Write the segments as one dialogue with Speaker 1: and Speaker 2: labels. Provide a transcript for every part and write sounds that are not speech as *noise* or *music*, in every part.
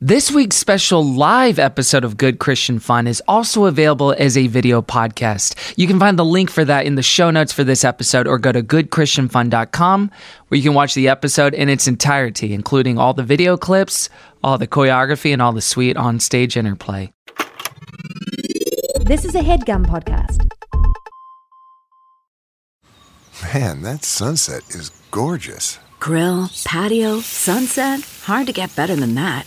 Speaker 1: This week's special live episode of Good Christian Fun is also available as a video podcast. You can find the link for that in the show notes for this episode or go to goodchristianfun.com where you can watch the episode in its entirety, including all the video clips, all the choreography, and all the sweet on stage interplay.
Speaker 2: This is a headgum podcast.
Speaker 3: Man, that sunset is gorgeous.
Speaker 4: Grill, patio, sunset. Hard to get better than that.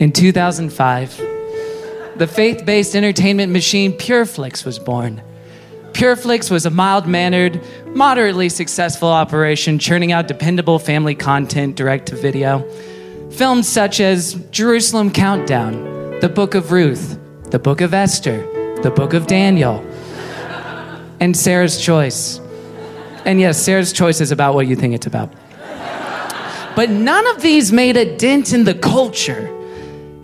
Speaker 1: In 2005, the faith based entertainment machine PureFlix was born. PureFlix was a mild mannered, moderately successful operation churning out dependable family content direct to video. Films such as Jerusalem Countdown, The Book of Ruth, The Book of Esther, The Book of Daniel, and Sarah's Choice. And yes, Sarah's Choice is about what you think it's about. But none of these made a dent in the culture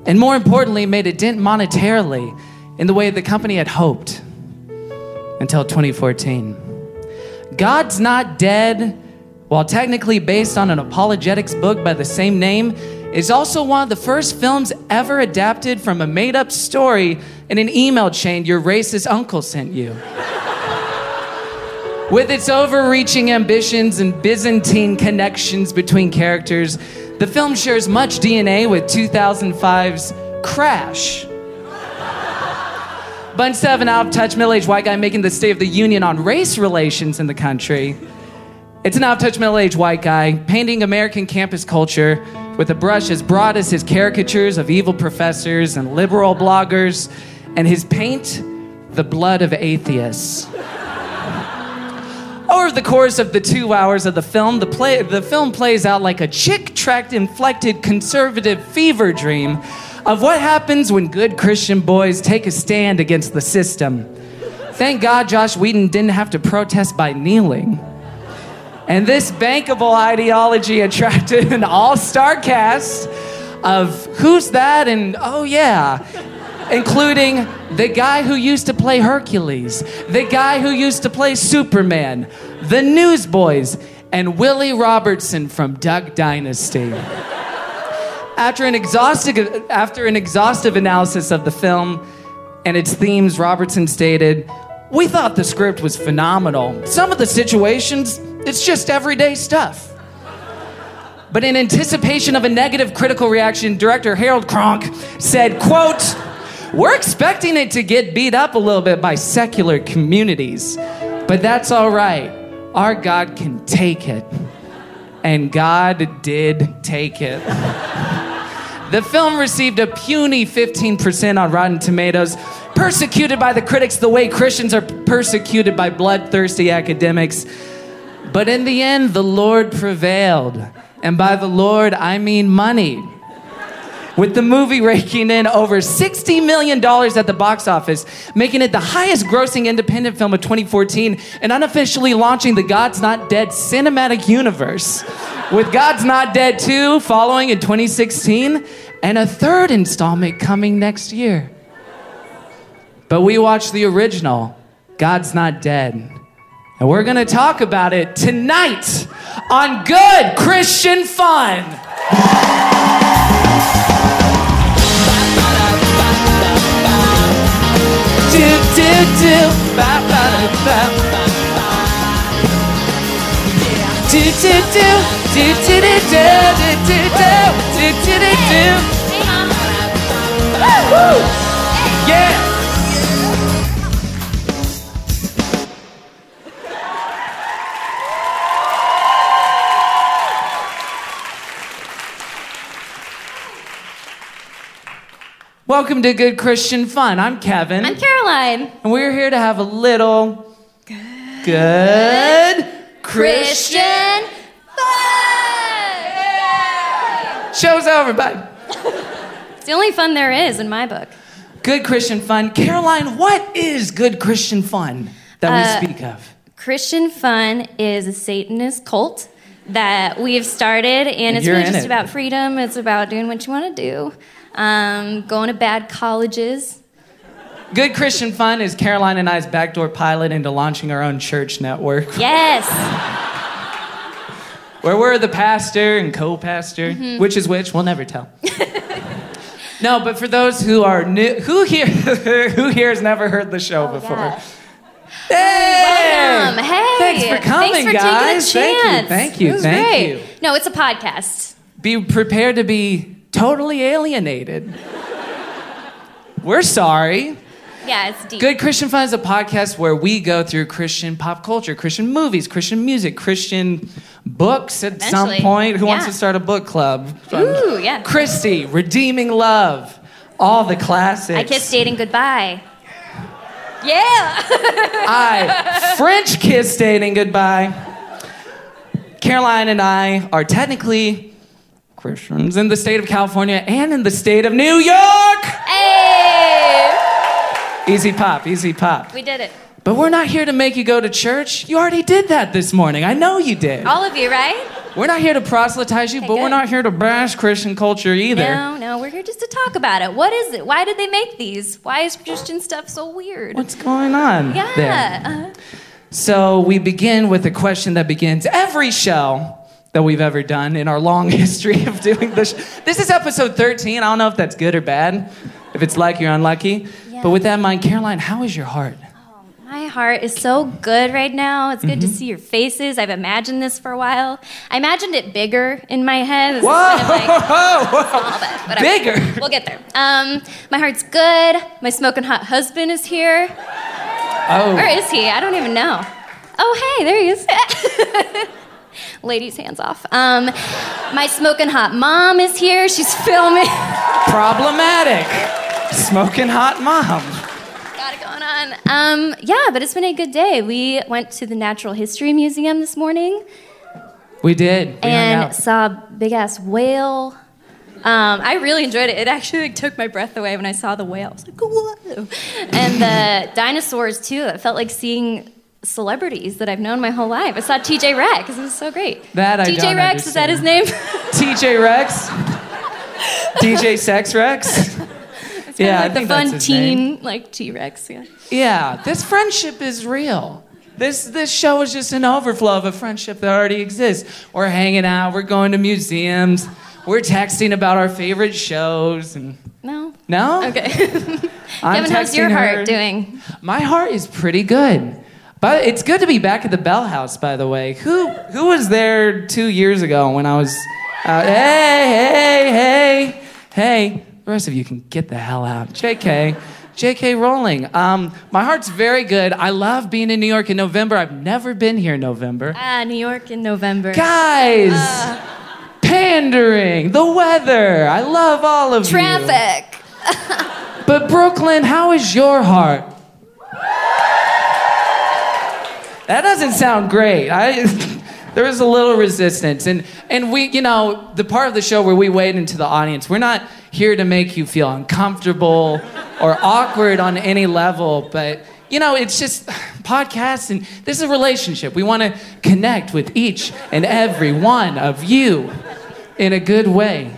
Speaker 1: and more importantly, made a dent monetarily in the way the company had hoped until 2014. God's Not Dead, while technically based on an apologetics book by the same name, is also one of the first films ever adapted from a made up story in an email chain your racist uncle sent you. With its overreaching ambitions and Byzantine connections between characters, the film shares much DNA with 2005's Crash. Bun 7 out of touch middle aged white guy making the State of the Union on race relations in the country. It's an out of touch middle aged white guy painting American campus culture with a brush as broad as his caricatures of evil professors and liberal bloggers, and his paint, the blood of atheists. Over the course of the two hours of the film, the, play, the film plays out like a chick tracked, inflected, conservative fever dream of what happens when good Christian boys take a stand against the system. Thank God Josh Whedon didn't have to protest by kneeling. And this bankable ideology attracted an all star cast of who's that and oh yeah, including the guy who used to play Hercules, the guy who used to play Superman, the Newsboys, and Willie Robertson from Duck Dynasty. After an exhaustive, after an exhaustive analysis of the film and its themes, Robertson stated, "We thought the script was phenomenal. Some of the situations, it's just everyday stuff." But in anticipation of a negative critical reaction, director Harold Cronk said, quote, we're expecting it to get beat up a little bit by secular communities, but that's all right. Our God can take it. And God did take it. the film received a puny 15% on Rotten Tomatoes, persecuted by the critics the way Christians are persecuted by bloodthirsty academics. But in the end, the Lord prevailed. And by the Lord, I mean money. With the movie raking in over $60 million at the box office, making it the highest grossing independent film of 2014, and unofficially launching the God's Not Dead cinematic universe. With God's Not Dead 2 following in 2016, and a third installment coming next year. But we watched the original, God's Not Dead. And we're gonna talk about it tonight on Good Christian Fun. do, do, do, ba, ba, da, ba, ba. Do, do, do, do, do, do, do, do, do, do, do, do, do, do. Woo! Yeah! Welcome to Good Christian Fun. I'm Kevin.
Speaker 5: I'm Caroline.
Speaker 1: And we're here to have a little good, Christian.
Speaker 5: Christian fun.
Speaker 1: Show's over. Bye.
Speaker 2: It's the only fun there is in my book.
Speaker 1: Good Christian fun. Caroline, what is good Christian fun that
Speaker 2: Uh,
Speaker 1: we speak of?
Speaker 2: Christian Fun is a Satanist cult that we've started, and it's
Speaker 1: You're
Speaker 2: really
Speaker 1: in
Speaker 2: just
Speaker 1: it.
Speaker 2: about freedom. It's about doing what you want to do, um, going to bad colleges.
Speaker 1: Good Christian fun is Caroline and I's backdoor pilot into launching our own church network
Speaker 2: Yes,
Speaker 1: where we're the pastor and co pastor,
Speaker 2: Mm-hmm.
Speaker 1: which is which, we'll never
Speaker 2: *laughs*
Speaker 1: tell. no, but for those who are new, who here, *laughs* who here has never heard the show before?
Speaker 2: Oh, yeah.
Speaker 1: Hey!
Speaker 2: welcome. Hey,
Speaker 1: Thanks for coming,
Speaker 2: Thanks for
Speaker 1: guys.
Speaker 2: Taking a
Speaker 1: Thank you, thank
Speaker 2: chance.
Speaker 1: you,
Speaker 2: It was
Speaker 1: thank
Speaker 2: great.
Speaker 1: you.
Speaker 2: No, it's a podcast.
Speaker 1: be prepared to be totally alienated. We're sorry.
Speaker 2: Yeah, it's deep.
Speaker 1: Good Christian Fun is a podcast where we go through Christian pop culture, Christian movies, Christian music, Christian books at some
Speaker 2: Eventually,
Speaker 1: point. Who wants
Speaker 2: yeah.
Speaker 1: to start a book club?
Speaker 2: Ooh, yeah.
Speaker 1: Christy, Redeeming Love, all the classics.
Speaker 2: I kissed dating goodbye. Yeah. *laughs*
Speaker 1: I French kiss dating goodbye. Caroline and I are technically Christians in the state of California and in the state of New York.
Speaker 2: hey,
Speaker 1: Easy pop, easy pop.
Speaker 2: we did it.
Speaker 1: But we're not here to make you go to church. You already did that this morning. I know you did.
Speaker 2: All of you, right?
Speaker 1: We're not here to proselytize you, but we're
Speaker 2: good.
Speaker 1: not here to bash Christian culture either.
Speaker 2: No, no, we're here just to talk about it. What is it? Why did they make these? Why is Christian stuff so weird?
Speaker 1: What's going on
Speaker 2: yeah.
Speaker 1: there?
Speaker 2: Uh-huh.
Speaker 1: So we begin with a question that begins every show that we've ever done in our long *laughs* history of doing this. This is episode 13. I don't know if that's good or bad, if it's lucky or unlucky. But with that in mind, Caroline, how is your
Speaker 2: *laughs*
Speaker 1: heart?
Speaker 2: My heart is so good right now. It's good to see your faces. I've imagined this for a while. I imagined it bigger in my head. This is kind of like-
Speaker 1: Oh,
Speaker 2: small, but whatever.
Speaker 1: Bigger.
Speaker 2: We'll get there. Um, my heart's good. My smoking hot husband is here.
Speaker 1: *laughs* Oh.
Speaker 2: Where is he? I don't even know. Oh, hey, there he is. *laughs* Ladies, hands off. Um, my smoking hot mom is here. She's filming. *laughs*
Speaker 1: Problematic. Smoking hot mom.
Speaker 2: Got it going on. Um, yeah, but it's been a good day. We went to the Natural History Museum this morning.
Speaker 1: We did. We hung
Speaker 2: and
Speaker 1: out.
Speaker 2: saw a big ass whale. Um, I really enjoyed it. It actually like, took my breath away when I saw the whale. I was like, whoa. And the dinosaurs, too. It felt like seeing celebrities that I've known my whole life. I saw TJ Rex. It was so great.
Speaker 1: That I
Speaker 2: TJ
Speaker 1: don't
Speaker 2: Rex, is that his name? *laughs*
Speaker 1: TJ Rex, DJ Sex Rex. yeah,
Speaker 2: like
Speaker 1: I
Speaker 2: the
Speaker 1: think
Speaker 2: fun
Speaker 1: that's his
Speaker 2: teen,
Speaker 1: name.
Speaker 2: like T Rex. Yeah.
Speaker 1: Yeah, this friendship is real. This this show is just an overflow of a friendship that already exists. We're hanging out. We're going to museums. We're texting about our favorite shows. And
Speaker 2: No.
Speaker 1: no,
Speaker 2: Okay. *laughs* Kevin, how's your
Speaker 1: texting
Speaker 2: heart
Speaker 1: her.
Speaker 2: doing?
Speaker 1: my heart is pretty good. But it's good to be back at the Bell House, by the way. Who who was there two years ago when I was? out hey hey hey hey! The rest of you can get the hell out. J.K. J.K. Rowling. Um, my heart's very good. I love being in New York in November. I've never been here in November.
Speaker 2: Ah, New York in November.
Speaker 1: Guys, pandering, the weather. I love all of you.
Speaker 2: Traffic.
Speaker 1: But Brooklyn, how is your heart? That doesn't sound great. I, *laughs* there was a little resistance, and and we, you know, the part of the show where we wade into the audience, we're not here to make you feel uncomfortable or awkward on any level, but. You know, it's just *sighs* podcasts, and this is a relationship. We want to connect with each and every one of you in a good way.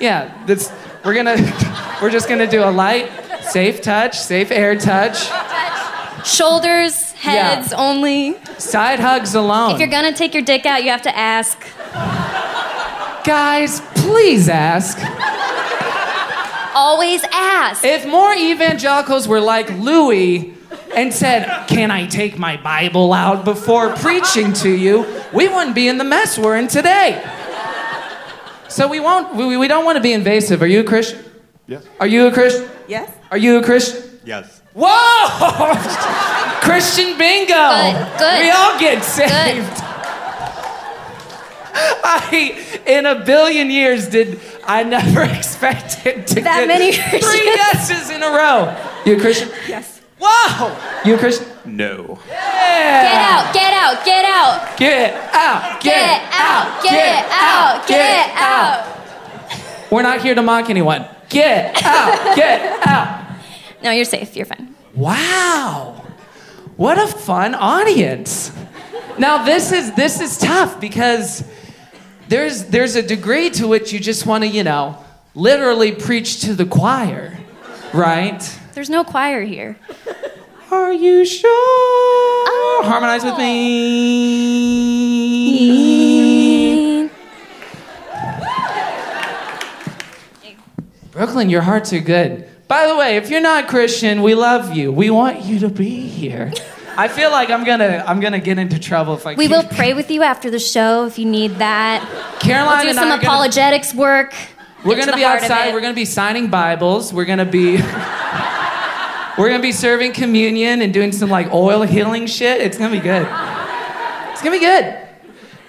Speaker 1: Yeah, that's we're gonna *laughs* we're just gonna do a light, safe touch, safe air touch,
Speaker 2: Shoulders,
Speaker 1: Yeah.
Speaker 2: heads only.
Speaker 1: side hugs alone.
Speaker 2: If you're gonna take your dick out, you have to ask.
Speaker 1: Guys, please ask.
Speaker 2: Always ask.
Speaker 1: If more evangelicals were like Louis and said, Can I take my Bible out before preaching to you? We wouldn't be in the mess we're in today. So we won't we, we don't want to be invasive. Are you a Christian?
Speaker 5: Yes.
Speaker 1: Are you a Christian?
Speaker 6: Yes.
Speaker 1: Are you a Christian?
Speaker 5: Yes.
Speaker 1: Whoa! *laughs* Christian bingo.
Speaker 2: Good, good.
Speaker 1: We all get saved. *laughs* I, in a billion years, did I never *laughs* expected to
Speaker 2: That
Speaker 1: get
Speaker 2: many
Speaker 1: three
Speaker 2: Christians.
Speaker 1: yeses in a row. You a Christian?
Speaker 6: Yes.
Speaker 1: Whoa! You a Christian?
Speaker 5: No.
Speaker 2: Get
Speaker 1: Yeah.
Speaker 2: out, get out, get out.
Speaker 1: Get out! Get,
Speaker 2: Get out, get out, get out.
Speaker 1: We're not here to mock anyone. Get out. Get out.
Speaker 2: No, you're safe. You're fine.
Speaker 1: Wow. What a fun audience. Now this is this is tough because there's there's a degree to which you just want to, you know, literally preach to the choir, right?
Speaker 2: There's no choir here.
Speaker 1: Are you sure? Harmonize with me. Brooklyn, your hearts are good. By the way, if you're not Christian, we love you. We want you to be here. I feel like I'm gonna I'm gonna get into trouble if I
Speaker 2: We
Speaker 1: keep-
Speaker 2: will pray with you after the show if you need that.
Speaker 1: Caroline
Speaker 2: we'll do
Speaker 1: and
Speaker 2: some
Speaker 1: I are gonna-
Speaker 2: apologetics work.
Speaker 1: We're
Speaker 2: Get
Speaker 1: gonna
Speaker 2: to
Speaker 1: be
Speaker 2: the heart of
Speaker 1: outside.
Speaker 2: it.
Speaker 1: We're gonna be signing Bibles. We're gonna be *laughs* we're gonna be serving communion and doing some like oil healing shit. It's gonna be good. It's gonna be good.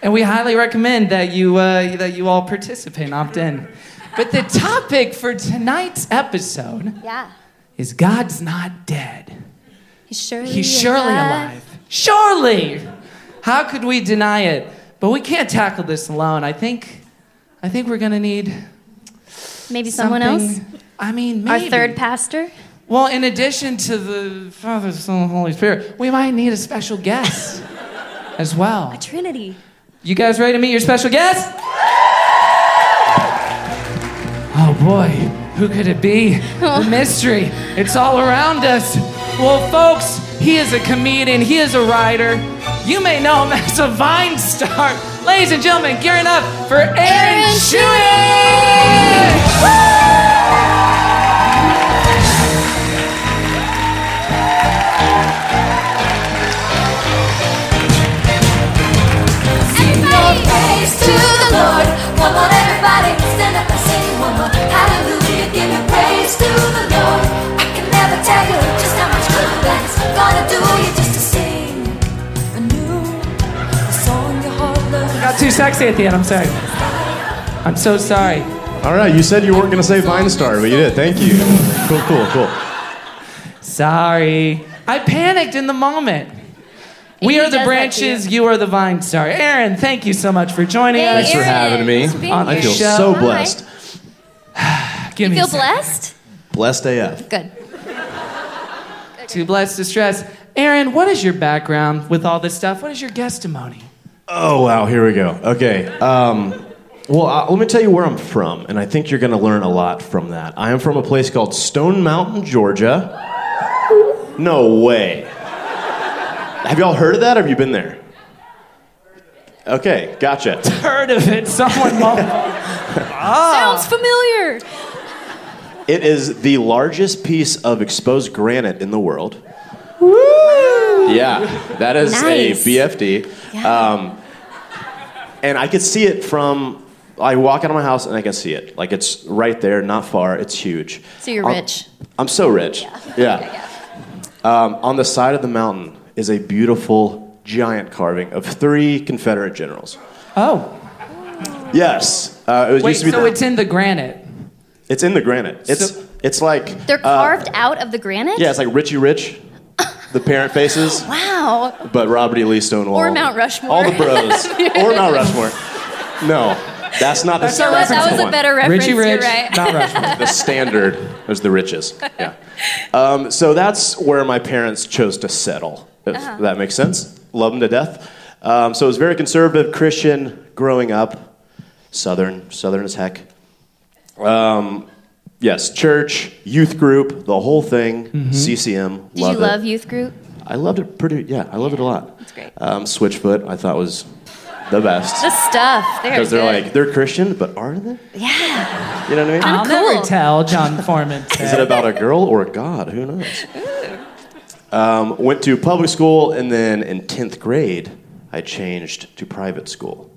Speaker 1: And we highly recommend that you uh, that you all participate and opt in. But the topic for tonight's episode
Speaker 2: Yeah.
Speaker 1: is God's not dead.
Speaker 2: He's surely
Speaker 1: He's surely alive. Surely. How could we deny it? But we can't tackle this alone. I think I think we're gonna need
Speaker 2: Maybe someone else?
Speaker 1: something- I mean,
Speaker 2: Our
Speaker 1: maybe.
Speaker 2: third pastor?
Speaker 1: Well, in addition to the Father, Son, and Holy Spirit, we might need a special
Speaker 2: *laughs*
Speaker 1: guest as well.
Speaker 2: Trinity.
Speaker 1: You guys ready to meet your special guest? Oh boy, who could it be?
Speaker 2: *laughs*
Speaker 1: The mystery. It's all around us. Well, folks, he is a comedian, he is a writer. You may know him *laughs* as a Vine star. Ladies and gentlemen, gear it up for Aaron
Speaker 2: Aaron
Speaker 1: Schuett!
Speaker 5: Sing your praise to the Lord. One more, everybody, stand up and sing one more. Hallelujah, give your praise to the Lord. I can never tell you just how much good that's gonna do you just to sing a new song your heart loves.
Speaker 1: Got too sexy at the end, I'm sorry. I'm so sorry.
Speaker 6: All right, you said you weren't going to say Vine Star, but you did. Thank you. Cool, cool, cool.
Speaker 1: Sorry. I panicked in the moment. We
Speaker 2: Amy
Speaker 1: are the
Speaker 2: does that to
Speaker 1: branches, you are the vine star. Aaron, thank you so much for joining
Speaker 2: Hey,
Speaker 1: us.
Speaker 6: Thanks for
Speaker 2: Aaron,
Speaker 6: having me.
Speaker 2: it's been
Speaker 1: On
Speaker 6: I
Speaker 1: the
Speaker 2: years.
Speaker 6: feel
Speaker 1: show.
Speaker 6: so
Speaker 2: Hi.
Speaker 6: blessed.
Speaker 1: Give me
Speaker 2: Feel
Speaker 1: a sec.
Speaker 2: blessed?
Speaker 6: Blessed AF.
Speaker 2: Good.
Speaker 1: Too blessed to stress. Aaron, what is your background with all this stuff? What is your guestimony?
Speaker 6: Oh, wow, here we go. Okay. Um, well, uh, let me tell you where I'm from, and I think you're going to learn a lot from that. I am from a place called Stone Mountain, Georgia. No way. Have y'all heard of that? Or have you been there? Okay, gotcha.
Speaker 1: Heard of it? Someone
Speaker 2: *laughs*
Speaker 1: mumbled.
Speaker 6: Ah.
Speaker 2: Sounds familiar.
Speaker 6: It is the largest piece of exposed granite in the world. Yeah, that is
Speaker 2: Nice.
Speaker 6: a BFD. Um, and I could see it from. I walk out of my house and I can see it. Like it's right there, not far. It's huge.
Speaker 2: So you're
Speaker 6: On-
Speaker 2: rich.
Speaker 6: I'm so rich. Yeah. Um, on the side of the mountain is a beautiful giant carving of three Confederate generals.
Speaker 1: Oh,
Speaker 6: Yes. Uh, it was,
Speaker 1: wait,
Speaker 6: used to be
Speaker 1: so
Speaker 6: the-
Speaker 1: it's in the granite.
Speaker 6: it's in the granite. It's
Speaker 1: So-
Speaker 6: it's like
Speaker 2: They're
Speaker 6: uh,
Speaker 2: carved out of the granite?
Speaker 6: Yeah, it's like Richie Rich, the parent faces,
Speaker 2: Wow.
Speaker 6: but Robert E. Lee Stonewall.
Speaker 2: Or Mount Rushmore.
Speaker 6: All the
Speaker 2: *laughs*
Speaker 6: bros. or Mount Rushmore. No, that's not the
Speaker 1: not
Speaker 2: That was-
Speaker 6: that's not
Speaker 2: that
Speaker 6: the
Speaker 2: was a
Speaker 6: one.
Speaker 2: better reference.
Speaker 1: Richie
Speaker 2: You're
Speaker 1: Rich,
Speaker 2: right.
Speaker 1: not
Speaker 2: *laughs*
Speaker 1: Rushmore.
Speaker 6: The standard was the riches. Yeah. Um, so that's where my parents chose to settle, if
Speaker 2: Uh-huh.
Speaker 6: that makes sense. Love them to death. Um, so it was very conservative Christian growing up, Southern, Southern as heck. Um, yes, church, youth group, the whole thing, CCM.
Speaker 2: Did
Speaker 6: love
Speaker 2: you
Speaker 6: it.
Speaker 2: love youth group?
Speaker 6: I loved it pretty. Yeah, I loved it a lot.
Speaker 2: that's great.
Speaker 6: Um, Switchfoot, I thought was the best
Speaker 2: The stuff.
Speaker 6: because they're like they're Christian, but aren't they?
Speaker 2: yeah.
Speaker 6: You know what I mean?
Speaker 1: I'll never
Speaker 2: cool.
Speaker 1: tell, John *laughs* Foreman.
Speaker 6: Is it about a girl or a god? Who knows? Um, went to public school, and then in tenth grade, I changed to private school,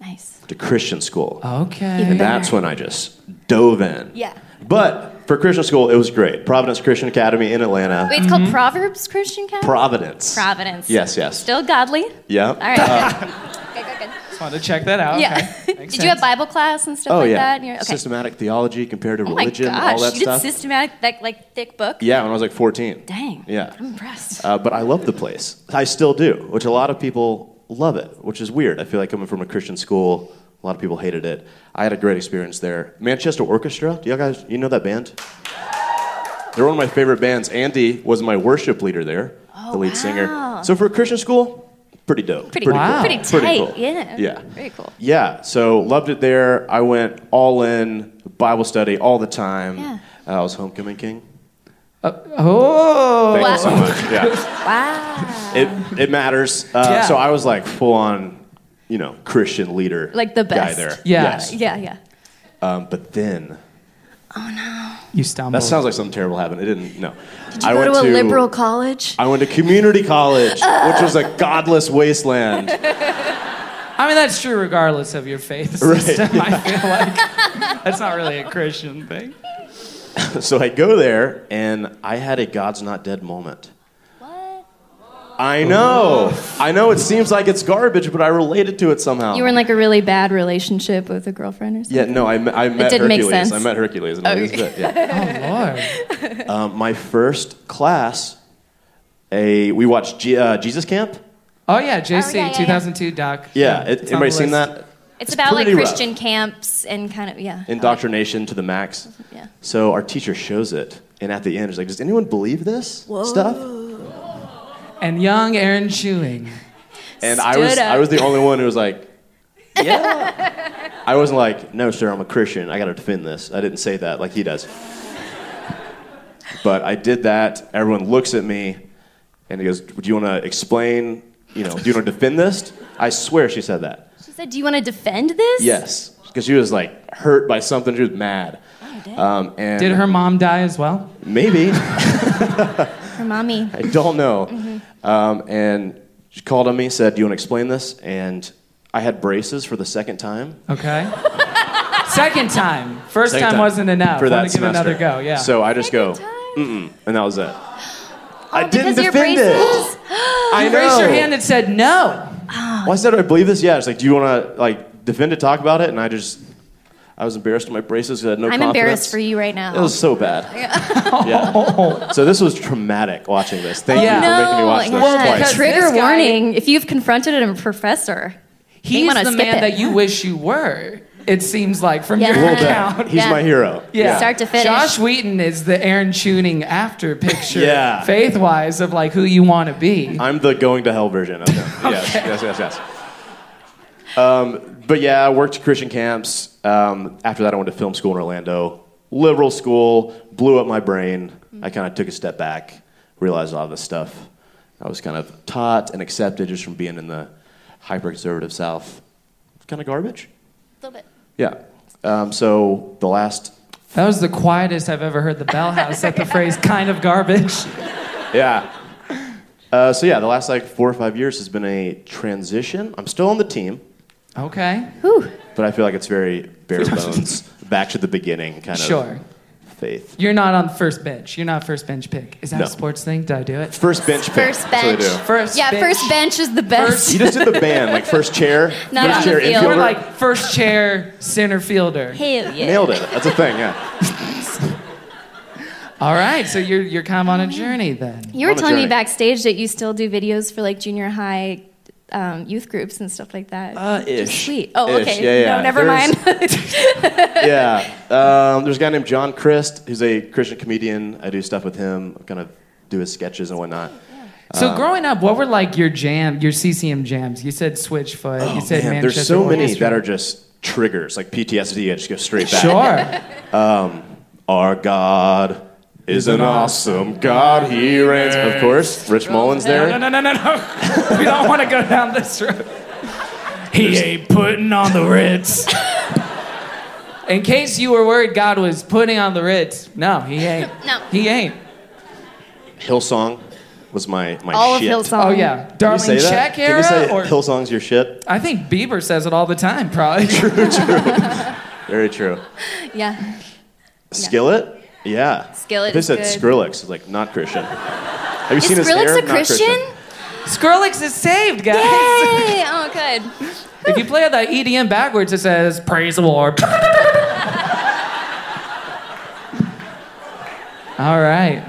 Speaker 2: Nice.
Speaker 6: to Christian school.
Speaker 1: Okay.
Speaker 6: And that's when I just dove in.
Speaker 2: Yeah.
Speaker 6: But for Christian school, it was great. Providence Christian Academy in Atlanta.
Speaker 2: Wait, it's called Proverbs Christian Academy?
Speaker 6: Providence.
Speaker 2: Providence.
Speaker 6: Yes, yes.
Speaker 2: Still godly.
Speaker 6: yeah.
Speaker 2: All right.
Speaker 6: Uh.
Speaker 2: good.
Speaker 6: *laughs*
Speaker 2: good, good, good.
Speaker 1: Just wanted to check that out.
Speaker 2: Yeah. *laughs*
Speaker 1: Okay.
Speaker 2: Did
Speaker 1: Makes
Speaker 2: you have
Speaker 1: sense.
Speaker 2: Bible class and stuff
Speaker 6: Oh
Speaker 2: like
Speaker 6: yeah.
Speaker 2: that? And you're- okay.
Speaker 6: Systematic theology compared to
Speaker 2: Oh my
Speaker 6: religion,
Speaker 2: gosh,
Speaker 6: all that
Speaker 2: you
Speaker 6: stuff.
Speaker 2: did systematic, like, like thick book.
Speaker 6: Yeah, when I was like 14.
Speaker 2: Dang.
Speaker 6: Yeah.
Speaker 2: I'm impressed.
Speaker 6: Uh, but I love the place. I still do, which a lot of people love it, which is weird. I feel like coming from a Christian school, A lot of people hated it. I had a great experience there. Manchester Orchestra, do you guys you know that band? They're one of my favorite bands. Andy was my worship leader there, the
Speaker 2: Oh,
Speaker 6: lead
Speaker 2: wow.
Speaker 6: singer. So for a Christian school, pretty dope.
Speaker 2: Pretty,
Speaker 6: cool.
Speaker 1: Wow.
Speaker 2: pretty tight.
Speaker 6: Pretty cool.
Speaker 2: Yeah.
Speaker 6: Yeah.
Speaker 2: Very cool.
Speaker 6: Yeah, so loved it there. I went all in Bible study all the time. Uh,
Speaker 2: Yeah.
Speaker 6: I was homecoming king.
Speaker 1: Oh,
Speaker 6: Thank
Speaker 2: Wow.
Speaker 6: you so
Speaker 2: *laughs*
Speaker 6: much. Yeah,
Speaker 2: Wow.
Speaker 6: it it matters. Uh,
Speaker 1: Yeah.
Speaker 6: So I was like full on, you know, Christian leader,
Speaker 2: Like the
Speaker 6: guy
Speaker 2: best.
Speaker 6: there.
Speaker 1: Yeah.
Speaker 6: Yes.
Speaker 2: Yeah, yeah.
Speaker 6: Um, but then
Speaker 1: you stumbled.
Speaker 6: that sounds like something terrible happened. It didn't. No. Did
Speaker 2: You
Speaker 6: I
Speaker 2: go
Speaker 6: went
Speaker 2: to a liberal college?
Speaker 6: I went to
Speaker 2: *laughs*
Speaker 6: community college, which was a godless wasteland.
Speaker 1: I mean, that's true regardless of your faith
Speaker 6: *laughs* Right.
Speaker 1: system. I feel like that's not really a Christian thing.
Speaker 6: so I go there, and I had a God's not dead moment.
Speaker 2: What?
Speaker 6: I know. I know it seems like it's garbage, but I related to it somehow.
Speaker 2: Oh. You were in like a really bad relationship with a girlfriend or something?
Speaker 6: yeah, no, I, me- I met
Speaker 2: didn't make
Speaker 6: Hercules.
Speaker 2: sense.
Speaker 6: I met Hercules. And all this,
Speaker 2: Okay.
Speaker 6: but yeah.
Speaker 1: Lord.
Speaker 6: um, my first class, a we watched G, uh, Jesus Camp.
Speaker 1: Oh yeah, JC
Speaker 2: yeah, yeah, yeah.
Speaker 1: 2002 doc.
Speaker 6: Yeah, it,
Speaker 1: it's on
Speaker 6: anybody
Speaker 1: the
Speaker 6: seen
Speaker 1: list.
Speaker 6: that?
Speaker 2: It's, about like
Speaker 6: pretty rough.
Speaker 2: Christian camps and kind of, yeah.
Speaker 6: Indoctrination to the max.
Speaker 2: Yeah.
Speaker 6: So our teacher shows it, and at the end, she's like, "Does anyone believe this stuff?"
Speaker 1: And young Aaron Chewing.
Speaker 6: And I was
Speaker 2: Stood up.
Speaker 6: I was the only one who was like, *laughs* yeah. I wasn't like, no, sir, I'm a Christian. I got to defend this. I didn't say that like he does. But I did that. Everyone looks at me, and he goes, "Do you want to explain? You know, do you want to defend this?" I swear she said that.
Speaker 2: She said, Do you want to defend this?
Speaker 6: Yes, because she was like hurt by something. She was mad.
Speaker 2: Oh, dang.
Speaker 6: Um, and
Speaker 1: Did her mom die as well? *laughs*
Speaker 6: maybe?
Speaker 2: Her mommy.
Speaker 6: I don't know.
Speaker 2: Mm-hmm.
Speaker 6: Um, and she called on me, said, "Do you want to explain this?" And I had braces for the second time. *laughs*
Speaker 1: Okay. Second time. First
Speaker 6: Second
Speaker 1: time, wasn't enough.
Speaker 6: for
Speaker 1: Want
Speaker 6: that
Speaker 1: to give
Speaker 6: semester.
Speaker 1: another go. Yeah.
Speaker 6: So I just go,
Speaker 2: Second
Speaker 6: mm-mm, and that was it. I
Speaker 2: Oh, because
Speaker 6: didn't
Speaker 2: your
Speaker 6: defend it.
Speaker 2: braces?
Speaker 6: *gasps* I know.
Speaker 1: raise your hand and said no.
Speaker 6: Well, I said, I believe this. Yeah. It's like, do you want to like defend it, talk about it? And I just, I was embarrassed in my braces. I had no
Speaker 2: I'm
Speaker 6: confidence.
Speaker 2: embarrassed for you right now.
Speaker 6: It was
Speaker 2: *laughs*
Speaker 6: so bad. yeah. So this was traumatic watching this. Thank
Speaker 2: Oh,
Speaker 6: you for making me watch this
Speaker 2: yeah.
Speaker 6: twice.
Speaker 1: because
Speaker 2: Trigger
Speaker 1: this guy-
Speaker 2: warning if you've confronted a professor.
Speaker 1: He's
Speaker 2: wanna
Speaker 1: the
Speaker 2: skip
Speaker 1: man
Speaker 2: it.
Speaker 1: that you wish you were. It seems like from
Speaker 2: Yeah.
Speaker 6: A
Speaker 1: your
Speaker 6: little bit.
Speaker 1: account.
Speaker 6: He's
Speaker 2: Yeah.
Speaker 6: my hero.
Speaker 1: Yeah.
Speaker 2: Start to finish.
Speaker 1: Josh Wheaton is the Aaron Tuning after picture,
Speaker 6: Yeah.
Speaker 1: faith wise, of like who you want to be.
Speaker 6: I'm the going to hell version of him. Yes, yes, yes, yes. Um, but yeah, I worked Christian camps. Um, after that, I went to film school in Orlando. Liberal school blew up my brain. I kind of took a step back, realized a lot of the stuff I was kind of taught and accepted just from being in the hyper conservative South. Kind of garbage.
Speaker 2: A little bit.
Speaker 6: Yeah. Um, so the last,
Speaker 1: That was the quietest I've ever heard the Bell House at the phrase "kind of garbage." *laughs*
Speaker 6: yeah. Uh, so yeah, the last like four or five years has been a transition. I'm still on the team.
Speaker 1: Okay,
Speaker 6: But I feel like it's very *laughs* bare bones, back to the beginning kind of
Speaker 1: sure.
Speaker 6: faith.
Speaker 1: You're not on the first bench. You're not first bench pick. Is that
Speaker 6: No.
Speaker 1: a sports thing? Did I do it?
Speaker 6: First bench pick.
Speaker 2: First
Speaker 6: that's what
Speaker 2: bench.
Speaker 6: they do.
Speaker 1: First
Speaker 2: yeah,
Speaker 1: bench.
Speaker 2: first bench is the best.
Speaker 6: You just did the band, like first chair,
Speaker 2: *laughs* Not
Speaker 6: first
Speaker 2: on
Speaker 6: chair
Speaker 2: the field.
Speaker 6: infielder.
Speaker 1: We're like first chair center fielder.
Speaker 2: Hell yeah.
Speaker 6: Nailed it. That's a thing. Yeah.
Speaker 1: All right, so you're you're kind of on a journey then.
Speaker 2: You were
Speaker 6: On a
Speaker 2: telling me
Speaker 6: journey.
Speaker 2: backstage that you still do videos for like junior high um, youth groups and stuff like that.
Speaker 6: Uh,
Speaker 2: Which is
Speaker 6: ish.
Speaker 2: Sweet. Oh,
Speaker 6: Ish.
Speaker 2: okay.
Speaker 6: Yeah, yeah.
Speaker 2: No, never
Speaker 6: There's-
Speaker 2: mind.
Speaker 6: *laughs*
Speaker 2: *laughs*
Speaker 6: Yeah. Um, there's a guy named John Christ who's a Christian comedian. I do stuff with him. I kind of do his sketches and whatnot. Uh,
Speaker 1: So growing up, what were like your jam, your CCM jams? You said Switchfoot. you
Speaker 6: Oh,
Speaker 1: said
Speaker 6: man,
Speaker 1: Manchester.
Speaker 6: there's so many
Speaker 1: Orchestra.
Speaker 6: that are just triggers, like PTSD. I just go straight back.
Speaker 1: Sure.
Speaker 6: Our God is an awesome God. He reigns. Of course, Rich Mullins there.
Speaker 1: No, no, no, no, no. *laughs* we don't want to go down this road. He ain't putting on the Ritz. In case you were worried God was putting on the Ritz, no, he
Speaker 6: *laughs*
Speaker 1: ain't.
Speaker 2: No.
Speaker 1: He ain't.
Speaker 6: Hillsong was my my
Speaker 2: All of
Speaker 6: shit.
Speaker 2: Hillsong.
Speaker 1: Oh, yeah.
Speaker 6: Can you
Speaker 1: Darling
Speaker 6: say that?
Speaker 1: Check
Speaker 6: Can you say
Speaker 1: era? Or,
Speaker 6: Hillsong's your shit?
Speaker 1: I think Bieber says it all the time, probably.
Speaker 6: Very true.
Speaker 2: Yeah.
Speaker 6: Skillet? Yeah.
Speaker 2: Skillet
Speaker 6: They
Speaker 2: is
Speaker 6: said
Speaker 2: good.
Speaker 6: Skrillex. It's like not Christian. Have you seen his
Speaker 2: Skrillex
Speaker 6: hair?
Speaker 2: a
Speaker 6: Not
Speaker 2: Christian?
Speaker 1: *laughs* Skrillex is saved, guys.
Speaker 2: Yay! Oh, good.
Speaker 1: If you play that EDM backwards, it says, Praise the Lord. *laughs* all right.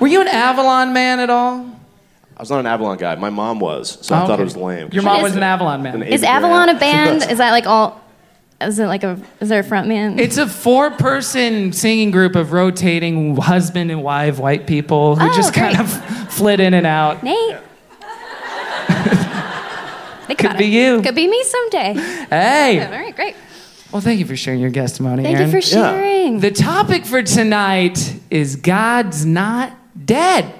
Speaker 1: Were you an Avalon man at all?
Speaker 6: I was not an Avalon guy. My mom was, so I thought it was lame.
Speaker 1: Oh, Your
Speaker 6: She
Speaker 1: mom
Speaker 2: Is-
Speaker 1: was an Avalon man.
Speaker 6: an
Speaker 2: Is
Speaker 6: Avery *laughs*
Speaker 2: Avalon
Speaker 1: *laughs*
Speaker 2: a
Speaker 6: Grant.
Speaker 2: band? Is that like all? Is it like a? Is there a front man?
Speaker 1: It's a four person singing group of rotating husband and wife white people who
Speaker 2: Oh,
Speaker 1: just kind
Speaker 2: great.
Speaker 1: of flit in and out.
Speaker 2: Nate. *laughs* They
Speaker 1: Could
Speaker 2: got
Speaker 1: be
Speaker 2: it.
Speaker 1: you.
Speaker 2: Could be me someday. *laughs* All
Speaker 1: Hey!
Speaker 2: right, great.
Speaker 1: Well, thank you for sharing your testimony,
Speaker 2: Thank
Speaker 1: Aaron.
Speaker 2: you for sharing.
Speaker 1: the topic for tonight is God's not dead.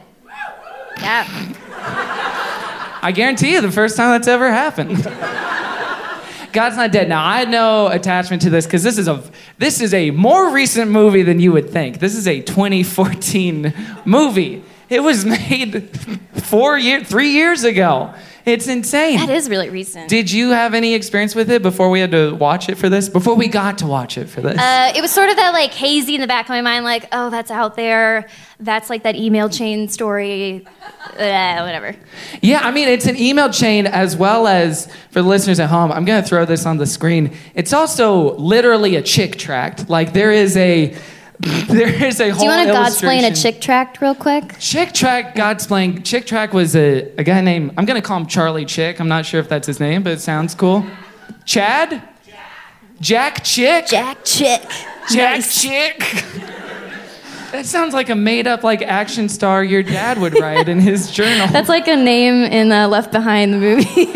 Speaker 2: Yeah.
Speaker 1: I guarantee you, the first time that's ever happened. *laughs* God's not dead. Now I had no attachment to this because this is a this is a more recent movie than you would think. This is a 2014 movie. It was *laughs* made four year, three years ago. It's insane.
Speaker 2: That is really recent.
Speaker 1: Did you have any experience with it before we had to watch it for this? Before we got to watch it for this?
Speaker 2: Uh, it was sort of that like hazy in the back of my mind, like, oh, that's out there. That's like that email chain story, uh, whatever.
Speaker 1: Yeah, I mean, it's an email chain as well as for the listeners at home. I'm going to throw this on the screen. It's also literally a chick tract. Like there is a *laughs* there is a whole
Speaker 2: Do you want to
Speaker 1: illustration.
Speaker 2: Godsplain a chick tract real quick?
Speaker 1: Chick track God's playing. Chick track was a, a guy named I'm going to call him Charlie Chick. I'm not sure if that's his name, but it sounds cool. Chad? Jack Chick?
Speaker 2: Jack chick.
Speaker 1: Jack Chick. *laughs* That sounds like a made up like action star your dad would write in his journal.
Speaker 2: That's like a name in uh, Left Behind
Speaker 1: *laughs*
Speaker 2: the movie.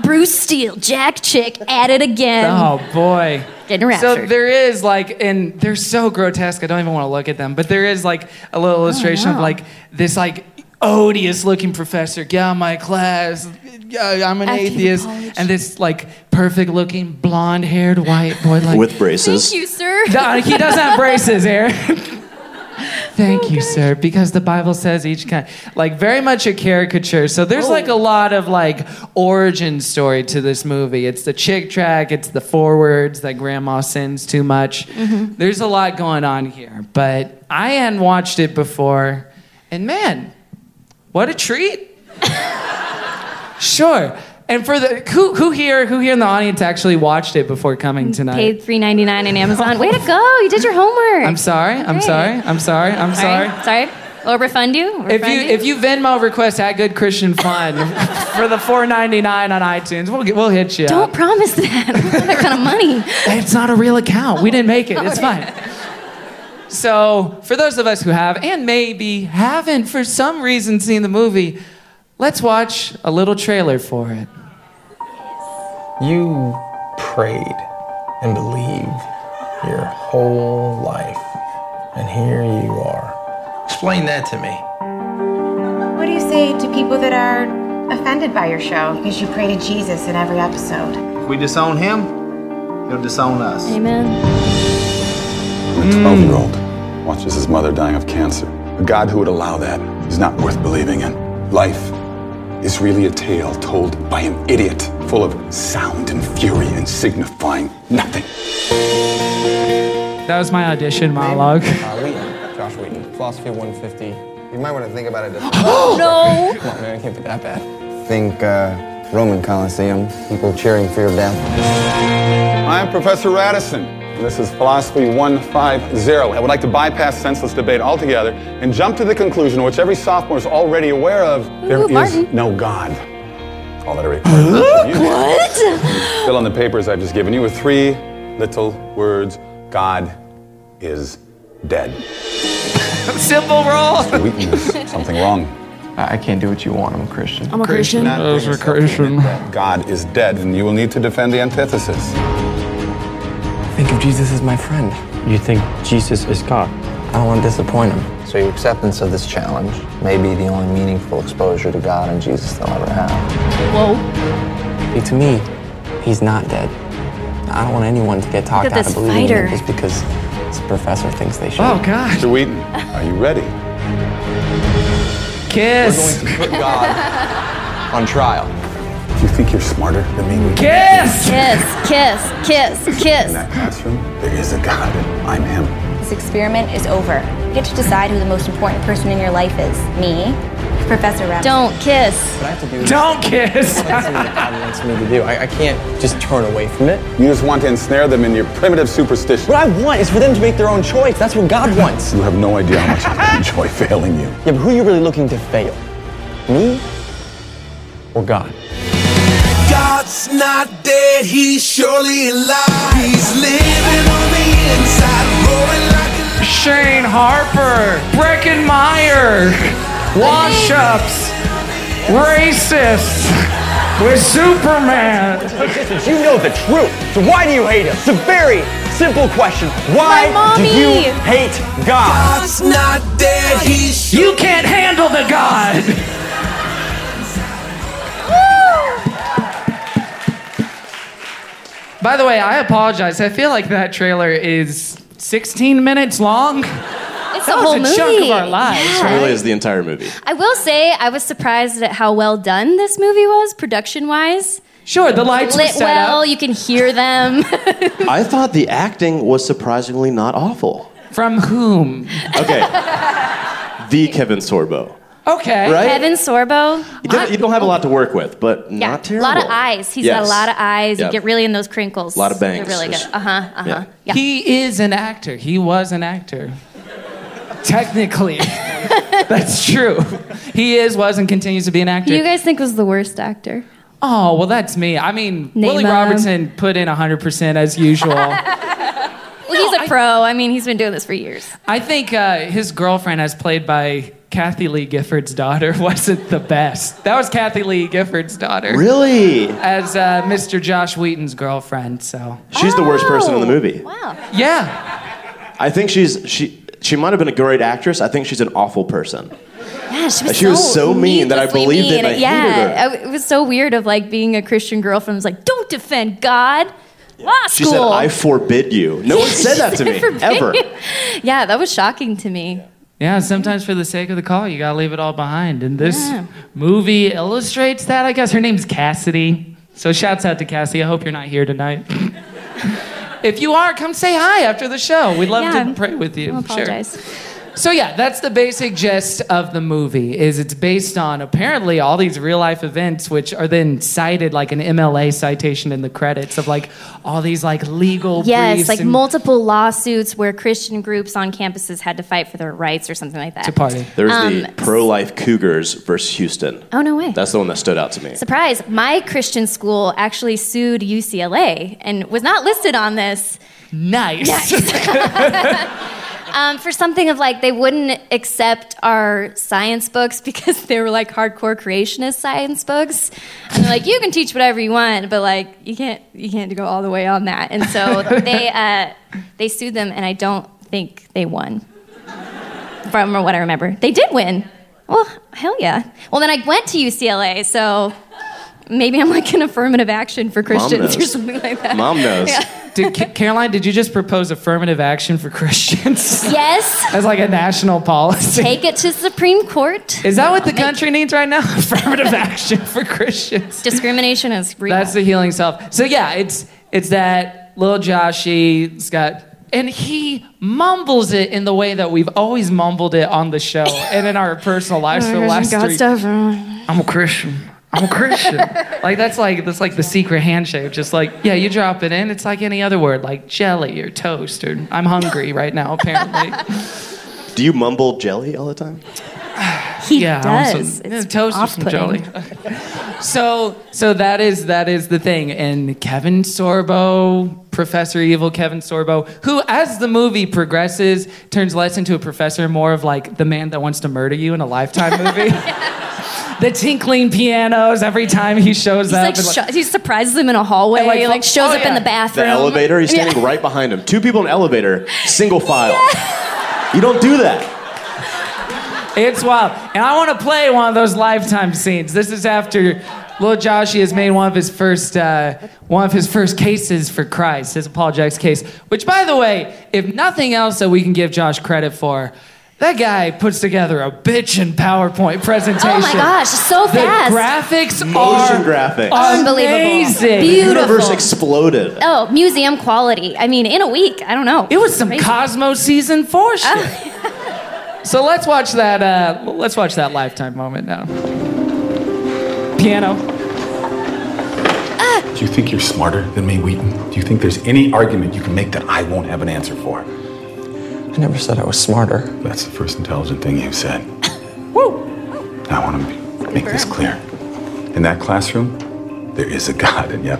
Speaker 2: Bruce Steele, Jack Chick, at it again.
Speaker 1: Oh boy.
Speaker 2: Getting
Speaker 1: So
Speaker 2: raptured.
Speaker 1: there is like, and they're so grotesque. I don't even want to look at them. But there is like a
Speaker 2: Oh,
Speaker 1: little illustration of
Speaker 2: no.
Speaker 1: like this like odious looking professor. Get out of my class. Yeah, I'm an
Speaker 2: After the
Speaker 1: atheist.
Speaker 2: college.
Speaker 1: And this like perfect looking blonde haired white boy like.
Speaker 6: with braces.
Speaker 2: Thank
Speaker 1: *laughs*
Speaker 2: you, sir.
Speaker 1: No, he doesn't have braces, Aaron. Thank you, sir, because the Bible says each kind, like very much a caricature. So there's like a lot of like origin story to this movie. It's the chick track, it's the forwards that grandma sends too much. There's a lot going on here, but I hadn't watched it before, and man, what a treat! sure. And for the who who here who here in the audience actually watched it before coming tonight?
Speaker 2: *laughs* Paid three ninety nine on Amazon. Way to go! You did your homework.
Speaker 1: I'm sorry. I'm
Speaker 2: Great.
Speaker 1: sorry. I'm sorry. I'm
Speaker 2: All
Speaker 1: sorry.
Speaker 2: right, Sorry. We'll refund you. We'll
Speaker 1: If you
Speaker 2: refund
Speaker 1: if you Venmo request at Good Christian
Speaker 2: *laughs*
Speaker 1: Fun for the 4.99 on iTunes, we'll get, we'll hit you.
Speaker 2: don't
Speaker 1: up.
Speaker 2: promise that. *laughs* I don't have that
Speaker 1: *laughs*
Speaker 2: kind of money.
Speaker 1: It's not a real account. We didn't make it. It's fine. So for those of us who have and maybe haven't for some reason seen the movie, let's watch a little trailer for it.
Speaker 7: You prayed and believed your whole life, and here you are. Explain that to me.
Speaker 8: What do you say to people that are offended by your show because you pray to Jesus in every episode?
Speaker 7: If we disown him, he'll disown us.
Speaker 2: Amen.
Speaker 9: A 12 year old watches his mother dying of cancer. A God who would allow that is not worth believing in. Life is really a tale told by an idiot, full of sound and fury and signifying nothing.
Speaker 1: That was my audition monologue.
Speaker 10: Uh, Wheaton, Josh Wheaton, philosophy 150. You might want to think about it. Differently.
Speaker 1: Oh!
Speaker 2: No.
Speaker 10: Come on, man, it can't be that bad. Think uh, Roman Colosseum, people cheering for your death.
Speaker 9: I'm Professor Radisson. and This is Philosophy 150. I would like to bypass senseless debate altogether and jump to the conclusion, which every sophomore is already aware of there is
Speaker 2: Martin.
Speaker 9: no God. All that I require. what? Fill in the papers I've just given you with three little words God is dead.
Speaker 1: Simple roll.
Speaker 9: Wheaton is something wrong.
Speaker 10: I I can't do what you want. I'm a Christian.
Speaker 4: I'm a Christian.
Speaker 1: That was recursion.
Speaker 9: God is dead, and you will need to defend the antithesis.
Speaker 10: Think of Jesus as my friend. You think Jesus is God? I don't want to disappoint him. So your acceptance of this challenge may be the only meaningful exposure to God and Jesus they'll ever have.
Speaker 2: Whoa.
Speaker 10: to me, he's not dead. I don't want anyone to get talked
Speaker 2: at
Speaker 10: out
Speaker 2: this
Speaker 10: of believing
Speaker 2: fighter.
Speaker 10: him just because this professor thinks they should.
Speaker 1: Oh gosh.
Speaker 9: Mr. Wheaton, are you ready?
Speaker 1: Kiss.
Speaker 10: put God on trial.
Speaker 9: Do you think you're smarter than me? Wheaton?
Speaker 1: Kiss.
Speaker 2: Kiss. Kiss. Kiss.
Speaker 9: In
Speaker 2: Kiss.
Speaker 9: that classroom, there is a God. I'm him.
Speaker 11: This experiment is over. You get to decide who the most important person in your life is me,
Speaker 8: Professor Rabbit.
Speaker 2: Don't kiss.
Speaker 10: But I have to do
Speaker 1: Don't kiss.
Speaker 10: That's what God wants me to do. I, I can't just turn away from it.
Speaker 9: You just want to ensnare them in your primitive superstition.
Speaker 10: What I want is for them to make their own choice. That's what God wants.
Speaker 9: You have no idea how much I enjoy failing you.
Speaker 10: Yeah, but who are you really looking to fail? Me or God?
Speaker 11: God's not dead, he's surely alive. He's living on the inside, roaring like a
Speaker 1: Shane Harper, Breckenmeyer, wash ups, racists with Superman.
Speaker 10: But you know the truth. So why do you hate him? It's a very simple question. Why
Speaker 2: My
Speaker 10: do
Speaker 2: mommy.
Speaker 10: you hate God?
Speaker 11: God's not dead, he's surely
Speaker 1: You can't handle the God. By the way, I apologize. I feel like that trailer is 16 minutes long.
Speaker 2: It's
Speaker 1: That
Speaker 2: the
Speaker 1: was
Speaker 2: whole
Speaker 1: a
Speaker 2: movie.
Speaker 1: chunk of our lives.
Speaker 2: Yeah.
Speaker 6: It really is the entire movie.
Speaker 2: I will say I was surprised at how well done this movie was production wise.
Speaker 1: Sure, the lights were
Speaker 2: Lit
Speaker 1: set
Speaker 2: well,
Speaker 1: up.
Speaker 2: you can hear them. *laughs*
Speaker 6: I thought the acting was surprisingly not awful.
Speaker 1: From whom?
Speaker 2: *laughs*
Speaker 6: Okay. the Kevin Sorbo.
Speaker 1: Okay.
Speaker 6: Right?
Speaker 2: Evan Sorbo,
Speaker 6: You don't, you don't have a lot to work with, but
Speaker 2: yeah,
Speaker 6: not
Speaker 2: a
Speaker 6: terrible.
Speaker 2: lot of eyes. He's got
Speaker 6: Yes.
Speaker 2: a lot of eyes.
Speaker 6: Yeah.
Speaker 2: You get really in those crinkles. A
Speaker 6: Lot of bangs.
Speaker 2: You're really good.
Speaker 6: There's-
Speaker 2: Uh huh. Uh huh. Yeah.
Speaker 1: He is an actor. He was an actor.
Speaker 2: *laughs*
Speaker 1: Technically. That's true. He is, was, and continues to be an actor.
Speaker 2: Who do you guys think was the worst actor?
Speaker 1: oh, well, that's me. I mean,
Speaker 2: Name
Speaker 1: Willie
Speaker 2: him.
Speaker 1: Robertson put in 100% as usual.
Speaker 2: *laughs* Well, he's a pro. I mean, he's been doing this for years.
Speaker 1: I think uh, his girlfriend, as played by Kathy Lee Gifford's daughter, *laughs* wasn't the best. That was Kathy Lee Gifford's daughter.
Speaker 6: Really?
Speaker 1: As uh, Mr. Josh Wheaton's girlfriend, so.
Speaker 6: She's the worst
Speaker 2: Oh.
Speaker 6: person in the movie.
Speaker 2: Wow.
Speaker 1: Yeah.
Speaker 6: I think she's she she might have been a great actress. I think she's an awful person.
Speaker 2: Yeah, she was,
Speaker 6: She
Speaker 2: so,
Speaker 6: was so mean that I
Speaker 2: needlessly
Speaker 6: believed it
Speaker 2: mean.
Speaker 6: and I hated
Speaker 2: yeah,
Speaker 6: her.
Speaker 2: I- it was so weird of like being a Christian girlfriend was like, don't defend God. Law
Speaker 6: She
Speaker 2: school.
Speaker 6: said, "I forbid you." No one said that to
Speaker 2: *laughs*
Speaker 6: me
Speaker 2: Forbid
Speaker 6: ever.
Speaker 2: you. Yeah, that was shocking to me.
Speaker 1: Yeah, sometimes for the sake of the call, you gotta leave it all behind. And this movie illustrates that, I guess. Her name's Cassidy. So shouts out to Cassie. I hope you're not here tonight. *laughs* if you are, come say hi after the show. We'd love
Speaker 2: Yeah.
Speaker 1: to pray with you.
Speaker 2: I
Speaker 1: Sure.
Speaker 2: apologize.
Speaker 1: So yeah, that's the basic gist of the movie. Is it's based on apparently all these real life events, which are then cited like an MLA citation in the credits of like all these like legal
Speaker 2: Yes,
Speaker 1: briefs
Speaker 2: like
Speaker 1: and-
Speaker 2: multiple lawsuits where Christian groups on campuses had to fight for their rights or something like that.
Speaker 1: to party.
Speaker 6: There's
Speaker 2: Um,
Speaker 6: the pro-life Cougars versus Houston.
Speaker 2: Oh no way.
Speaker 6: That's the one that stood out
Speaker 2: *laughs*
Speaker 6: to me.
Speaker 2: Surprise, my Christian school actually sued UCLA and was not listed on this
Speaker 1: Nice.
Speaker 2: um, for something of like they wouldn't accept our science books *laughs* because they were like hardcore creationist science books. And they're like, you can teach whatever you want, but like you can't you can't go all the way on that. And
Speaker 6: *laughs*
Speaker 2: so they uh, they sued them and I don't think they won. From what I remember. They did win. Well, hell yeah. Well then I went to UCLA, so maybe I'm like an affirmative action for Christians or
Speaker 6: knows.
Speaker 2: something like that. *laughs*
Speaker 6: Mom knows.
Speaker 1: *laughs* Did, Ca- Caroline, did you just propose affirmative action for Christians *laughs*
Speaker 2: Yes.
Speaker 1: as like a national policy?
Speaker 2: Take it to Supreme Court.
Speaker 1: Is that what the country needs right now? *laughs* affirmative action for Christians.
Speaker 2: Discrimination is real.
Speaker 1: That's the healing self. So yeah, it's it's that little Joshy's got and he mumbles it in the way that we've always mumbled it on the show and in our personal lives for the last three. I'm a Christian. I'm a Christian. like that's like that's like the secret handshake. Just like yeah, you drop it in. It's like any other word, like jelly or toast or I'm hungry right now. Apparently,
Speaker 6: Do you mumble jelly all the time?
Speaker 2: He
Speaker 1: yeah, I want
Speaker 2: does.
Speaker 1: some-
Speaker 2: It's
Speaker 1: yeah, toast with some jelly. *laughs*
Speaker 2: off-putting.
Speaker 1: so so that is that is the thing. And Kevin Sorbo, Professor Evil Kevin Sorbo, who as the movie progresses turns less into a professor, more of like the man that wants to murder you in a lifetime
Speaker 2: *laughs*
Speaker 1: movie. The tinkling pianos every time he shows
Speaker 2: He's
Speaker 1: up.
Speaker 2: like,
Speaker 1: and, like-
Speaker 2: sho- he surprises them in a hallway.
Speaker 1: And, like,
Speaker 2: like shows
Speaker 1: oh,
Speaker 2: up in
Speaker 1: yeah.
Speaker 2: the bathroom.
Speaker 6: The elevator. He's standing right behind him. Two people in an elevator,
Speaker 2: *laughs*
Speaker 6: single file. You don't do that.
Speaker 1: It's wild. And I want to play one of those lifetime scenes. This is after Lil Joshy has made one of his first uh, one of his first cases for Christ, his apologetics case. Which, by the way, if nothing else that we can give Josh credit for, that guy puts together a bitchin' PowerPoint presentation.
Speaker 2: Oh my gosh, so
Speaker 1: The
Speaker 2: fast.
Speaker 1: graphics
Speaker 6: Motion
Speaker 1: are
Speaker 6: graphics.
Speaker 2: Unbelievable.
Speaker 1: amazing.
Speaker 2: Beautiful.
Speaker 6: The universe exploded.
Speaker 2: oh, museum quality. I mean, in a week. I don't know.
Speaker 1: It was some
Speaker 2: Crazy.
Speaker 1: Cosmo season four shit. So let's watch that. Uh, let's watch that lifetime moment now. Piano.
Speaker 9: Do you think you're smarter than me, Wheaton? Do you think there's any argument you can make that I won't have an answer for? I never said I was smarter. That's the first intelligent thing you've said. Woo! I want to make this clear. In that classroom, there is a God, and yet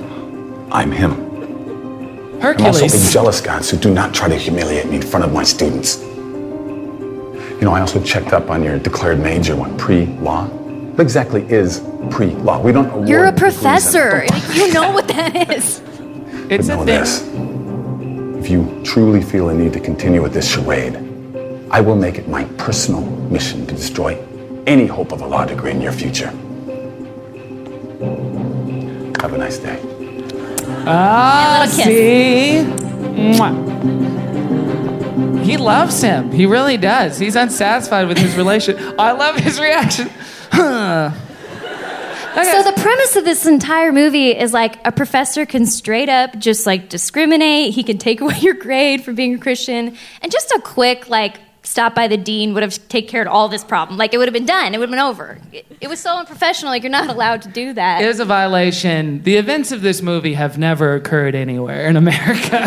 Speaker 9: I'm Him. I'm also the
Speaker 1: Hercules.
Speaker 9: jealous gods who do not try to humiliate me in front of my students. You know, I also checked up on your declared major one, pre-law. What exactly is pre-law? We don't. award
Speaker 2: You're a
Speaker 9: degrees in-
Speaker 2: professor. *laughs* Like, you know what that is.
Speaker 1: It's
Speaker 9: but know this. If you truly feel a need to continue with this charade, I will make it my personal mission to destroy any hope of a law degree in your future. Have a nice day.
Speaker 1: Ah, see. Mwah. He loves him. He really does. He's unsatisfied with his relation. I love his reaction. Huh.
Speaker 2: So the premise of this entire movie is like a professor can straight up just like discriminate. He can take *laughs* away your grade for being a Christian, and just a quick like stop by the dean would have take care of all this problem. Like it would have been done. It would have been over. It, it was so unprofessional. Like you're not allowed to do that.
Speaker 1: It is a violation. The events of this movie have never occurred anywhere in America.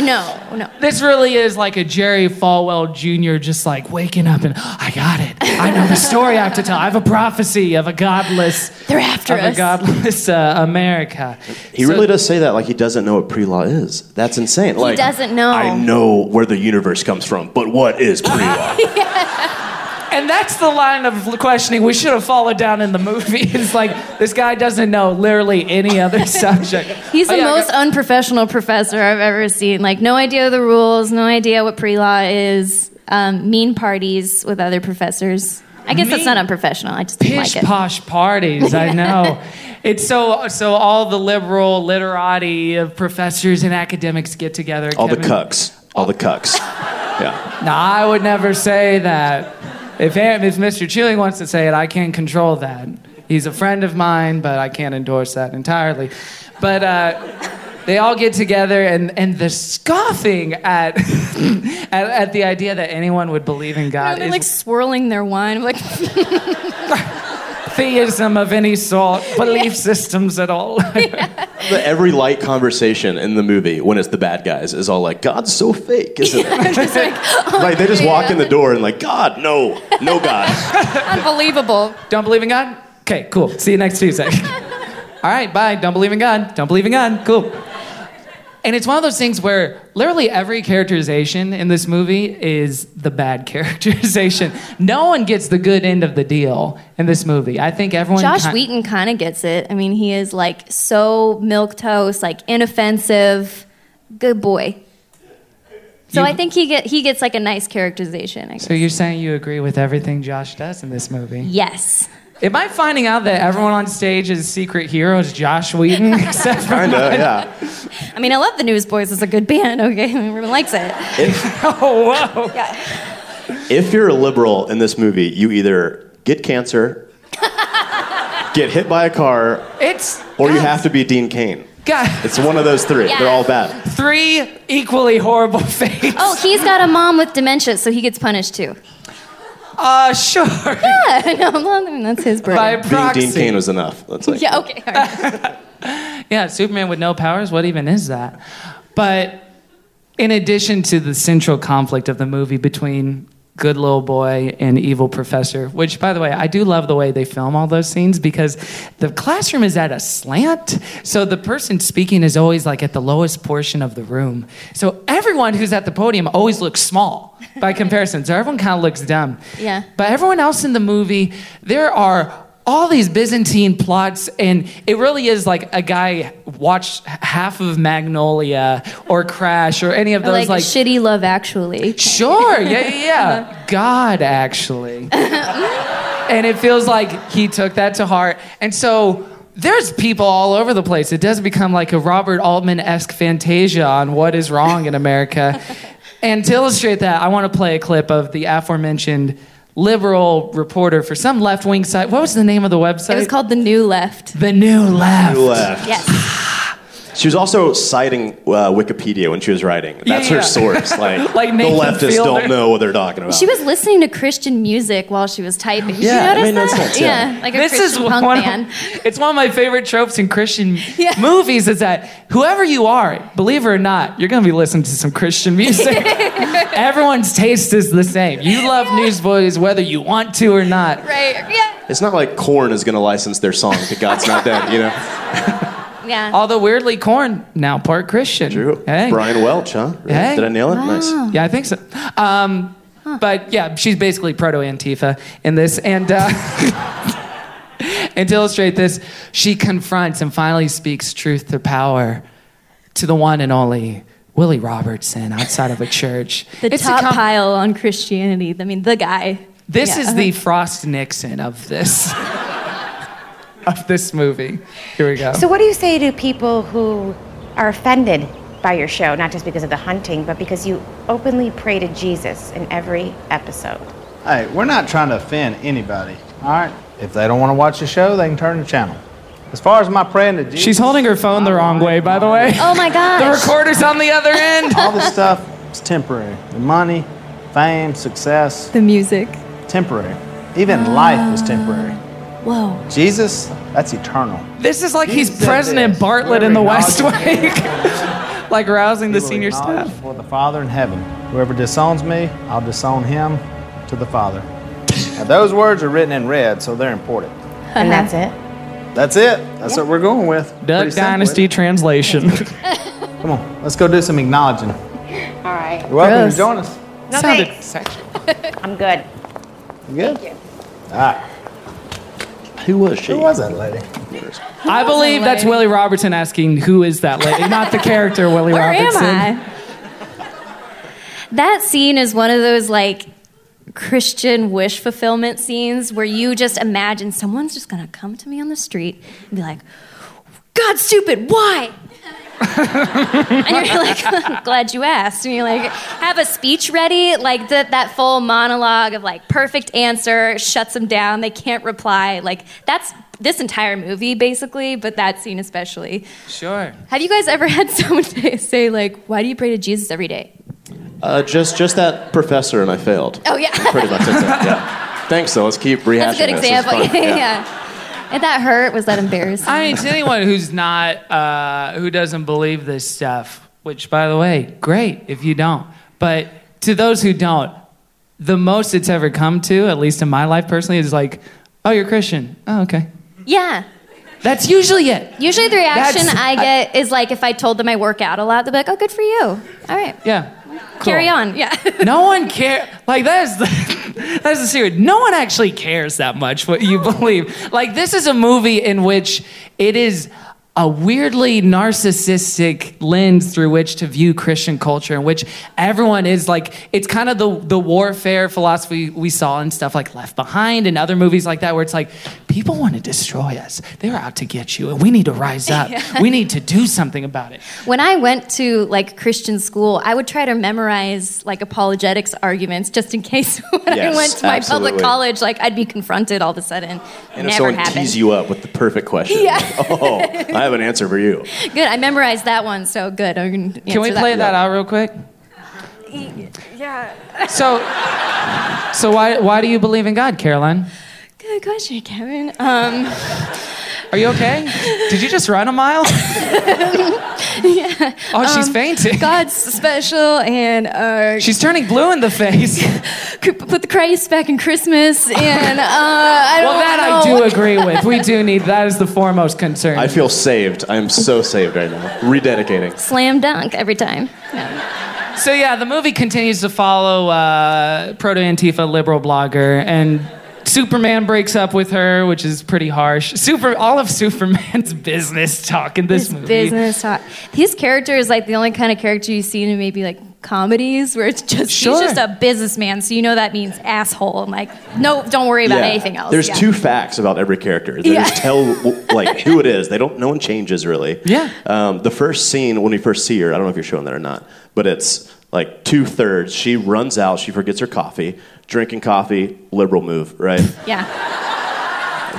Speaker 2: no, no.
Speaker 1: This really is like a Jerry Falwell Jr. just like waking up and I got it. I know the story I have to tell. I have a prophecy of a godless,
Speaker 2: They're after
Speaker 1: of
Speaker 2: us.
Speaker 1: a godless uh, America.
Speaker 6: He
Speaker 1: So-
Speaker 6: really does say that like he doesn't know what pre-law is. That's insane.
Speaker 2: He
Speaker 6: like
Speaker 2: doesn't know.
Speaker 6: I know where the universe comes from, but what is pre-law?
Speaker 1: And that's the line of questioning we should have followed down in the movie. *laughs* It's like this guy doesn't know literally any
Speaker 2: *laughs*
Speaker 1: other subject.
Speaker 2: He's
Speaker 1: Oh,
Speaker 2: the
Speaker 1: yeah, I
Speaker 2: most
Speaker 1: got-
Speaker 2: unprofessional professor I've ever seen. Like, no idea of the rules, no idea what pre law is, um, mean parties with other professors. I guess that's
Speaker 1: Mean-
Speaker 2: not unprofessional. I just didn't
Speaker 1: pish
Speaker 2: like it.
Speaker 1: posh parties. I
Speaker 2: *laughs*
Speaker 1: know. It's so so. All the liberal literati of professors and academics get together.
Speaker 6: All the
Speaker 1: Kevin.
Speaker 6: cucks. All the cucks. Yeah.
Speaker 1: No, I would never say that. If, if Mr. Chilling wants to say it, I can't control that. He's a friend of mine, but I can't endorse that entirely. But uh, they all get together, and, and the scoffing at, *laughs* at at the idea that anyone would believe in
Speaker 2: You know,
Speaker 1: God
Speaker 2: they're
Speaker 1: is
Speaker 2: like swirling their wine. I'm like, *laughs*
Speaker 1: theism of any
Speaker 2: *laughs*
Speaker 1: sort, belief systems at all. *laughs*
Speaker 6: But every light conversation in the movie when it's the bad guys is all like, God's so fake, isn't
Speaker 2: *laughs*
Speaker 6: it? *laughs*
Speaker 2: "Oh,
Speaker 6: like they just walk in the door and like, God, no,
Speaker 2: *laughs*
Speaker 6: no God.
Speaker 2: unbelievable.
Speaker 1: Don't believe in God? Okay, cool. See you next Tuesday. *laughs* All right, bye. Don't believe in God. Don't believe in God. Cool. And it's one of those things where literally every characterization in this movie is the bad *laughs* characterization. No one gets the good end of the deal in this movie. I think everyone.
Speaker 2: Josh
Speaker 1: kin-
Speaker 2: Wheaton kind of gets it. I mean, he is like so milk toast, like inoffensive, good boy. So
Speaker 1: You-
Speaker 2: I think he get he gets like a nice characterization. I guess.
Speaker 1: So you're saying you agree with everything Josh does in this movie?
Speaker 2: yes.
Speaker 1: Am I finding out that everyone on stage is secret heroes? Josh Wheaton, *laughs* except for
Speaker 6: Kinda,
Speaker 1: mine?
Speaker 6: yeah.
Speaker 2: I mean, I love the Newsboys. It's a good band. *laughs* Okay, everyone likes it.
Speaker 1: *laughs* Oh whoa!
Speaker 6: If you're a liberal in this movie, you either
Speaker 2: *laughs*
Speaker 6: get cancer, get hit by a car,
Speaker 1: It's
Speaker 6: or you have to be Dean Kane.
Speaker 1: God.
Speaker 6: It's one of those three.
Speaker 2: Yeah.
Speaker 6: They're all bad.
Speaker 1: three equally horrible *laughs* fates.
Speaker 2: Oh, he's got a mom with dementia, so he gets punished too. *laughs*
Speaker 1: Uh, sure.
Speaker 2: Yeah, no, well, I mean, that's his
Speaker 1: By
Speaker 2: burden.
Speaker 6: Being
Speaker 1: proxy.
Speaker 6: Dean Kane was enough. That's like,
Speaker 2: Yeah, okay. all right.
Speaker 1: yeah, Superman with no powers. What even is that? But in addition to the central conflict of the movie between good little boy and evil professor, which by the way, I do love the way they film all those scenes because the classroom is at a slant. So the person speaking is always like at the lowest portion of the room. So everyone who's at the podium always looks small by comparison. So everyone kind of looks dumb.
Speaker 2: Yeah.
Speaker 1: But everyone else in the movie, there are all these Byzantine plots, and it really is like a guy watched h- half of Magnolia or Crash or any of
Speaker 2: Or,
Speaker 1: those
Speaker 2: Like,
Speaker 1: like.
Speaker 2: shitty love, actually.
Speaker 1: Sure, yeah, yeah, yeah. God, actually. and it feels like he took that to heart. And so there's people all over the place. It does become like a Robert Altman esque fantasia on what is wrong in America. and to illustrate that, I want to play a clip of the aforementioned liberal reporter for some left wing site. What was the name of the website?
Speaker 2: It was called the New Left.
Speaker 1: The New Left.
Speaker 6: you left.
Speaker 2: Yes.
Speaker 6: uh, *sighs* She was also citing uh, Wikipedia when she was writing.
Speaker 2: Yeah,
Speaker 6: That's
Speaker 2: yeah.
Speaker 6: her
Speaker 2: *laughs*
Speaker 6: source. Like,
Speaker 2: Like
Speaker 6: the
Speaker 2: Nathan
Speaker 6: leftists
Speaker 2: Fielder.
Speaker 6: don't know what they're talking about.
Speaker 2: She was listening to Christian music while she was typing. Did
Speaker 6: Yeah, it
Speaker 2: you notice
Speaker 6: made no
Speaker 2: that?
Speaker 6: sense, yeah.
Speaker 2: yeah. like a
Speaker 1: This is
Speaker 2: Christian punk
Speaker 1: one of- *laughs*
Speaker 2: band.
Speaker 1: It's one of my favorite tropes in Christian movies is that whoever you are, believe it or not, you're going to be listening to some Christian
Speaker 2: *laughs*
Speaker 1: music. Everyone's taste is the same. You love Newsboys whether you want to or not.
Speaker 2: Right. Yeah.
Speaker 6: it's not like Korn is going to license their song to God's Not Dead, you know?
Speaker 2: *laughs* Yeah.
Speaker 1: Although weirdly, Corn now part Christian. True. Hey.
Speaker 6: Brian Welch, huh?
Speaker 1: Hey.
Speaker 6: Did I nail it? Nice.
Speaker 1: Yeah, I think so. Um, But yeah, she's basically proto Antifa in this. And, uh, *laughs* and to illustrate this, she confronts and finally speaks truth to power to the one and only Willie Robertson outside of a church.
Speaker 2: *laughs* The
Speaker 1: It's a
Speaker 2: top
Speaker 1: com-
Speaker 2: pile on Christianity. I mean, the guy.
Speaker 1: This
Speaker 2: Yeah. uh-huh.
Speaker 1: is the Frost Nixon of this. *laughs* Of this movie. Here we go.
Speaker 8: So, what do you say to people who are offended by your show, not just because of the hunting, but because you openly pray to Jesus in every episode?
Speaker 12: Hey, we're not trying to offend anybody. All right. If they don't want to watch the show, they can turn the channel. As far as my praying to Jesus,
Speaker 1: She's holding her phone the wrong way, by the way.
Speaker 2: Oh
Speaker 1: *laughs*
Speaker 2: my gosh.
Speaker 1: The recorder's on the other end.
Speaker 12: all
Speaker 1: *laughs*
Speaker 12: this stuff is temporary. The money, fame, success,
Speaker 2: the music,
Speaker 12: temporary. Even life is temporary.
Speaker 2: Whoa.
Speaker 12: Jesus, that's eternal.
Speaker 1: This is like he's
Speaker 12: Jesus said
Speaker 1: President
Speaker 12: this,
Speaker 1: Bartlett
Speaker 12: "Whoever
Speaker 1: in the West
Speaker 12: acknowledges
Speaker 1: Wing, *laughs* like rousing the
Speaker 12: He will
Speaker 1: senior
Speaker 12: acknowledge
Speaker 1: staff.
Speaker 12: Before the Father in heaven, whoever disowns me, I'll disown him to the Father. Now, those words are written in red, so they're important.
Speaker 8: And
Speaker 2: Uh-huh.
Speaker 8: that's it.
Speaker 12: That's it. That's what we're going with.
Speaker 1: Duck
Speaker 12: Pretty simple, *laughs*
Speaker 1: Dynasty translation.
Speaker 12: isn't it? Come on, let's go do some acknowledging.
Speaker 8: All right.
Speaker 12: You're welcome to join us.
Speaker 8: No,
Speaker 1: Sounded
Speaker 8: thanks. I'm good.
Speaker 12: You good? All right.
Speaker 6: Who was she?
Speaker 12: Who was that lady?
Speaker 1: I believe that's Willie Robertson asking, "Who is that lady?" Not the character Willie
Speaker 2: Where
Speaker 1: Robertson.
Speaker 2: am I? That scene is one of those like Christian wish fulfillment scenes where you just imagine someone's just gonna come to me on the street and be like, God, stupid, why? and you're *laughs* like, glad you asked. And you're like, have a speech ready, like that that full monologue of like perfect answer, shuts them down, they can't reply. Like that's this entire movie basically, but that scene especially.
Speaker 1: Sure.
Speaker 2: Have you guys ever *laughs* had someone say- say like, "Why do you pray to Jesus every day?"
Speaker 6: Uh, just, just that professor and I failed.
Speaker 2: Oh yeah,
Speaker 6: Pretty much that's it. Yeah. Thanks, though. Let's keep rehashing
Speaker 2: that's a good
Speaker 6: this. It's
Speaker 2: example. *laughs*
Speaker 6: fun.
Speaker 2: yeah. And that hurt. Was that embarrassing?
Speaker 1: I mean, to anyone who's not, uh, who doesn't believe this stuff, which, by the way, great if you don't. But to those who don't, the most it's ever come to, at least in my life personally, is like, "Oh, you're Christian. Oh, okay."
Speaker 2: yeah.
Speaker 1: That's usually it.
Speaker 2: Usually the reaction
Speaker 1: That's-
Speaker 2: I get is like if I told them I work out a lot, they'd be like, "Oh, good for you. All right,
Speaker 1: Yeah.
Speaker 2: carry on." *laughs* Yeah.
Speaker 1: no one cares. Like that is the, *laughs* that's the secret. No one actually cares that much what you believe. Like this is a movie in which it is a weirdly narcissistic lens through which to view Christian culture, in which everyone is like it's kind of the the warfare philosophy we saw in stuff like Left Behind and other movies like that, where it's like people want to destroy us. They're out to get you, and we need to rise up.
Speaker 2: *laughs* Yeah.
Speaker 1: We need to do something about it.
Speaker 2: When I went to like Christian school, I would try to memorize like apologetics arguments just in case *laughs* when
Speaker 6: Yes,
Speaker 2: I went to my
Speaker 6: absolutely.
Speaker 2: public college, like I'd be confronted all of a sudden.
Speaker 6: And if
Speaker 2: Never
Speaker 6: someone
Speaker 2: happened. *laughs*
Speaker 6: tees you up with the perfect question,
Speaker 2: Yeah.
Speaker 6: like, oh, I have an answer for you.
Speaker 2: Good. I memorized that one, so good. I can,
Speaker 1: Can we
Speaker 2: answer
Speaker 1: play that out real quick?
Speaker 2: Yeah.
Speaker 1: So, so why why do you believe in God, Caroline?
Speaker 2: Good question, Kevin. Um,
Speaker 1: Are you okay? Did you just run a mile?
Speaker 2: *laughs* yeah. Um,
Speaker 1: Oh, she's fainting.
Speaker 2: God's special, and uh,
Speaker 1: She's turning blue in the
Speaker 2: *laughs*
Speaker 1: face.
Speaker 2: c- put the Christ back in Christmas, and uh, I don't
Speaker 1: well, that
Speaker 2: know.
Speaker 1: I do agree with. We do need that is the foremost concern.
Speaker 6: I feel saved. I'm so saved right now. Rededicating.
Speaker 2: Slam dunk every time.
Speaker 1: So yeah, the movie continues to follow uh, proto Antifa liberal blogger, and Superman breaks up with her, which is pretty harsh. Super, all of Superman's *laughs* business talk in this movie.
Speaker 2: Business talk. His character is like the only kind of character you see in maybe like comedies where it's just
Speaker 6: Sure.
Speaker 2: he's just a businessman, so you know that means asshole. I'm like, no, don't worry about
Speaker 6: Yeah.
Speaker 2: anything else.
Speaker 6: There's
Speaker 2: Yeah.
Speaker 6: two facts about every character. They
Speaker 2: Yeah.
Speaker 6: just tell
Speaker 2: *laughs*
Speaker 6: like who it is. They don't. No one changes really.
Speaker 1: Yeah.
Speaker 6: Um, the first scene when we first see her, I don't know if you're showing that or not, but it's like two thirds. She runs out. She forgets her coffee. Drinking coffee, liberal move, right?
Speaker 2: Yeah.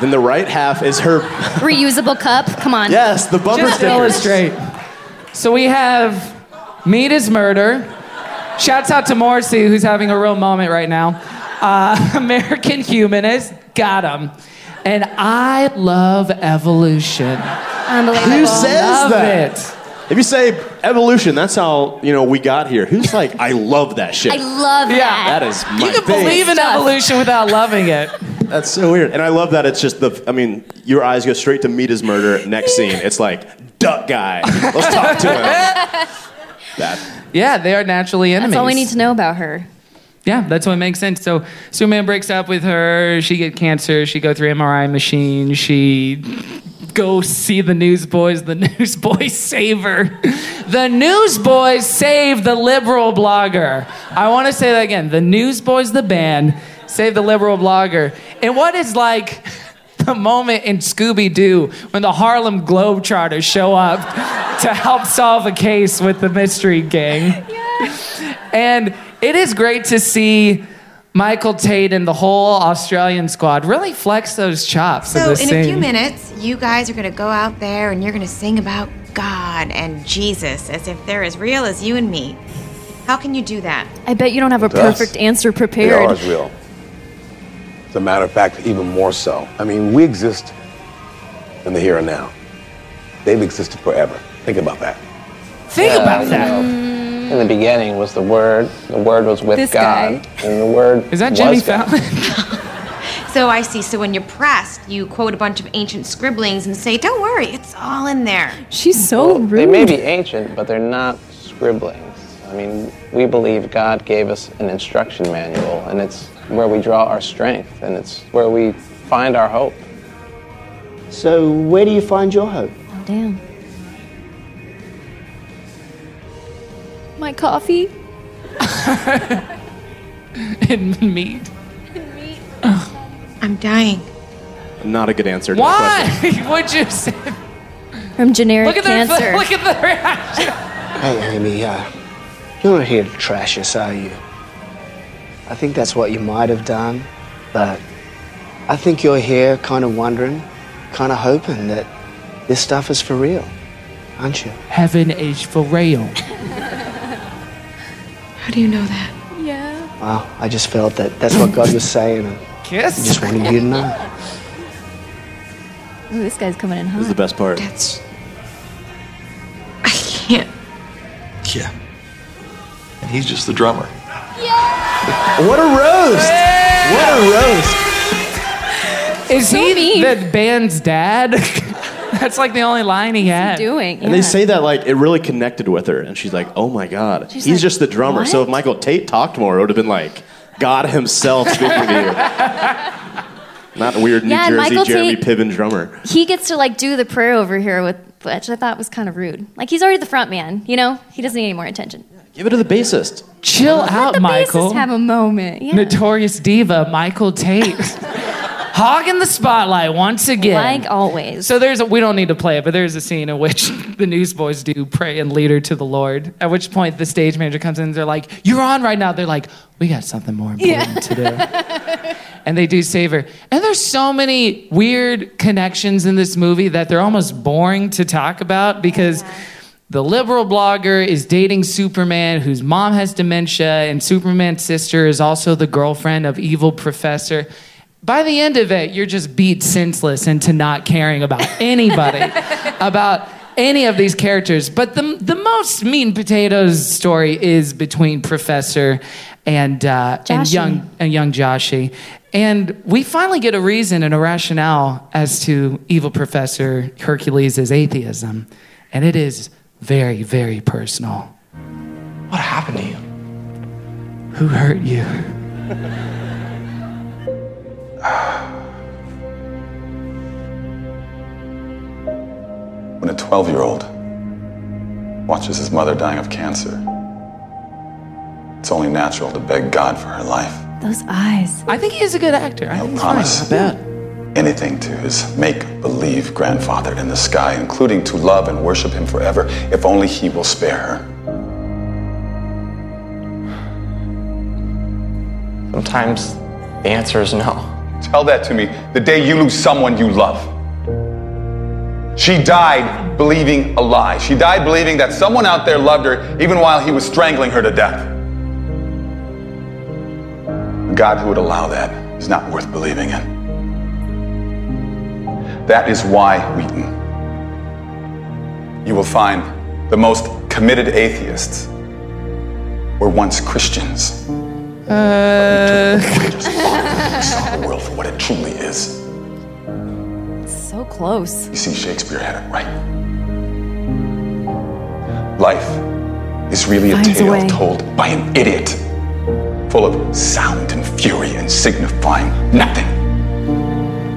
Speaker 6: then the right half is her.
Speaker 2: Reusable cup. Come on.
Speaker 6: Yes, the bumper
Speaker 2: Just
Speaker 6: stickers.
Speaker 2: illustrate.
Speaker 1: So we have Meat is Murder. Shouts out to Morrissey, who's having a real moment right now. Uh, *laughs* American Humanist, got him. And I love evolution.
Speaker 2: Unbelievable.
Speaker 6: Who says
Speaker 1: Love
Speaker 6: that?
Speaker 1: it.
Speaker 6: If you say evolution, that's how you know we got here. Who's like, I love that shit.
Speaker 2: I love that.
Speaker 6: that is my
Speaker 1: You can
Speaker 6: thing.
Speaker 1: believe in evolution without loving it.
Speaker 6: That's so weird. And I love that it's just the, I mean, your eyes go straight to meet his murder. Next scene, it's like, duck guy. Let's talk to him. That.
Speaker 1: Yeah, they are naturally enemies.
Speaker 2: That's all we need to know about her.
Speaker 1: Yeah, that's what makes sense. So Superman breaks up with her. She get cancer. She go through MRI machine. She go see the newsboys. The *laughs* newsboys save her. The newsboys save the liberal blogger. I want to say that again. The newsboys, the band, save the liberal blogger. And what is like *laughs* the moment in Scooby Doo when the Harlem Globetrotters show up *laughs* to help solve a case with the mystery gang? And it is great to see Michael Tate and the whole Australian squad really flex those chops. in
Speaker 8: So,
Speaker 1: this
Speaker 8: in
Speaker 1: scene.
Speaker 8: a few minutes, you guys are going to go out there and you're going to sing about God and Jesus as if they're as real as you and me. How can you do that?
Speaker 2: I bet you don't have a
Speaker 9: To us,
Speaker 2: perfect answer
Speaker 9: They are
Speaker 2: prepared.
Speaker 9: as real. As a matter of fact, even more so. I mean, we exist in the here and now. They've existed forever. Think about that.
Speaker 1: Think
Speaker 9: about that.
Speaker 10: in the beginning was the Word. The Word was with
Speaker 8: This
Speaker 10: God, and the Word is
Speaker 1: that
Speaker 10: was
Speaker 1: Jimmy
Speaker 10: God.
Speaker 1: *laughs*
Speaker 8: So, I see. So, when you're pressed, you quote a bunch of ancient scribblings and say, Don't worry, it's all in there.
Speaker 2: She's so rude.
Speaker 10: They may be ancient, but they're not scribblings. I mean, we believe God gave us an instruction manual, and it's where we draw our strength, and it's where we find our hope.
Speaker 13: So, where do you find your hope?
Speaker 2: Oh, damn. My coffee.
Speaker 1: and meat.
Speaker 8: I'm dying.
Speaker 6: Not a good answer. To That question.
Speaker 1: Why *laughs* would you say?
Speaker 2: From generic
Speaker 1: Look at their *laughs*
Speaker 2: cancer.
Speaker 1: look at the reaction.
Speaker 13: Hey, Amy, uh, you're not here to trash us, are you? I think that's what you might have done, but I think you're here kind of wondering, kind of hoping that this stuff is for real, aren't you?
Speaker 1: Heaven is for real.
Speaker 13: How do you know that?
Speaker 2: yeah.
Speaker 13: Well, I just felt that that's what God was saying. and
Speaker 1: Kiss?
Speaker 13: I just wanted you to know.
Speaker 2: Ooh, this guy's coming in
Speaker 6: This is the
Speaker 2: hot.
Speaker 6: best part.
Speaker 8: That's. I can't.
Speaker 14: Yeah. And he's just the drummer.
Speaker 6: What a roast! What a roast!
Speaker 1: Is he the band's dad? *laughs* That's like the only line he had.
Speaker 2: doing?
Speaker 6: And they say that like it really connected with her, and she's like, "Oh my god,
Speaker 1: She's
Speaker 6: he's
Speaker 1: like,
Speaker 6: just the drummer." So if
Speaker 1: "What?"
Speaker 6: Michael Tate talked more, it would have been like God himself speaking to you, not weird New
Speaker 2: Yeah, and
Speaker 6: Jersey
Speaker 2: Michael
Speaker 6: Jeremy
Speaker 2: Tate-
Speaker 6: Piven drummer.
Speaker 2: He gets to like do the prayer over here with, which I thought was kind of rude. Like he's already the front man, you know. He doesn't need any more attention.
Speaker 6: Give it to the bassist.
Speaker 1: Chill out, Michael.
Speaker 2: Just have a moment. Yeah.
Speaker 1: Notorious diva Michael Tate. Hogging the spotlight once again.
Speaker 2: Like always.
Speaker 1: So there's a, we don't need to play it, but there's a scene in which *laughs* the newsboys do pray and lead her to the Lord. At which point the stage manager comes in and they're like, "You're on right now." They're like, "We got something more important to do," and they do save her. And there's so many weird connections in this movie that they're almost boring to talk about because. The liberal blogger is dating Superman, whose mom has dementia, and Superman's sister is also the girlfriend of evil professor. By the end of it, you're just beat senseless into not caring about anybody, about any of these characters. But the, the most mean potatoes story is between Professor and, uh, and
Speaker 2: Joshi.
Speaker 1: young and young Joshi. And we finally get a reason and a rationale as to evil professor Hercules' atheism. And it is very, very personal.
Speaker 14: What happened to you?
Speaker 1: Who hurt you?
Speaker 9: When a 12 year old watches his mother dying of cancer, it's only natural to beg God for her life.
Speaker 2: Those eyes.
Speaker 1: I think he's a good actor. I think he's
Speaker 9: promise.
Speaker 1: fine. Not
Speaker 9: anything to his make believe grandfather in the sky, including to love and worship him forever, if only he will spare her.
Speaker 10: Sometimes the answer is no.
Speaker 9: Tell that to me the day you lose someone you love. She died believing a lie. She died believing that someone out there loved her even while he was strangling her to death. A God who would allow that is not worth believing in. That is why, Wheaton, you will find the most committed atheists were once Christians. *laughs*
Speaker 1: Uh,
Speaker 9: saw Uh, the world for what it truly is.
Speaker 2: So close.
Speaker 9: You see, Shakespeare had it right. Life is really a
Speaker 2: Finds a
Speaker 9: tale
Speaker 2: way.
Speaker 9: told by an idiot, full of sound and fury and signifying nothing.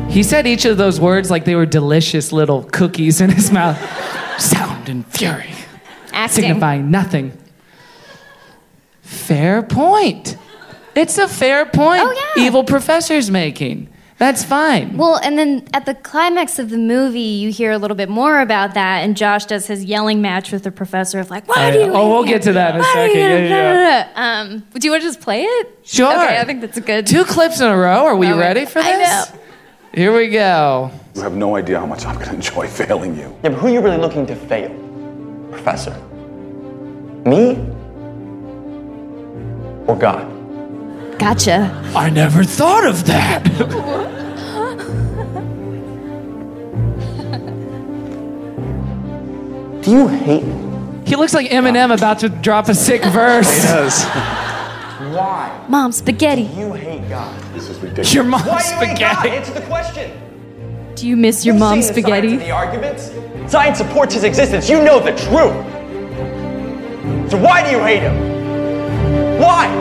Speaker 1: He said each of those words like they were delicious little cookies in
Speaker 14: *laughs*
Speaker 1: his mouth. Sound and fury.
Speaker 2: Acting.
Speaker 1: Signifying nothing. Fair point. It's a fair point evil professor's making. That's fine.
Speaker 2: Well, and then at the climax of the movie, you hear a little bit more about that, and Josh does his yelling match with the professor of like, "Why
Speaker 1: I-
Speaker 2: do you?"
Speaker 1: oh, we'll get to that in a second. Yeah, yeah, yeah.
Speaker 2: Um, do you want to just play it?
Speaker 1: Sure.
Speaker 2: Okay, I think that's a good.
Speaker 1: Two clips in a row. Are we
Speaker 2: Oh,
Speaker 1: ready for
Speaker 2: I
Speaker 1: this? Here we go.
Speaker 9: You have no idea how much I'm going to enjoy *laughs* failing you.
Speaker 10: Yeah, but who are you really looking to fail? Professor. Me? Or God?
Speaker 2: Gotcha.
Speaker 1: I never thought of that.
Speaker 10: Do you hate me?
Speaker 1: He looks like Eminem about to drop a *laughs* sick verse.
Speaker 10: He does.
Speaker 2: Why? Mom, spaghetti. You hate God.
Speaker 9: This is
Speaker 1: ridiculous. Your mom's
Speaker 10: Why do you hate God?
Speaker 1: spaghetti.
Speaker 10: Answer the question.
Speaker 2: Do you miss your
Speaker 10: You've
Speaker 2: mom's
Speaker 10: seen the science
Speaker 2: spaghetti?
Speaker 10: of The arguments. Science supports his existence. You know the truth. So why do you hate him? Why?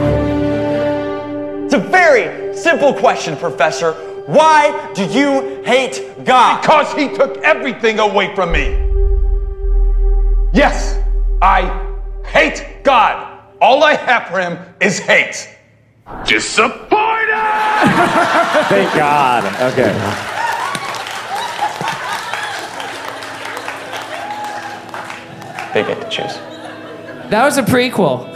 Speaker 10: It's a very simple question, Professor. Why do you hate God?
Speaker 9: Because he took everything away from me. Yes, I hate God. All I have for him is hate. Disappointed!
Speaker 15: Thank God. Okay.
Speaker 10: They get to choose.
Speaker 1: That was a *laughs* prequel.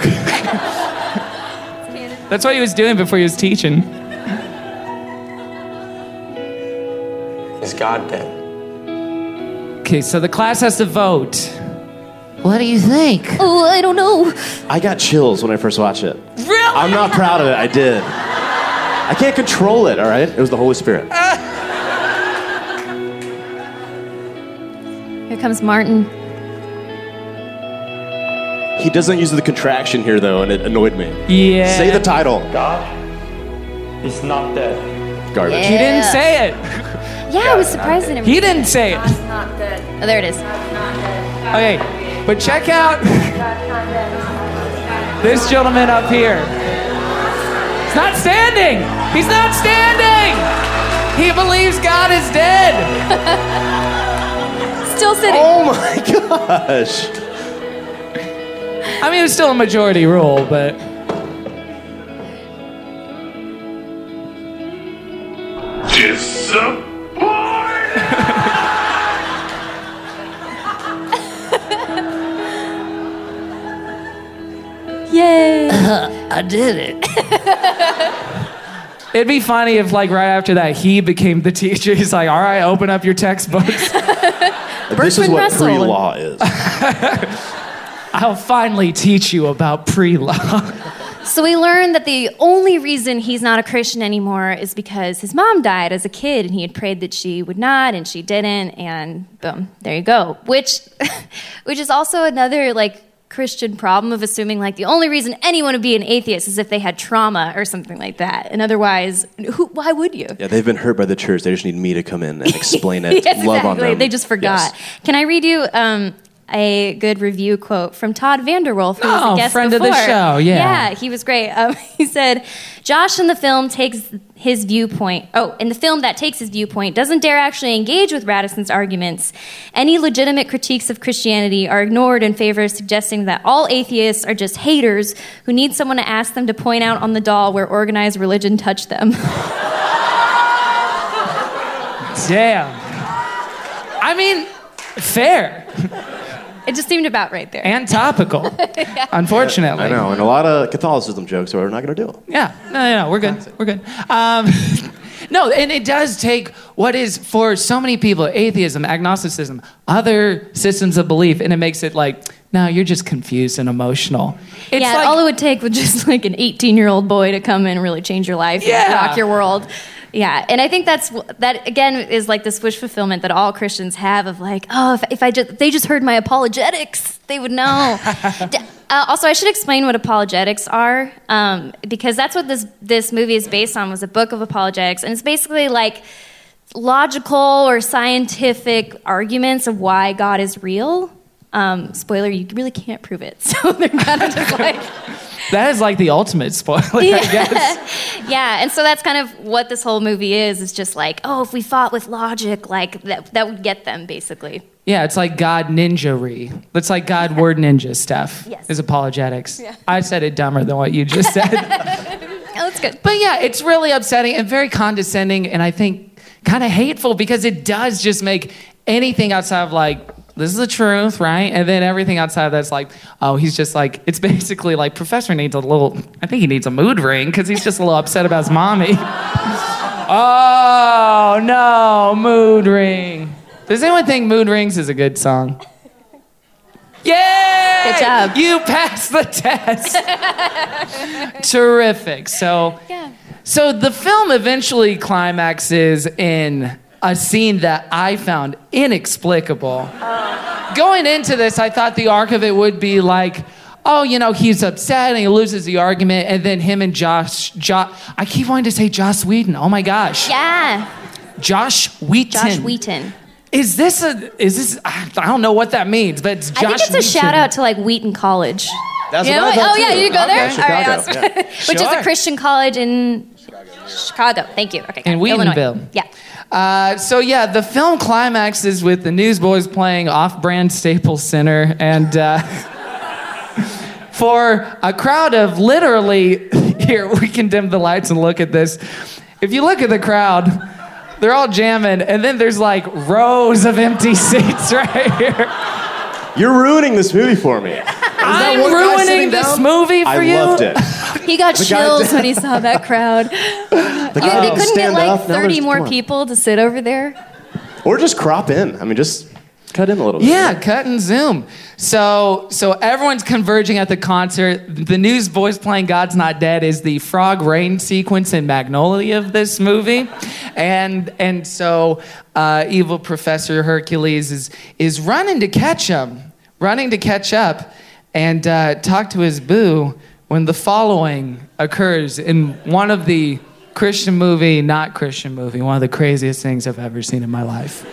Speaker 1: That's what he was doing before he was teaching.
Speaker 10: Is God dead?
Speaker 1: Okay, so the class has to vote. What do you think?
Speaker 2: Oh, I don't know.
Speaker 6: I got chills when I first watched it. Really? I'm not proud of it. I did. I can't control it, all right? It was the Holy Spirit.
Speaker 2: Here comes Martin.
Speaker 6: He doesn't use the contraction here, though, and it annoyed me.
Speaker 1: Yeah.
Speaker 6: Say the title.
Speaker 10: God is not dead.
Speaker 6: Garbage.
Speaker 1: He didn't say it.
Speaker 2: Yeah, I was surprised that it
Speaker 1: He didn't say it.
Speaker 2: not good. Oh, there it is.
Speaker 1: Okay, but check out this gentleman up here. He's not standing. He's not standing. He believes God is dead.
Speaker 2: Still sitting.
Speaker 6: Oh my *laughs* gosh.
Speaker 1: I mean, it's still a majority rule, but
Speaker 11: Disappointed.
Speaker 2: Yay!
Speaker 1: I did it. It'd be funny if, like, right after that, he became the teacher. *laughs* He's like, "All right, open up your textbooks."
Speaker 2: *laughs*
Speaker 6: This is
Speaker 1: Bertrand
Speaker 6: what
Speaker 1: Russell.
Speaker 6: pre law is.
Speaker 1: I'll finally teach you about pre-law. *laughs*
Speaker 2: So we learned that the only reason he's not a Christian anymore is because his mom died as a kid and he had prayed that she would not and she didn't and boom, there you go. Which *laughs* which is also another like Christian problem of assuming like the only reason anyone would be an atheist is if they had trauma or something like that. And otherwise, who why would you?
Speaker 6: Yeah, they've been hurt by the church. They just need me to come in and
Speaker 2: *laughs*
Speaker 6: explain it.
Speaker 2: yes,
Speaker 6: Love
Speaker 2: exactly.
Speaker 6: on them.
Speaker 2: They just forgot. Can I read you um, a good review quote from Todd Vanderwolf, who was
Speaker 1: Oh,
Speaker 2: a guest
Speaker 1: friend of the
Speaker 2: before?
Speaker 1: show, yeah.
Speaker 2: yeah, he was great. Um, *laughs* he said, "Josh in the film takes his viewpoint. Oh, in the film that takes his viewpoint doesn't dare actually engage with Radisson's arguments. Any legitimate critiques of Christianity are ignored in favor of suggesting that all atheists are just haters who need someone to ask them to point out on the doll where organized religion touched them." *laughs*
Speaker 1: Damn. I mean, fair
Speaker 2: it just seemed about right there.
Speaker 1: and topical.
Speaker 2: *laughs* Yeah.
Speaker 1: Unfortunately.
Speaker 6: I know, and a lot of Catholicism jokes, so we're not going to do it.
Speaker 1: Yeah. No, no, no. We're good. We're good. Um, *laughs* No, and it does take what is for so many people atheism, agnosticism, other systems of belief, and it makes it like, no, you're just confused and emotional.
Speaker 2: yeah, all it would take was just like an 18 year old boy to come in and really change your life and
Speaker 1: Yeah.
Speaker 2: rock your world. Yeah, and I think that's that again is like this wish fulfillment that all Christians have of like, oh, if, if I just they just heard my apologetics, they would know. D- uh, also, I should explain what apologetics are um, because that's what this this movie is based on was a book of apologetics, and it's basically like logical or scientific arguments of why God is real. Um, spoiler, you really can't prove it. *laughs* So they're kind of just like,
Speaker 1: That is like the ultimate spoiler,
Speaker 2: *laughs*
Speaker 1: I guess.
Speaker 2: yeah. And so that's kind of what this whole movie is. It's just like, oh, if we fought with logic, like that, that would get them basically.
Speaker 1: Yeah, it's like God ninjery. It's like God word ninja stuff. Yes. Is apologetics.
Speaker 2: Yeah.
Speaker 1: I said it dumber than what you just said.
Speaker 2: Oh, that's good.
Speaker 1: But yeah, it's really upsetting and very condescending and I think kind of hateful because it does just make anything outside of like, this is the truth, right? And then everything outside of that's like, oh, he's just like, it's *laughs* basically like, Professor needs a little, I think he needs a mood ring because he's just a little upset about his mommy. *laughs* oh, no, mood ring. Does anyone think Mood Rings is a good song? Yay! Good job. You passed the test. *laughs* Terrific. So, so the film eventually climaxes in a scene that I found inexplicable. Going into this, I thought the arc of it would be like, oh, you know, he's upset and he loses the argument, and then him and Josh, jo- I keep wanting to say Josh Whedon. Oh my gosh.
Speaker 2: Yeah.
Speaker 1: Josh Wheaton.
Speaker 2: Josh Wheaton.
Speaker 1: Is this a? Is this? I don't know what that means, but it's Josh.
Speaker 2: I think it's a shout out to like Wheaton College.
Speaker 1: That's
Speaker 2: You
Speaker 1: what
Speaker 2: know
Speaker 1: I thought
Speaker 2: Oh, yeah,
Speaker 1: too.
Speaker 2: you go there?
Speaker 1: Okay.
Speaker 2: All
Speaker 1: Chicago,
Speaker 2: right, awesome.
Speaker 1: yeah.
Speaker 2: *laughs* Which is
Speaker 1: Sure.
Speaker 2: a Christian college in Chicago. Thank you. Okay. got
Speaker 1: In
Speaker 2: it. Illinois.
Speaker 1: Wheatonville.
Speaker 2: Yeah.
Speaker 1: Uh, so yeah, the film climaxes with the Newsboys playing off-brand Staples Center, and uh, *laughs* for a crowd of literally *laughs* here we can dim the lights and look at this. If you look at the crowd, they're all jamming, and then there's like rows of empty *laughs* seats right here.
Speaker 6: You're ruining this movie for me.
Speaker 1: I'm
Speaker 2: one guy
Speaker 1: ruining
Speaker 2: sitting
Speaker 1: this
Speaker 2: down?
Speaker 1: movie for
Speaker 6: I
Speaker 1: you.
Speaker 6: loved it.
Speaker 2: He got
Speaker 6: The guy
Speaker 2: chills
Speaker 1: *laughs*
Speaker 6: did-
Speaker 2: when he saw that crowd.
Speaker 6: The
Speaker 2: you
Speaker 6: guy
Speaker 2: they
Speaker 6: did
Speaker 2: couldn't get
Speaker 6: stand
Speaker 2: like
Speaker 6: up. Now there's-
Speaker 2: 30
Speaker 6: come
Speaker 2: more
Speaker 6: on.
Speaker 2: people to sit over there.
Speaker 6: Or just crop in. I mean, just cut in a little bit.
Speaker 1: Yeah, cut and zoom. So so everyone's converging at the concert. The newsboys playing God's Not Dead is the frog rain sequence in Magnolia of this movie. And and so uh, evil professor Hercules is is running to catch him, running to catch up and uh, talk to his boo when the following occurs in one of the Christian movie, not Christian movie, one of the craziest things I've ever seen in my life.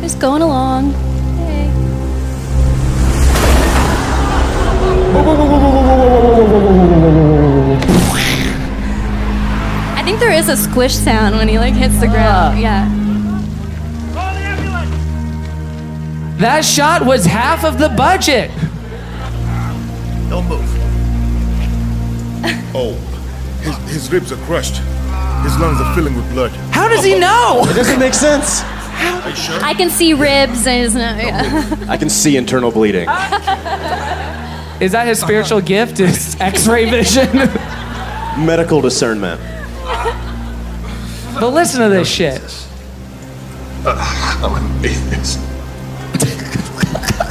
Speaker 2: Just going along. Hey. I think there is a squish sound when he like hits the ground. Yeah.
Speaker 1: That shot was half of the budget.
Speaker 16: Don't move. Oh, his, his ribs are crushed. His lungs are filling with blood.
Speaker 1: How does he know?
Speaker 6: It doesn't make sense.
Speaker 16: Are you sure?
Speaker 2: I can see ribs and it's not, yeah.
Speaker 6: I can see internal bleeding.
Speaker 1: Is that his spiritual gift? Is X-ray vision? *laughs*
Speaker 6: Medical discernment.
Speaker 1: but listen to this shit.
Speaker 14: I wouldn't be this.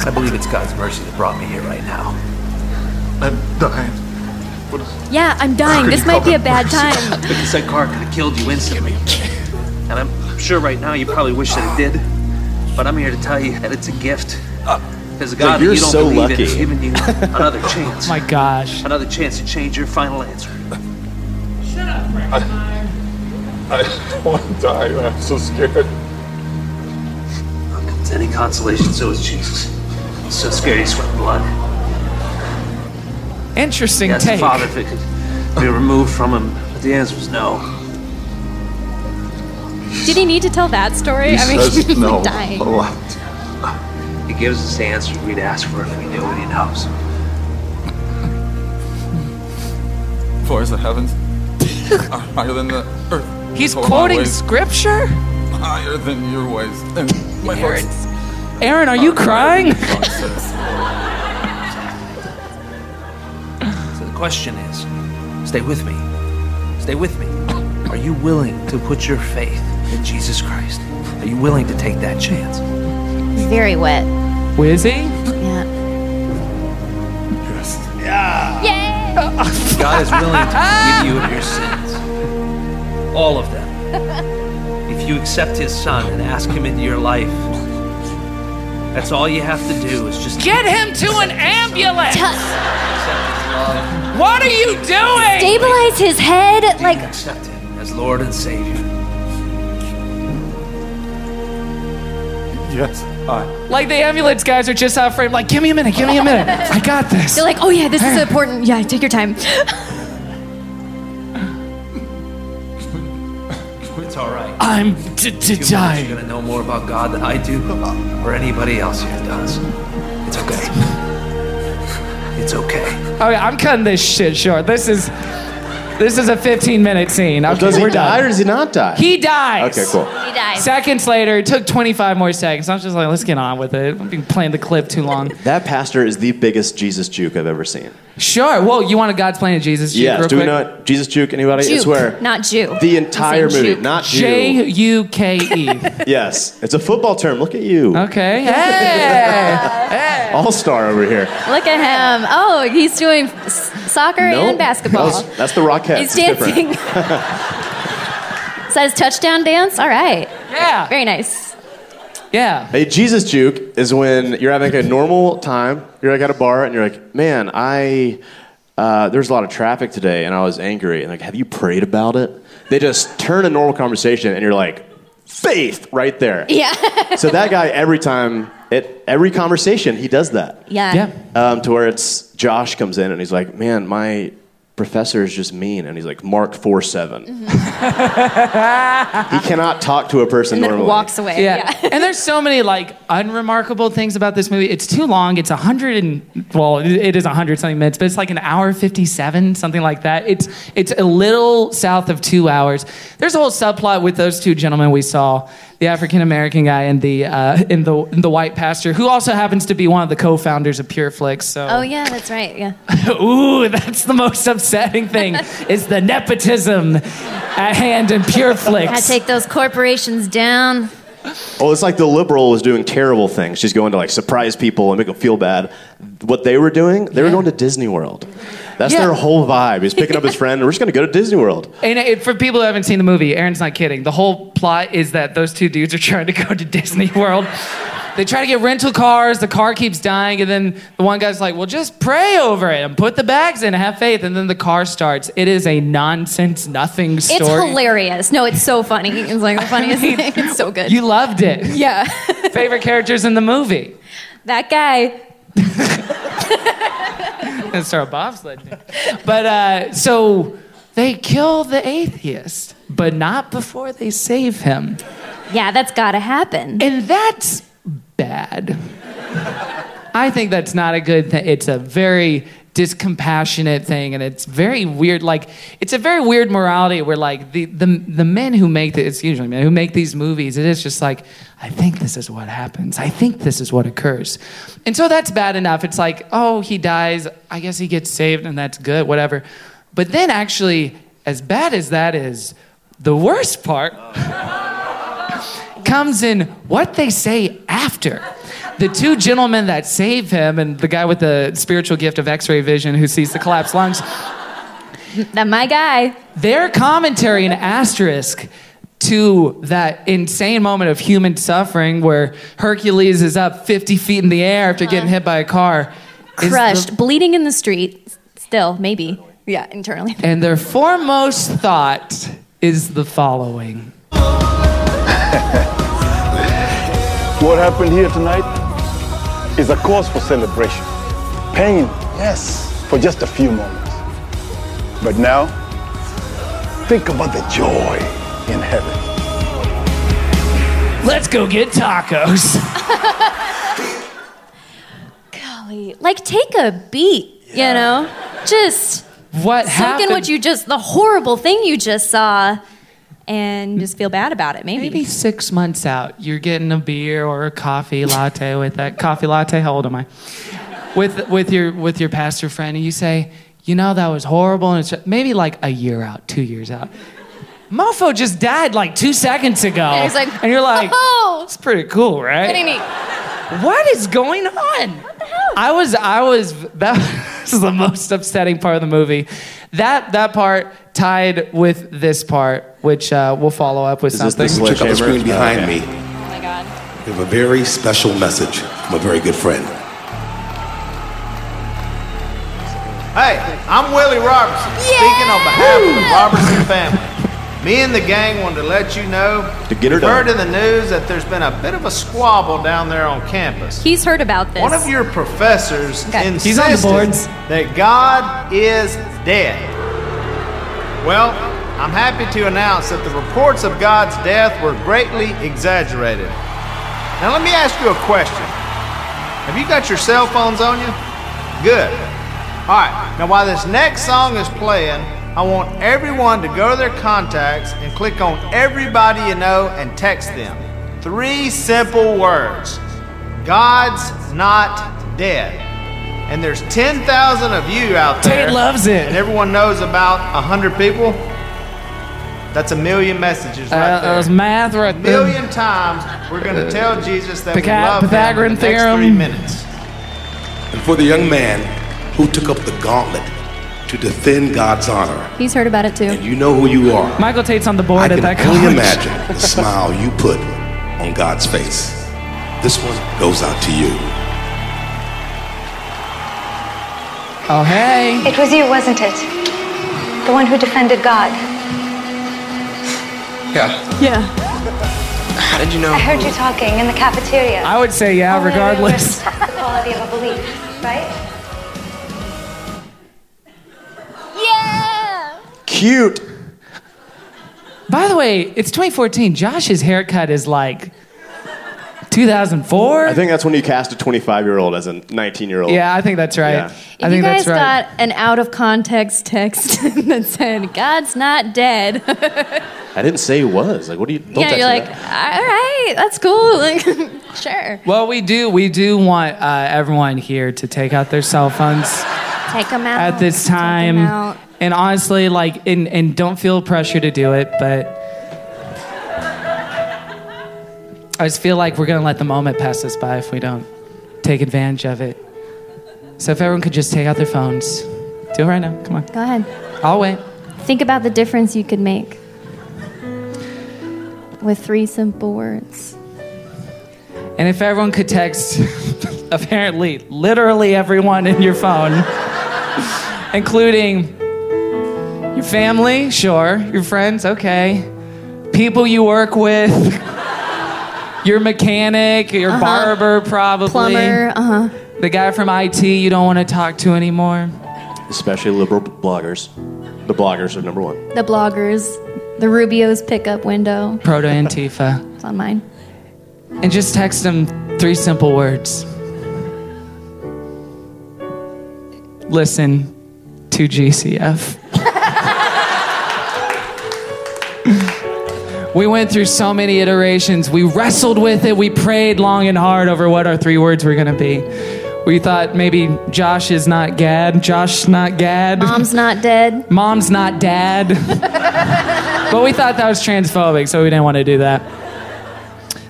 Speaker 14: I believe it's God's mercy that brought me here right now. I'm dying.
Speaker 2: *laughs* yeah, I'm dying. This might be a bad time.
Speaker 9: *laughs*
Speaker 14: But this said car could have killed you instantly. And I'm sure right now you probably wish that it did. But I'm here to tell you that it's a gift. Because God, that
Speaker 6: you're
Speaker 14: you don't
Speaker 6: so
Speaker 14: believe in
Speaker 6: lucky.
Speaker 14: has given you another chance.
Speaker 1: My gosh.
Speaker 14: Another chance to change your final answer.
Speaker 16: I don't want to die. I'm so scared.
Speaker 14: It's any consolation, so is Jesus. It's so scary to sweat blood.
Speaker 1: Interesting
Speaker 14: Yes,
Speaker 1: take.
Speaker 14: Father, if it could be removed from him, but the answer was no.
Speaker 2: Did he need to tell that story?
Speaker 14: He
Speaker 2: I mean,
Speaker 14: says
Speaker 2: *laughs* he's
Speaker 14: no
Speaker 2: like dying.
Speaker 9: Oh.
Speaker 14: a lot. He gives us the answers we'd ask for if we knew what he knows.
Speaker 17: For as the heavens are higher than the earth.
Speaker 1: He's
Speaker 17: so are my
Speaker 1: quoting
Speaker 17: ways
Speaker 1: scripture?
Speaker 17: Higher than your ways. And my
Speaker 1: Aaron.
Speaker 17: thoughts
Speaker 1: Aaron, are you crying?
Speaker 14: question is stay with me. Stay with me. Are you willing to put your faith in Jesus Christ? Are you willing to take that chance?
Speaker 2: He's very wet.
Speaker 1: Wizzy?
Speaker 2: Yeah.
Speaker 14: Yeah.
Speaker 2: Yay!
Speaker 14: God is willing to forgive you of your sins. All of them. If you accept his son and ask him into your life, that's all you have to do is just
Speaker 1: Get him to an ambulance! What are you doing?
Speaker 2: Stabilize his head. Like,
Speaker 14: accept him as Lord and Savior.
Speaker 17: Yes. I.
Speaker 1: Like the ambulance guys are just out frame, like, give me a minute, give me a minute. I got this.
Speaker 2: They're like, oh yeah, this is important. Yeah, take your time.
Speaker 14: It's all right.
Speaker 1: I'm
Speaker 14: dying. You're gonna know more about God than I do, or anybody else here does. It's okay. It's okay.
Speaker 1: Okay, Oh, I'm cutting this shit short. This is this is a 15 minute scene. Okay,
Speaker 6: does he
Speaker 1: we're
Speaker 6: die
Speaker 1: done.
Speaker 6: or does he not die?
Speaker 1: He dies.
Speaker 6: Okay, cool.
Speaker 2: He dies.
Speaker 1: Seconds later, it took 25 more seconds. I was just like, let's get on with it. I've been playing the clip too long.
Speaker 6: That pastor is the biggest Jesus juke I've ever seen.
Speaker 1: sure. Whoa, you want a God's plan of Jesus? juke
Speaker 6: yes.
Speaker 1: real
Speaker 6: Do we
Speaker 1: quick?
Speaker 6: not Jesus juke anybody? I
Speaker 2: Juke,
Speaker 6: swear.
Speaker 2: not Jew.
Speaker 6: The entire
Speaker 2: He's saying
Speaker 6: movie,
Speaker 2: Juke.
Speaker 6: not Jew.
Speaker 1: J U K E.
Speaker 6: yes, it's a football term. Look at you, *laughs*
Speaker 1: Okay. Hey!
Speaker 6: all star over here.
Speaker 2: Look at him. Oh, he's doing s- soccer and
Speaker 6: Nope.
Speaker 2: basketball.
Speaker 6: That's, that's the Rockettes.
Speaker 2: He's
Speaker 6: It's different.
Speaker 2: dancing. Says touchdown dance. All right.
Speaker 1: Yeah.
Speaker 2: Very nice.
Speaker 1: Yeah.
Speaker 6: A Jesus juke is when you're having a normal time. You're like at a bar and you're like, man, I uh, there's a lot of traffic today and I was angry. And like, have you prayed about it? They just turn a normal conversation and you're like, faith right there.
Speaker 2: Yeah.
Speaker 6: so that guy every time at every conversation he does that.
Speaker 2: Yeah.
Speaker 6: Um, to where it's Josh comes in and he's like, man, my professor is just mean and he's like mark 4-7 *laughs* he cannot talk to a person
Speaker 2: Mm-hmm. And then
Speaker 6: normally
Speaker 2: walks away.
Speaker 1: Yeah. *laughs* and there's so many like unremarkable things about this movie. It's too long. It's 100 and well, it- it is 100 something minutes, but it's like an hour 57, something like that. It's it's a little south of 2 hours. There's a whole subplot with those two gentlemen we saw, the African American guy and the uh, and the and the white pastor who also happens to be one of the co-founders of Pureflix. So
Speaker 2: Oh yeah, that's right. Yeah.
Speaker 1: *laughs* Ooh, that's the most upsetting
Speaker 2: *laughs*
Speaker 1: thing is the nepotism at hand in Pureflix.
Speaker 2: I take those corporations down.
Speaker 6: Oh, it's like the liberal was doing terrible things. She's going to like surprise people and make them feel bad. What they were doing, they were going to Disney World. That's
Speaker 1: Yeah.
Speaker 6: their whole vibe. He's picking up his friend. We're just going to go to Disney World.
Speaker 1: And it, for people who haven't seen the movie, Aaron's not kidding. The whole plot is that those two dudes are *laughs* trying to go to Disney World. They try to get rental cars, the car keeps dying, and then the one guy's like, Well, just pray over it and put the bags in and have faith. And then the car starts. It is a nonsense, nothing story.
Speaker 2: It's hilarious. No, it's so funny. It's like
Speaker 1: *laughs*
Speaker 2: the funniest thing. It's so good.
Speaker 1: You loved it. *laughs*
Speaker 2: yeah. *laughs*
Speaker 1: Favorite characters in the movie?
Speaker 2: that guy.
Speaker 1: And Sarah Bob's legend. But uh, so they kill the atheist, but not before they save him.
Speaker 2: Yeah, that's gotta happen.
Speaker 1: And that's bad. I think that's not a good thing. It's a very discompassionate thing, and it's very weird. Like, it's a very weird morality where, like, the the, the men who make the, it's usually men who make these movies. It is just like, I think this is what happens. I think this is what occurs, and so that's bad enough. It's like, oh, he dies. I guess he gets saved, and that's good. Whatever. But then, actually, as bad as that is, the worst part comes in what they say after. The two gentlemen that save him and the guy with the spiritual gift of x ray vision who sees the collapsed lungs,
Speaker 2: That my guy.
Speaker 1: their commentary and asterisk to that insane moment of human suffering where Hercules is up 50 feet in the air after getting hit by a car. is the-
Speaker 2: Uh-huh. Crushed, bleeding in the street. s- Still, maybe. Yeah, internally.
Speaker 1: and their foremost thought is the following.
Speaker 18: What happened here tonight is a cause for celebration. Pain, yes, for just a few moments. But now, think about the joy in heaven.
Speaker 1: Let's go get tacos.
Speaker 2: Golly. Like, take a beat, you know? Just
Speaker 1: What
Speaker 2: soak in
Speaker 1: happened?
Speaker 2: what you just, the horrible thing you just saw, and just feel bad about it, maybe.
Speaker 1: Maybe six months out, you're getting a beer or a coffee latte with that coffee latte. How old am I? With with your with your pastor friend, and you say, you know, that was horrible. And it's maybe like a year out, two years out. Mofo just died like two seconds ago.
Speaker 2: And he's like,
Speaker 1: and you're like,
Speaker 2: "Oh."
Speaker 1: it's pretty cool, right?
Speaker 2: Pretty neat.
Speaker 1: What is going on? What the hell? I was, I was. That *laughs* this is the most upsetting part of the movie. That that part tied with this part, which uh, we'll follow up with
Speaker 19: Is this
Speaker 1: something.
Speaker 19: the Check out the screen behind me. We have a very special message from a very good friend.
Speaker 12: Hey, I'm Willie Robertson, speaking on behalf of the Robertson family. Me and the gang wanted to let you know.
Speaker 6: To get her
Speaker 12: we've heard in
Speaker 6: done.
Speaker 12: the news that there's been a bit of a squabble down there on campus.
Speaker 2: He's heard about this.
Speaker 12: One of your professors insisted
Speaker 2: He's on the boards.
Speaker 12: that God is dead. Well, I'm happy to announce that the reports of God's death were greatly exaggerated. Now, let me ask you a question. Have you got your cell phones on you? Good. All right, now while this next song is playing, I want everyone to go to their contacts and click on everybody you know and text them. Three simple words God's not dead. And there's 10,000 of you out there.
Speaker 1: Tate loves it.
Speaker 12: And everyone knows about 100 people. That's a million messages right
Speaker 1: Uh,
Speaker 12: there.
Speaker 1: that was math right
Speaker 12: A
Speaker 1: there.
Speaker 12: million times we're going to tell Jesus that we
Speaker 1: Pythag-
Speaker 12: love him.
Speaker 1: Pythagorean
Speaker 12: The next
Speaker 1: theorem.
Speaker 12: three minutes.
Speaker 19: And for the young man who took up the gauntlet to defend God's honor,
Speaker 2: He's heard about it too.
Speaker 19: you know who you are.
Speaker 1: Michael Tate's on the board
Speaker 19: I
Speaker 1: at
Speaker 19: can
Speaker 1: that
Speaker 19: only
Speaker 1: college.
Speaker 19: imagine the smile you put on God's face. This one goes out to you.
Speaker 1: Oh, hey.
Speaker 20: It was you, wasn't it? The one who defended God.
Speaker 17: Yeah.
Speaker 20: Yeah.
Speaker 17: How did you know?
Speaker 20: I heard you talking in the cafeteria.
Speaker 1: I would say yeah,
Speaker 20: Only a
Speaker 1: regardless.
Speaker 20: real risk is the quality of a belief, right?
Speaker 1: Cute. By the way, it's 2014. Josh's haircut is like 2004.
Speaker 6: I think that's when you cast a 25 year old as a 19 year old.
Speaker 1: Yeah, I think that's right.
Speaker 6: Yeah.
Speaker 1: I
Speaker 2: you
Speaker 1: think
Speaker 2: guys
Speaker 1: that's right.
Speaker 2: got an out of context text *laughs* that said, God's not dead. *laughs*
Speaker 6: I didn't say he was. Like, what do you? Don't
Speaker 2: yeah,
Speaker 6: text
Speaker 2: you're
Speaker 6: me
Speaker 2: like, all right,
Speaker 6: that.
Speaker 2: that's cool. *laughs* Like, sure.
Speaker 1: well, we do. We do want uh, everyone here to take out their cell phones
Speaker 2: Take them out.
Speaker 1: at this
Speaker 2: Take 'em
Speaker 1: time.
Speaker 2: Oh, out.
Speaker 1: And honestly, like, and, and don't feel pressure to do it, but I just feel like we're gonna let the moment pass us by if we don't take advantage of it. So if everyone could just take out their phones, do it right now. Come on.
Speaker 2: Go ahead.
Speaker 1: I'll wait.
Speaker 2: Think about the difference you could make with three simple words.
Speaker 1: And if everyone could text, *laughs* apparently, literally everyone in your phone, *laughs* including your family, sure, your friends, okay, people you work with, *laughs* your mechanic, your
Speaker 2: Uh-huh.
Speaker 1: barber, probably,
Speaker 2: Plumber, uh huh.
Speaker 1: the guy from IT you don't want to talk to anymore.
Speaker 6: Especially liberal bloggers. The bloggers are number one.
Speaker 2: The bloggers, the Rubio's pickup window.
Speaker 1: Proto Antifa.
Speaker 2: It's on mine.
Speaker 1: And just text them three simple words Listen to GCF. *laughs* We went through so many iterations. We wrestled with it. We prayed long and hard over what our three words were going to be. We thought maybe Josh is not Gad. Josh's not Gad. *laughs*
Speaker 2: Mom's not dead.
Speaker 1: Mom's not
Speaker 2: *laughs*
Speaker 1: dad. but we thought that was transphobic, so we didn't want to do that.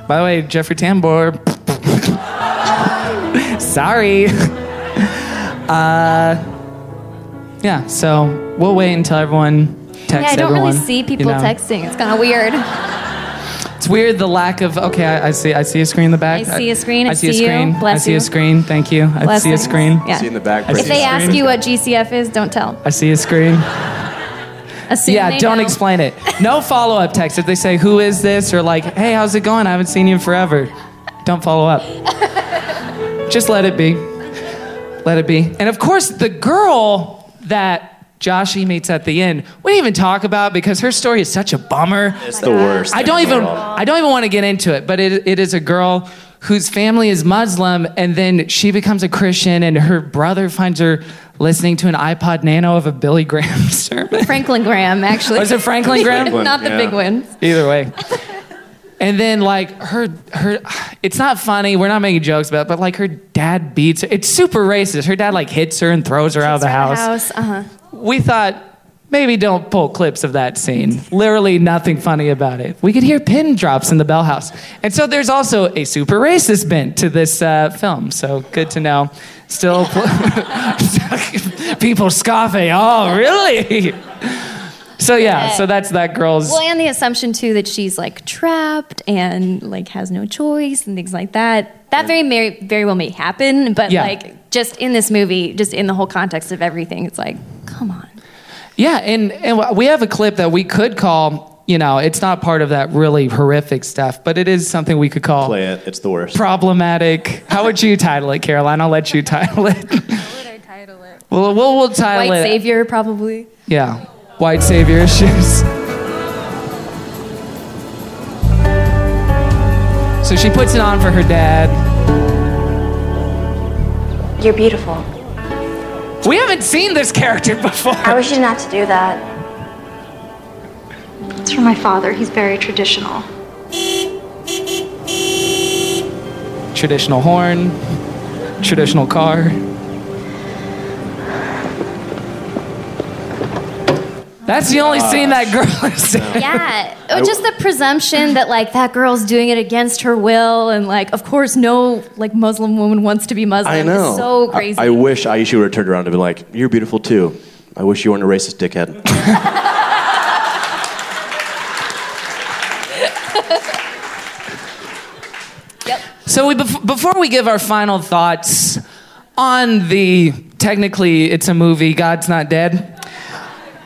Speaker 1: By the way, Jeffrey Tambor. *laughs* Sorry. Uh, yeah, so we'll wait until everyone texts
Speaker 2: yeah, I don't
Speaker 1: everyone,
Speaker 2: really see
Speaker 1: you
Speaker 2: people
Speaker 1: know.
Speaker 2: texting. It's kind of weird.
Speaker 1: It's weird the lack of. Okay, I, I see. I see a screen in the back.
Speaker 2: I see a screen. I
Speaker 1: I see a
Speaker 2: see you.
Speaker 1: screen. I
Speaker 2: Bless
Speaker 1: see
Speaker 2: you.
Speaker 1: a screen. Thank you. I see a
Speaker 2: Blessings.
Speaker 1: screen.
Speaker 2: Yeah. See
Speaker 6: in the back.
Speaker 1: I see
Speaker 2: If they
Speaker 1: a
Speaker 2: ask
Speaker 1: screen.
Speaker 2: you what GCF is, don't tell.
Speaker 1: I see a screen.
Speaker 2: Assume
Speaker 1: yeah,
Speaker 2: they
Speaker 1: don't
Speaker 2: know.
Speaker 1: explain it.
Speaker 2: *laughs*
Speaker 1: No follow up text. If they say, Who is this? or like, Hey, how's it going? I haven't seen you in forever. Don't follow
Speaker 2: *laughs*
Speaker 1: up. Just let it be. Let it be. And of course, the girl that Joshi meets at the end, we didn't even talk about because her story is such a bummer.
Speaker 6: It's the worst.
Speaker 1: I
Speaker 6: thing
Speaker 1: don't
Speaker 6: in the
Speaker 1: even
Speaker 6: world.
Speaker 1: I don't even want to get into it, but it, it is a girl whose family is Muslim and then she becomes a Christian and her brother finds her listening to an iPod Nano of a Billy Graham *laughs* sermon.
Speaker 2: Franklin Graham, actually. *laughs*
Speaker 1: Was it Franklin Graham?
Speaker 2: Not the
Speaker 1: Yeah.
Speaker 2: big ones.
Speaker 1: Either way. And then like her her it's not funny, we're not making jokes about it, but like her dad beats her. It's super racist. Her dad like hits her and throws her out of the house. uh-huh.
Speaker 21: Uh huh.
Speaker 1: We thought maybe don't pull clips of that scene. Literally nothing funny about it. We could hear pin drops in the Bell House. And so there's also a super racist bent to this uh, film. So good to know. Still *laughs* people scoffing. Oh, really? So yeah, so that's that girl's
Speaker 2: Well, and the assumption too that she's like trapped and like has no choice and things like that. That very may, very well may happen, but
Speaker 1: Yeah.
Speaker 2: like just in this movie, just in the whole context of everything, it's like, come on.
Speaker 1: Yeah, and and we have a clip that we could call. You know, it's not part of that really horrific stuff, but it is something we could call
Speaker 6: Play it. It's the worst.
Speaker 1: problematic. How would you title it, Caroline? I'll let you *laughs* title it. How would I title it? Well, we'll, we'll title
Speaker 2: White
Speaker 1: it.
Speaker 2: savior probably.
Speaker 1: Yeah, white savior issues. So she puts it on for her dad.
Speaker 20: You're beautiful.
Speaker 1: We haven't seen this character *laughs* before. I
Speaker 20: wish you not to do that. It's from my father. He's very traditional.
Speaker 1: Traditional horn, traditional car. That's the only scene that girl is in.
Speaker 2: Yeah, or just the presumption that like that girl's doing it against her will, and like of course no like Muslim woman wants to be Muslim.
Speaker 6: I know.
Speaker 2: It's so
Speaker 6: I-
Speaker 2: crazy.
Speaker 6: I, wish Aisha would have turned around and been like, "You're beautiful too. I wish you weren't a racist dickhead."
Speaker 1: So we, bef- before we give our final thoughts on the technically it's a movie, God's not dead.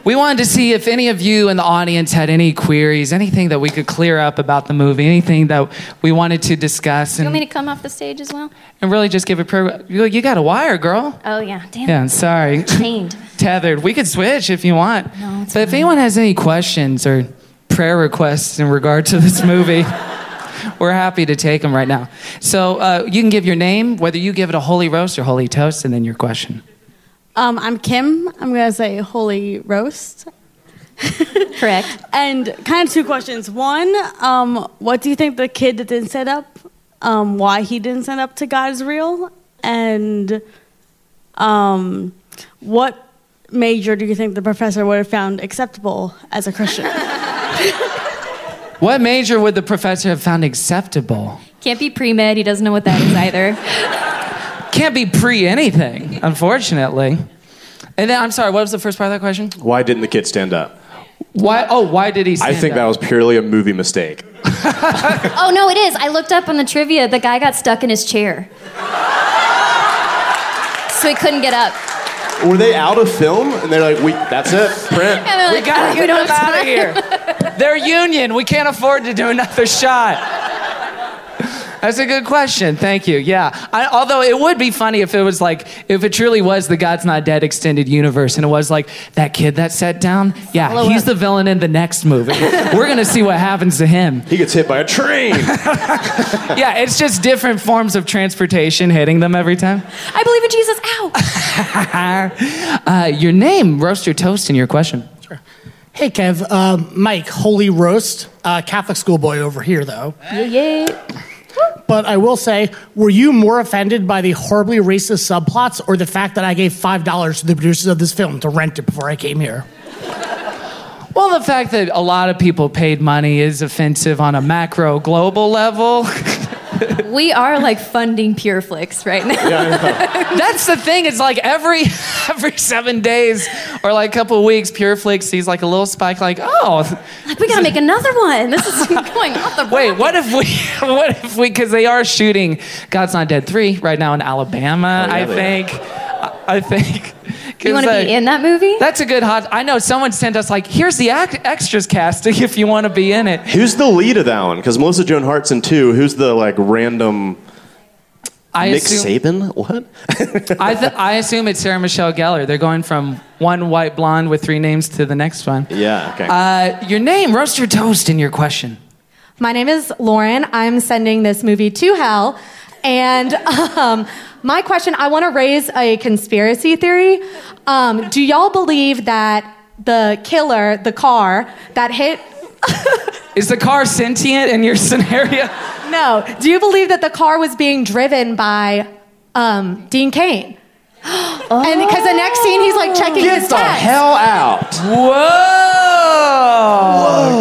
Speaker 1: We wanted to see if any of you in the audience had any queries, anything that we could clear up about the movie, anything that we wanted to discuss,
Speaker 2: you want me to
Speaker 1: and,
Speaker 2: come off the stage as well?
Speaker 1: and really just give a prayer. You, you got a wire, girl.
Speaker 2: Oh yeah, damn.
Speaker 1: Yeah, sorry.
Speaker 2: Chained.
Speaker 1: Tethered. We could switch if you want.
Speaker 2: No,
Speaker 1: but if anyone has any questions or prayer requests in regard to this movie, *laughs* we're happy to take them right now. So uh, you can give your name, whether you give it a holy roast or holy toast, and then your question.
Speaker 22: Um, I'm Kim. I'm going to say holy roast.
Speaker 2: Correct.
Speaker 22: And kind of two questions. One, um, what do you think the kid that didn't stand up, um, why he didn't stand up to God is real? And um, what major do you think the professor would have found acceptable as a Christian?
Speaker 1: What major would the professor have found acceptable?
Speaker 2: Can't be pre med. He doesn't know what that
Speaker 1: *laughs*
Speaker 2: is either.
Speaker 1: Can't be pre anything, unfortunately. And then, I'm sorry, what was the first part of that question?
Speaker 6: why didn't the kid stand up?
Speaker 1: Why? Oh, why did he
Speaker 6: I
Speaker 1: stand
Speaker 6: think that was purely a movie mistake.
Speaker 2: oh no, it is. I looked up on the trivia. The guy got stuck in his chair, so he couldn't get up.
Speaker 6: Were they out of film? And they're like, "We, that's it, print."
Speaker 2: And they're
Speaker 1: We
Speaker 2: like,
Speaker 1: gotta get
Speaker 2: "We don't
Speaker 1: them
Speaker 2: have
Speaker 1: out of
Speaker 2: time."
Speaker 1: here. *laughs* They're union. We can't afford to do another shot. That's a good question. Thank you. Yeah. I, although it would be funny if it was like, if it truly was the God's Not Dead extended universe and it was like, that kid that sat down, yeah,
Speaker 6: Follow
Speaker 1: he's
Speaker 6: up.
Speaker 1: the villain in the next *laughs* movie. We're going to see what happens to him.
Speaker 6: He gets hit by a train.
Speaker 1: Yeah, it's just different forms of transportation hitting them every time.
Speaker 2: I believe in Jesus. Ow.
Speaker 1: uh, your name, roast your toast, and your question.
Speaker 23: Hey, Kev. Um, Mike, holy roast. Uh, Catholic schoolboy over here, though.
Speaker 2: Yay.
Speaker 23: But I will say, were you more offended by the horribly racist subplots or the fact that I gave $5 to the producers of this film to rent it before I came here?
Speaker 1: Well, the fact that a lot of people paid money is offensive on a macro global level. *laughs*
Speaker 2: We are like funding pure flicks right now.
Speaker 1: That's the thing. It's like every *laughs* every seven days or like a couple weeks, Pureflix sees like a little spike. Like, oh,
Speaker 2: Like, *laughs* we gotta make another one.
Speaker 1: *laughs*
Speaker 2: This is going off the.
Speaker 1: wait, what if we? *laughs* What if we? Because they are shooting God's Not Dead three right now in Alabama.
Speaker 2: Oh, yeah,
Speaker 1: I
Speaker 2: they are.
Speaker 1: think. I- I think.
Speaker 2: *laughs* You want to
Speaker 1: 'Cause,
Speaker 2: be
Speaker 1: uh,
Speaker 2: in that movie?
Speaker 1: That's a good hot. I know someone sent us like, here's the act- extras casting if you want to be in it.
Speaker 6: *laughs* Who's the lead of that one? Because Melissa Joan Hart's in two. Who's the like random?
Speaker 1: I
Speaker 6: Nick
Speaker 1: assume-
Speaker 6: Saban?
Speaker 1: *laughs*
Speaker 6: What?
Speaker 1: I, th- I assume it's Sarah Michelle Gellar. They're going from one white blonde with three names to the next one.
Speaker 6: Yeah. Okay.
Speaker 1: Uh, your name, roast your toast, in your question.
Speaker 24: My name is Lauren. I'm sending this movie to hell. And um, my question I want to raise a conspiracy theory. Um, do y'all believe that the killer, the car that hit
Speaker 1: Is the car sentient in your *laughs* scenario?
Speaker 24: No. Do you believe that the car was being driven by um, Dean Kane? And because the next scene, he's like checking
Speaker 6: Get
Speaker 24: his
Speaker 6: the
Speaker 24: text.
Speaker 6: hell out.
Speaker 1: Whoa!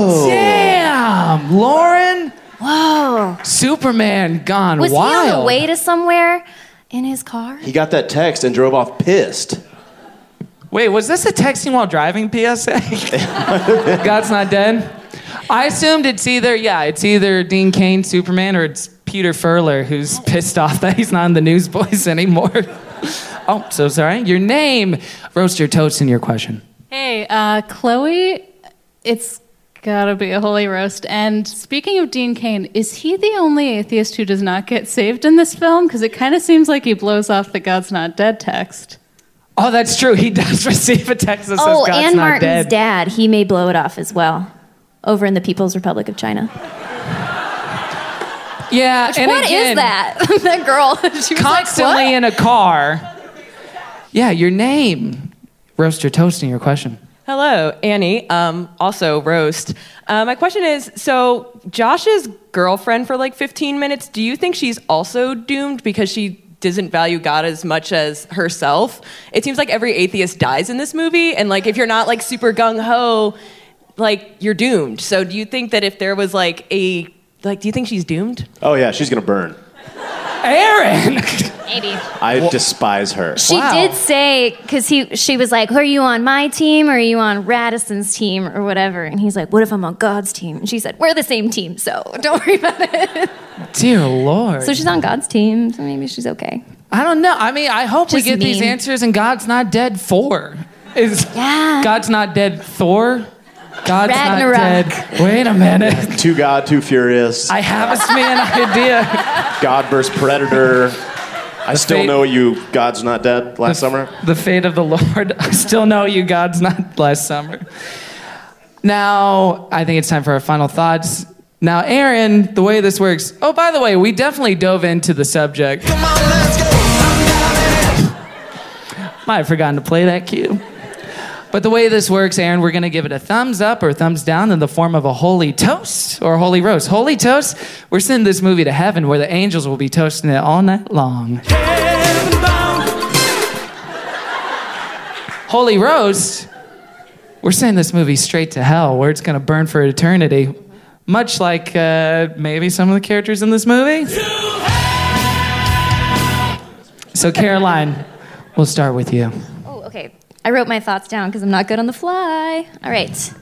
Speaker 24: Whoa.
Speaker 1: Damn, Lauren.
Speaker 2: Whoa.
Speaker 1: Superman gone
Speaker 2: Was
Speaker 6: wild.
Speaker 2: he on the way to somewhere in his car?
Speaker 6: He got that text and drove off pissed.
Speaker 1: Wait, was this a texting while driving PSA? God's not dead. I assumed it's either yeah, it's either Dean Kane Superman or it's Peter Furler who's pissed off that he's not in the Newsboys *laughs* anymore. oh, so sorry. Your name, roast your toast in your question.
Speaker 3: Hey, uh, Chloe, it's gotta be a holy roast. And speaking of Dean Kane, is he the only atheist who does not get saved in this film? Because it kind of seems like he blows off the God's Not Dead text.
Speaker 1: Oh, that's true. He does *laughs* receive a text that says
Speaker 2: oh,
Speaker 1: God's
Speaker 2: and
Speaker 1: not
Speaker 2: Martin's
Speaker 1: dead.
Speaker 2: dad. He may blow it off as well over in the People's Republic of China.
Speaker 1: Yeah,
Speaker 2: Which,
Speaker 1: and
Speaker 2: what is
Speaker 1: again,
Speaker 2: that? *laughs* that girl. She was
Speaker 1: Constantly
Speaker 2: like, what?
Speaker 1: in a car. Yeah, your name, roast your toast in your question.
Speaker 5: Hello, Annie. Um, also, roast. Uh, my question is: So, Josh's girlfriend for like 15 minutes. Do you think she's also doomed because she doesn't value God as much as herself? It seems like every atheist dies in this movie, and like if you're not like super gung ho, like you're doomed. So, do you think that if there was like a like, do you think she's doomed?
Speaker 6: Oh yeah, she's gonna burn.
Speaker 1: Aaron.
Speaker 2: Maybe.
Speaker 6: I despise her.
Speaker 2: She did say because he she was like, "Are you on my team or are you on Radisson's team or whatever?" And he's like, "What if I'm on God's team?" And she said, "We're the same team, so *laughs* don't worry about it."
Speaker 1: *laughs*
Speaker 2: *laughs*
Speaker 1: Dear Lord.
Speaker 2: So she's on God's team, so maybe she's okay.
Speaker 1: I don't know. I mean, I hope we
Speaker 2: Just
Speaker 1: get these
Speaker 2: mean.
Speaker 1: answers in God's Not Dead 4. Is God's Not Dead Thor? God's
Speaker 2: Ragnarok.
Speaker 1: Not Dead. Wait a minute.
Speaker 6: Too God, too furious.
Speaker 1: I have a man *laughs* idea.
Speaker 6: God versus
Speaker 1: *laughs*
Speaker 6: Predator. I still
Speaker 1: fate-
Speaker 6: know you. God's not dead. Last summer.
Speaker 1: The fate of the Lord. *laughs* I still know you, God's Not Last Summer. Now, I think it's time for our final thoughts. Now, Aaron, the way this works. Oh, by the way, we definitely dove into the subject. Come on, let's go. Might have forgotten to play that cue. But the way this works, Aaron, we're going to give it a thumbs up or thumbs down in the form of a holy toast or holy roast. Holy toast, we're sending this movie to heaven where the angels will be toasting it all night long. Holy roast, we're sending this movie straight to hell where it's going to burn for eternity, much like uh, maybe some of the characters in this movie. So, Caroline, we'll start with you.
Speaker 2: Oh, okay. I wrote my thoughts down because I'm not good on the fly. All right.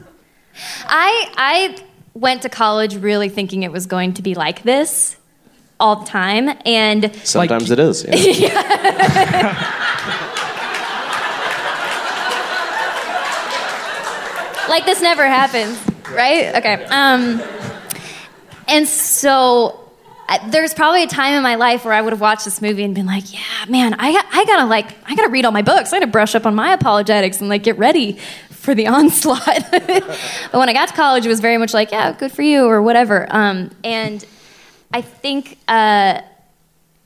Speaker 2: I I went to college really thinking it was going to be like this all the time, and
Speaker 6: Sometimes it is.
Speaker 1: *laughs*
Speaker 6: yeah.
Speaker 2: like this never happens, right? Okay. Um, and so I, there's probably a time in my life where I would have watched this movie and been like, yeah, man, I, got- I gotta like, I gotta read all my books. I gotta brush up on my apologetics and like get ready for the *laughs* onslaught. but when I got to college, it was very much like, yeah, good for you or whatever. Um, and I think, uh,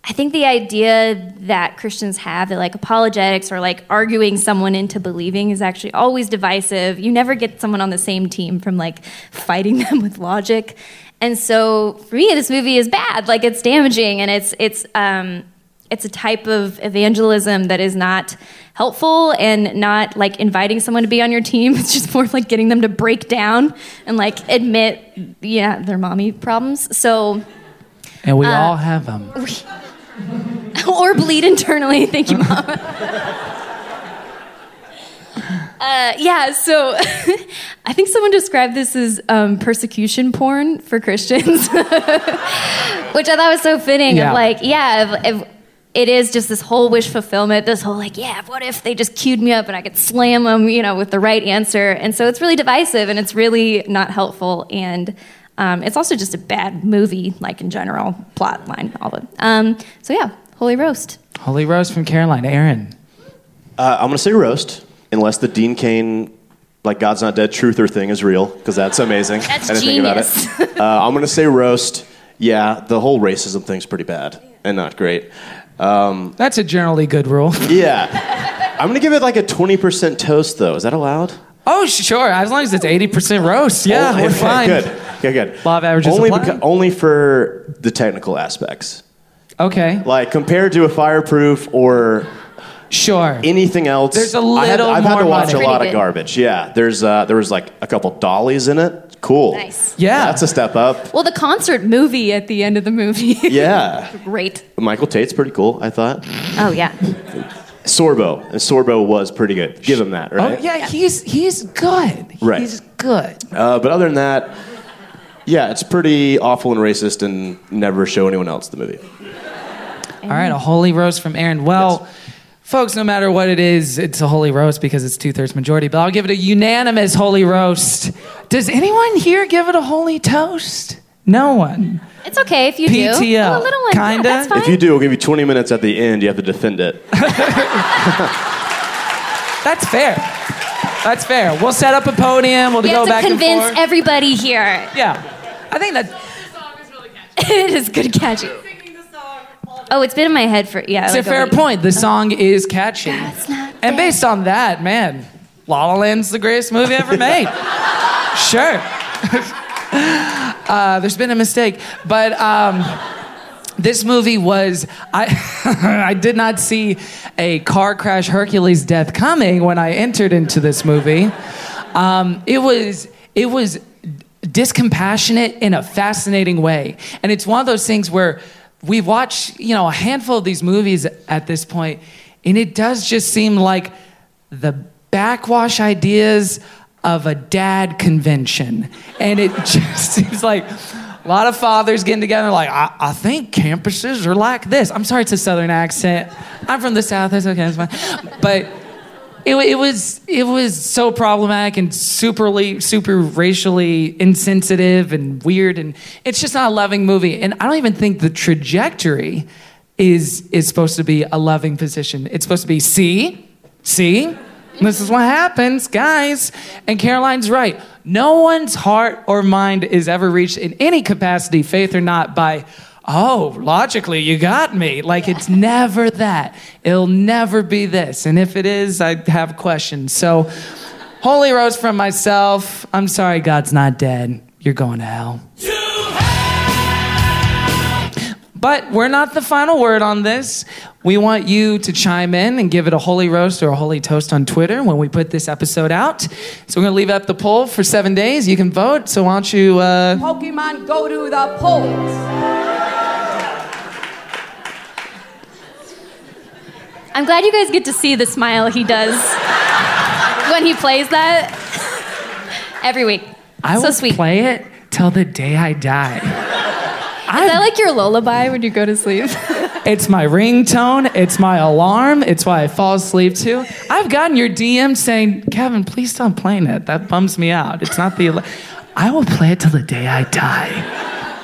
Speaker 2: I think the idea that Christians have that like apologetics or like arguing someone into believing is actually always divisive. You never get someone on the same team from like fighting *laughs* them with logic. And so for me, this movie is bad. Like it's damaging and it's it's um, it's a type of evangelism that is not helpful and not like inviting someone to be on your team. *laughs* It's just more of, like getting them to break down and like admit yeah their mommy problems. So *laughs*
Speaker 1: And we
Speaker 2: Uh,
Speaker 1: all have them.
Speaker 2: or bleed internally. *laughs* Thank you, Mom. Uh, yeah, so *laughs* I think someone described this as um, persecution porn for Christians, *laughs* which I thought was so fitting.
Speaker 7: Yeah.
Speaker 2: Of like, yeah, if, if it is just this whole wish fulfillment, this whole like, yeah, what if they just queued me up and I could slam them, you know, with the right answer? And so it's really divisive and it's really not helpful. And um, it's also just a bad movie, like in general, plot line, all of it. Um, so yeah, holy roast.
Speaker 1: Holy roast from Caroline. Aaron.
Speaker 6: Uh, I'm gonna say roast, unless the Dean Kane, like God's not dead, truther thing is real, because that's amazing.
Speaker 2: That's
Speaker 6: I didn't
Speaker 2: *laughs*
Speaker 6: think about it. Uh, I'm gonna say roast. Yeah, the whole racism thing's pretty bad and not great. Um,
Speaker 1: that's a generally good rule.
Speaker 6: Yeah. I'm gonna give it like a 20% toast though. Is that allowed?
Speaker 1: Oh, sure. As long as it's 80% roast. Yeah, Ah, we're
Speaker 6: Only- Oh, okay,
Speaker 1: fine.
Speaker 6: Good. Okay, good.
Speaker 1: Law of averages
Speaker 6: only
Speaker 1: apply?
Speaker 6: becau- only for the technical aspects.
Speaker 1: Okay.
Speaker 6: Like compared to a fireproof or
Speaker 1: sure
Speaker 6: anything else.
Speaker 1: There's a
Speaker 6: I had,
Speaker 1: little
Speaker 6: I've had to
Speaker 1: more
Speaker 6: watch
Speaker 1: money.
Speaker 6: a lot
Speaker 1: Pretty
Speaker 6: of
Speaker 1: good.
Speaker 6: garbage. Yeah, there's uh, there was like a couple dollies in it. Cool. Nice.
Speaker 1: Yeah,
Speaker 6: that's a step up.
Speaker 2: Well, the concert movie at the end of the movie.
Speaker 6: Yeah.
Speaker 2: Great.
Speaker 6: Michael Tate's pretty cool. I thought.
Speaker 2: Oh, yeah.
Speaker 6: Sorbo and Sorbo was pretty good. Give him that, right?
Speaker 1: Oh, yeah, he's he's good.
Speaker 6: Right.
Speaker 1: He's good.
Speaker 6: Uh, but other than that, yeah, it's pretty awful and racist, and never show anyone else the movie.
Speaker 1: All right, a holy roast from Aaron. Well, folks, no matter what it is, it's a holy roast because it's two thirds majority, but I'll give it a unanimous holy roast. Does anyone here give it a holy toast? No one.
Speaker 2: It's okay if you do.
Speaker 1: PTL.
Speaker 2: Oh, a little one. Yeah,
Speaker 1: Kinda.
Speaker 2: that's fine.
Speaker 6: If you do, we'll give you 20 minutes at the end. You have to defend it.
Speaker 1: That's fair. That's fair. We'll set up a podium. We'll
Speaker 2: We
Speaker 1: go
Speaker 2: have
Speaker 1: back
Speaker 2: to convince
Speaker 1: and forth.
Speaker 2: everybody here.
Speaker 1: Yeah. I think that.
Speaker 2: *laughs* it is good catchy. Oh, it's been in my head for yeah.
Speaker 1: It's
Speaker 2: like
Speaker 1: a fair
Speaker 2: week.
Speaker 1: point. The song is catchy. and based on that, man, La La Land's the greatest movie ever made. sure. *laughs* uh, there's been a mistake, but um, this movie was I *laughs* I did not see a car crash Hercules death coming when I entered into this movie. Um, it was it was discompassionate in a fascinating way, and it's one of those things where we watch you know a handful of these movies at this point, and it does just seem like the backwash ideas of a dad convention. And it *laughs* just seems like a lot of fathers getting together, like, I, I think campuses are like this. I'm sorry, it's a southern accent. I'm from the south, it's okay, it's fine. But it, wa- it was it was so problematic and superly super racially insensitive and weird and it's just not a loving movie and I don't even think the trajectory is is supposed to be a loving position. It's supposed to be see, see, this is what happens, guys. And Caroline's right. No one's heart or mind is ever reached in any capacity, faith or not, by oh, logically, you got me. Like, it's never that. It'll never be this. And if it is, I have questions. So, holy rose from myself. I'm sorry, God's not dead. You're going to hell. But we're not the final word on this. We want you to chime in and give it a holy roast or a holy toast on Twitter when we put this episode out. So we're going to leave up the poll for seven days. You can vote. So why don't you uh,
Speaker 4: Pokemon go to the polls.
Speaker 2: I'm glad you guys get to see the smile he does *laughs* when he plays that *laughs* every week.
Speaker 1: I
Speaker 2: so
Speaker 1: will
Speaker 2: sweet.
Speaker 1: play it till the day I
Speaker 2: *laughs*
Speaker 1: die.
Speaker 2: Is that like your lullaby when you go to sleep?
Speaker 1: It's my ringtone. It's my alarm. It's why I fall asleep too. I've gotten your DM saying, Kevin, please stop playing it. That bums me out. It's not the. ele-" I will play it till the day I die.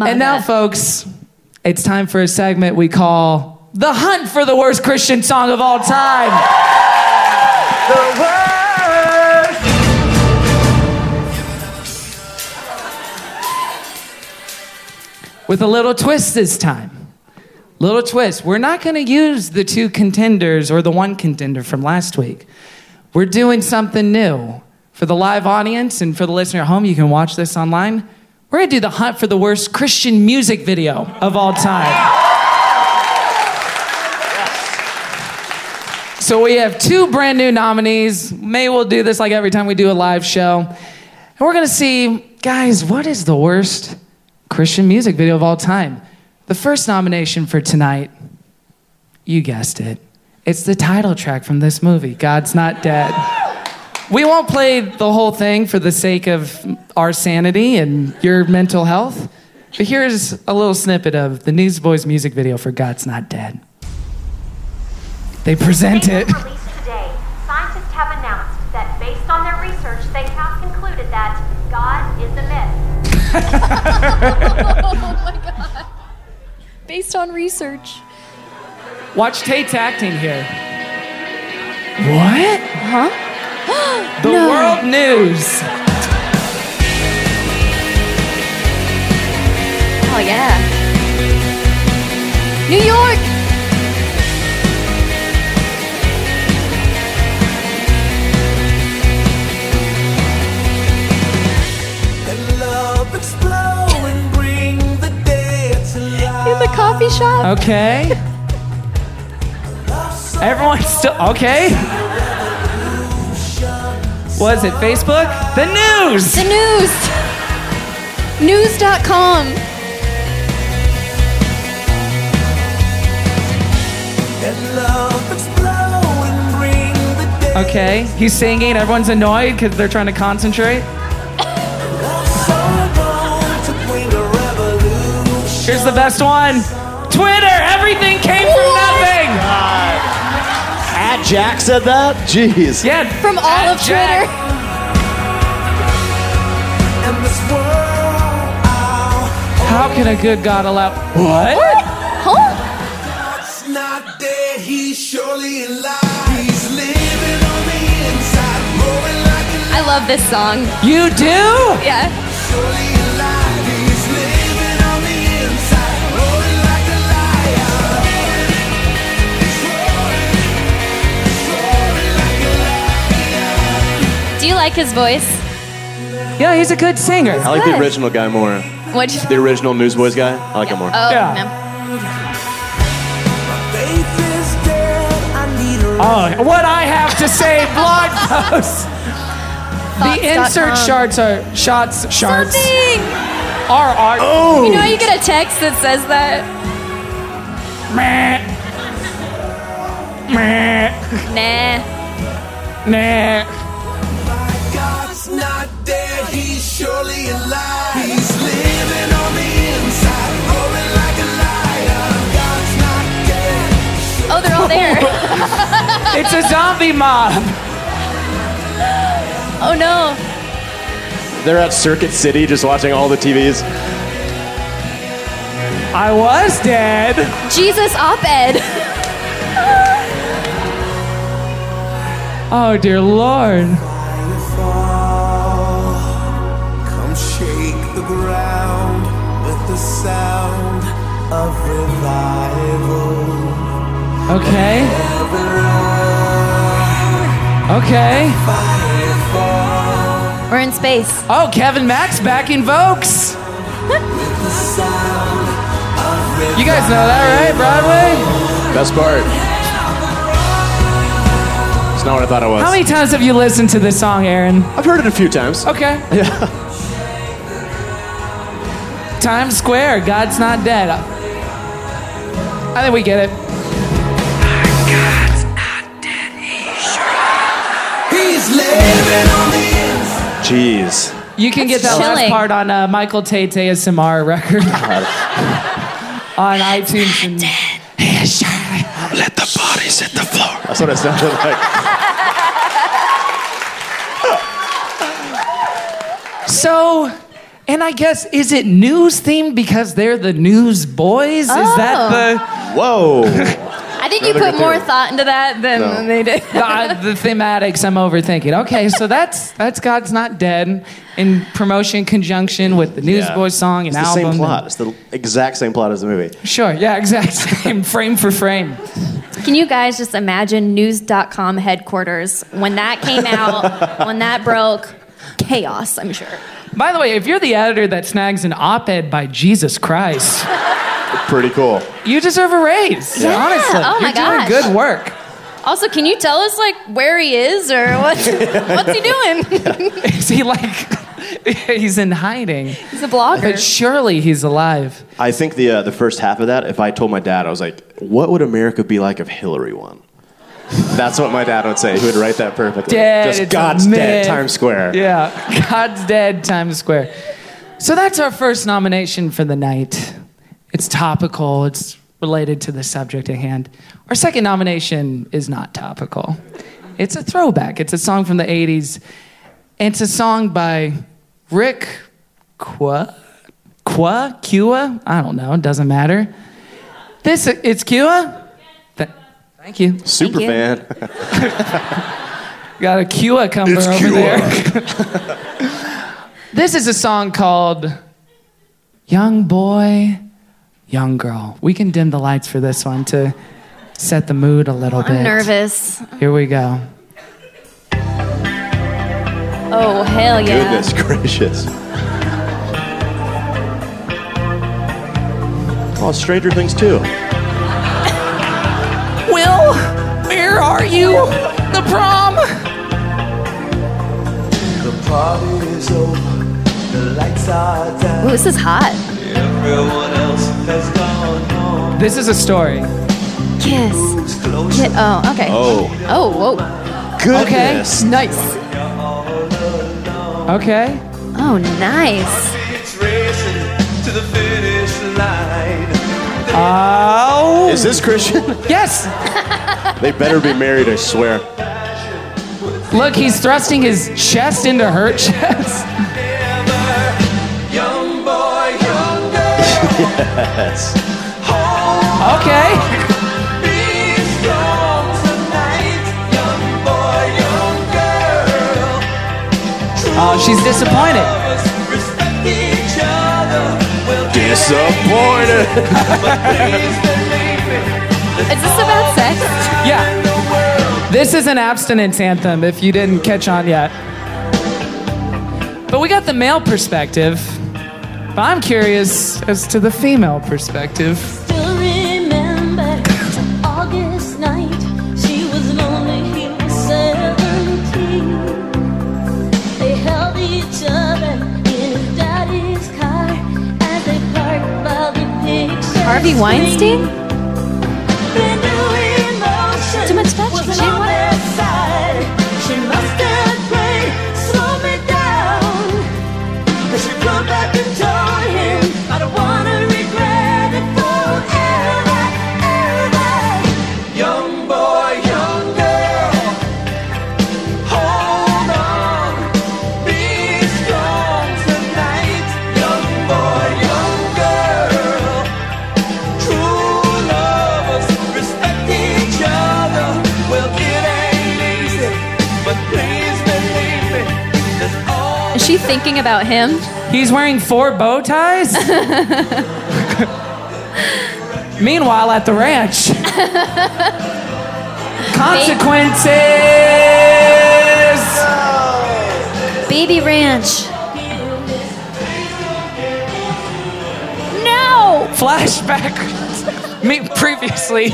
Speaker 1: And now, folks, it's time for a segment we call The Hunt for the Worst Christian Song of All Time. The worst. With a little twist this time. Little twist. We're not going to use the two contenders or the one contender from last week. We're doing something new. For the live audience and for the listener at home, you can watch this online. We're going to do the hunt for the worst Christian music video of all time. So we have two brand new nominees. Maybe we'll do this like every time we do a live show. And we're going to see, guys, what is the worst Christian music video of all time? The first nomination for tonight, you guessed it. It's the title track from this movie, God's Not Dead. We won't play the whole thing for the sake of our sanity and your mental health, but here's a little snippet of the Newsboys music video for God's Not Dead. They present it. *laughs*
Speaker 5: released today, scientists have announced that based on their research, they have concluded that God is a myth.
Speaker 2: *laughs* Based on research. *gasps*
Speaker 1: Watch Tate's acting here. What?
Speaker 2: Huh?
Speaker 1: The world news.
Speaker 2: Oh, yeah. New York!
Speaker 9: Love explode and bring the dead to life.
Speaker 2: In the coffee shop?
Speaker 1: Okay. Everyone's still okay. Was it Facebook? The news.
Speaker 2: The news. News.com.
Speaker 9: Love explode and bring the dead
Speaker 1: Okay, he's singing. Everyone's annoyed because they're trying to concentrate.
Speaker 9: to bring a revolution.
Speaker 1: Here's the best one. Twitter. Everything came from nothing.
Speaker 6: At Jack said that? Jeez.
Speaker 1: Yeah.
Speaker 2: From all
Speaker 1: at
Speaker 2: of
Speaker 1: Jack.
Speaker 2: Twitter. *laughs*
Speaker 9: And this world
Speaker 1: How can a good God allow? What?
Speaker 2: Huh?
Speaker 9: God's not dead, he's surely alive. He's living on the inside, roaring like a
Speaker 2: I love this song.
Speaker 1: You do?
Speaker 2: Yeah.
Speaker 9: surely alive. He's living on the inside, roaring like a lion. He's roaring, he's roaring like a
Speaker 2: Do you like his voice?
Speaker 1: Yeah, he's a good singer.
Speaker 6: I like the
Speaker 2: Good.
Speaker 6: original guy more.
Speaker 2: What'd you
Speaker 6: The original Newsboys guy. I like him more.
Speaker 2: Oh,
Speaker 1: Yeah.
Speaker 2: man.
Speaker 9: Faith is dead, I need a
Speaker 1: Oh, what I have to say, blog posts. The
Speaker 2: Thoughts.com.
Speaker 1: insert shots are shots shards
Speaker 2: Something!
Speaker 1: are art.
Speaker 2: You know, how you get a text that says that.
Speaker 1: Meh. Meh.
Speaker 2: Nah.
Speaker 1: Nah.
Speaker 9: God's not dead, he's surely alive. He's living on the inside, roaring like a lion. God's not dead.
Speaker 2: Oh, they're all
Speaker 1: *laughs*
Speaker 2: there.
Speaker 1: It's a zombie mob.
Speaker 2: oh, no.
Speaker 6: They're at Circuit City just watching all the TVs.
Speaker 1: I was dead.
Speaker 2: Jesus op ed.
Speaker 1: Oh dear lord.
Speaker 9: Fall. Come shake the ground with the sound of revival.
Speaker 1: Okay. Okay.
Speaker 2: We're in space.
Speaker 1: Oh, Kevin Max back in Vokes. You guys know that, right? Broadway?
Speaker 6: Best part. It's not what I thought it was.
Speaker 1: How many times have you listened to this song, Aaron?
Speaker 6: I've heard it a few times.
Speaker 1: Okay.
Speaker 6: Yeah.
Speaker 1: *laughs* Times Square, God's Not Dead. I think we get it.
Speaker 9: He's living on the inside.
Speaker 6: Jeez.
Speaker 1: You can get
Speaker 2: That's
Speaker 1: that last
Speaker 2: chilling.
Speaker 1: part on uh, Michael Tate's ASMR
Speaker 2: *laughs*
Speaker 1: record *laughs* on iTunes. And- Hey, Charlotte.
Speaker 25: Let the bodies hit the floor.
Speaker 6: That's what it sounded *laughs* like.
Speaker 1: So, and I guess is it news themed because they're the news boys? Is
Speaker 2: Oh.
Speaker 1: that
Speaker 6: Whoa.
Speaker 2: I think you
Speaker 6: Another
Speaker 2: put
Speaker 6: good
Speaker 2: more
Speaker 6: theory.
Speaker 2: thought into that than
Speaker 6: No.
Speaker 2: they did.
Speaker 1: the uh, the thematics I'm overthinking? Okay, so that's that's God's not dead in promotion conjunction with the Newsboys song and
Speaker 6: it's the
Speaker 1: album.
Speaker 6: same
Speaker 1: and-
Speaker 6: plot. It's the exact same plot as the movie.
Speaker 1: Sure, yeah, exact *laughs* same frame for frame.
Speaker 2: *laughs* Can you guys just imagine news.com headquarters when that *laughs* came out, when that broke? Chaos, I'm sure.
Speaker 1: By the way, if you're the editor that snags an op-ed by Jesus Christ,
Speaker 6: Pretty cool.
Speaker 1: you deserve a raise.
Speaker 2: Yeah,
Speaker 1: Honestly,
Speaker 2: oh my
Speaker 1: you're doing
Speaker 2: gosh.
Speaker 1: good work. *laughs*
Speaker 2: Also, can you tell us like where he is or *laughs* what's, what's he doing?
Speaker 1: Is he like, *laughs* he's in hiding?
Speaker 2: He's a blogger.
Speaker 1: But surely he's alive.
Speaker 6: I think the uh, the first half of that, if I told my dad, I was like, "What would America be like if Hillary won?" That's what my dad would say. He would write that perfectly.
Speaker 1: Dead,
Speaker 6: Just
Speaker 1: it's a
Speaker 6: God's dead,
Speaker 1: myth.
Speaker 6: Times
Speaker 1: *laughs*
Speaker 6: Square.
Speaker 1: Yeah, God's dead, Times Square. So that's our first nomination for the night. It's topical, it's related to the subject at hand. Our second nomination is not topical, it's a throwback. It's a song from the 80s, and it's a song by Rick Qua? Qua? Cua? I don't know, it doesn't matter. This, it's Cua? Th- thank you.
Speaker 6: Super fan.
Speaker 1: Got a Cua cover
Speaker 6: It's
Speaker 1: over
Speaker 6: Cua.
Speaker 1: there. this is a song called Young Boy, Young Girl. We can dim the lights for this one to set the mood a little bit.
Speaker 2: I'm nervous.
Speaker 1: Here we go.
Speaker 2: Oh hell yeah!
Speaker 6: Goodness gracious. Oh, Stranger Things too.
Speaker 1: Will, where are you? The prom?
Speaker 9: The party is over. The lights are down.
Speaker 2: Ooh, this is hot.
Speaker 9: Everyone else has gone home.
Speaker 1: This is a story.
Speaker 2: Kiss. Ki- oh, okay.
Speaker 1: Oh.
Speaker 2: Oh, whoa.
Speaker 1: Goodness.
Speaker 2: Okay. Nice.
Speaker 1: Okay.
Speaker 2: Oh, nice.
Speaker 9: It's racing to the finish line.
Speaker 1: Oh.
Speaker 6: Is this Christian?
Speaker 1: Yes.
Speaker 6: *laughs* they better be married, I swear.
Speaker 1: Look, he's thrusting his chest into her *laughs* chest.
Speaker 9: Young boy, young girl.
Speaker 6: *laughs* yes.
Speaker 1: Okay.
Speaker 9: Be strong tonight. Young boy, young girl.
Speaker 1: Oh, she's disappointed.
Speaker 9: Lovers respect each other. We'll do *laughs*
Speaker 6: Disappointed.
Speaker 2: Is this about sex?
Speaker 1: Yeah. This is an abstinence anthem if you didn't catch on yet. But we got the male perspective. But I'm curious as to the female perspective.
Speaker 5: Still remember August night. She was lonely, he was 17. They held each other in his daddy's car as they parked by the picture.
Speaker 2: Harvey Weinstein?
Speaker 5: Too much touching. She on their side. She must have prayed, slow me down. But she come back and told him, I don't wanna regret it forever, ever.
Speaker 9: Young boy, young girl. Hold on. Be strong tonight. Young boy, young girl. True lovers respect each other. Well, it ain't easy, but please believe me.
Speaker 2: Is she thinking about him?
Speaker 1: He's wearing four bow ties? Meanwhile, at the ranch, consequences!
Speaker 2: Baby Ranch. No!
Speaker 1: Flashback. *laughs* Me previously.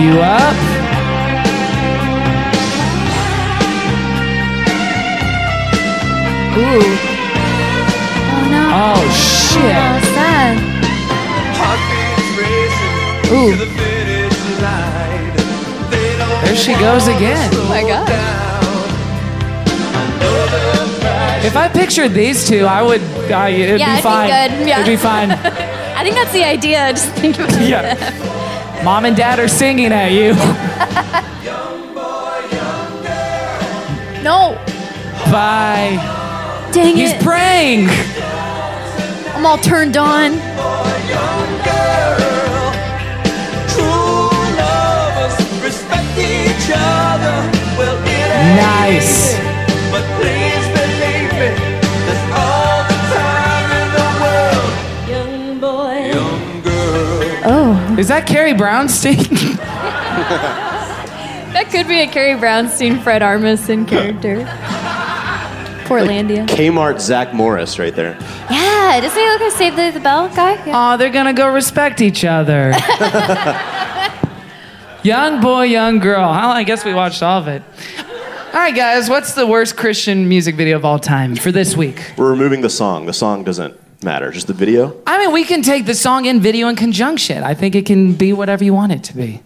Speaker 1: You up?
Speaker 2: Ooh. Oh no.
Speaker 1: Oh shit.
Speaker 2: Oh, sad.
Speaker 9: Heartbeats racing
Speaker 1: Ooh.
Speaker 9: to the finish line.
Speaker 1: There she goes again.
Speaker 2: Oh my god.
Speaker 1: If I pictured these two, I would. I, it'd
Speaker 2: yeah,
Speaker 1: be fine.
Speaker 2: it'd be good. Yeah.
Speaker 1: It'd be
Speaker 2: *laughs*
Speaker 1: fine.
Speaker 2: I think that's the idea. *laughs* Just think about
Speaker 1: Yeah.
Speaker 2: that.
Speaker 1: Mom and dad are singing at you. *laughs*
Speaker 2: No.
Speaker 1: Bye.
Speaker 2: Dang
Speaker 1: He's
Speaker 2: it.
Speaker 1: praying.
Speaker 2: I'm all turned on.
Speaker 9: True lovers respect each other. Well, it ain't
Speaker 1: Nice.
Speaker 9: easy, But please believe me, there's all the time in the world.
Speaker 5: Young boy.
Speaker 1: Oh. Is that Carrie Brownstein? *laughs*
Speaker 2: That could be a Carrie Brownstein, Fred Armisen character. Portlandia.
Speaker 6: Kmart Zach Morris right there.
Speaker 2: yeah, doesn't he look like Save the, the Bell guy?
Speaker 1: Oh, they're gonna go respect each other. young boy, young girl. Well, I guess we watched all of it. All right, guys, what's the worst Christian music video of all time for this week?
Speaker 6: We're removing the song. The song doesn't matter, just the video.
Speaker 1: I mean, we can take the song and video in conjunction. I think it can be whatever you want it to be.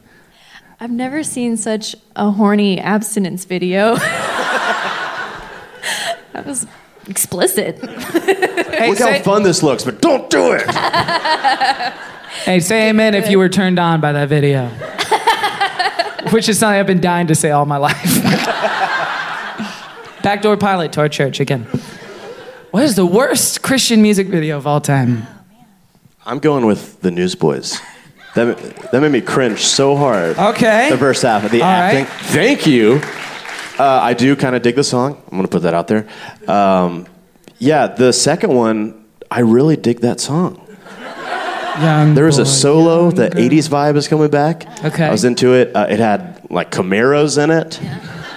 Speaker 2: I've never seen such a horny abstinence video. *laughs* that was explicit.
Speaker 6: Look how fun this looks, but don't do
Speaker 1: *laughs*
Speaker 6: it.
Speaker 1: Hey, say amen if you were turned on by that video. Which is something I've been dying to say all my life. Backdoor pilot to our church again. What is the worst Christian music video of all time?
Speaker 6: I'm going with the Newsboys. That, that made me cringe so hard.
Speaker 1: Okay.
Speaker 6: The first half of the
Speaker 1: All right.
Speaker 6: acting. Thank you. Uh, I do kind of dig the song. I'm going to put that out there. Um, yeah, the second one, I really dig that song.
Speaker 1: Oh,
Speaker 6: there was a solo. The 80s vibe is coming back.
Speaker 1: Okay.
Speaker 6: I was into it. Uh, it had like Camaros in it.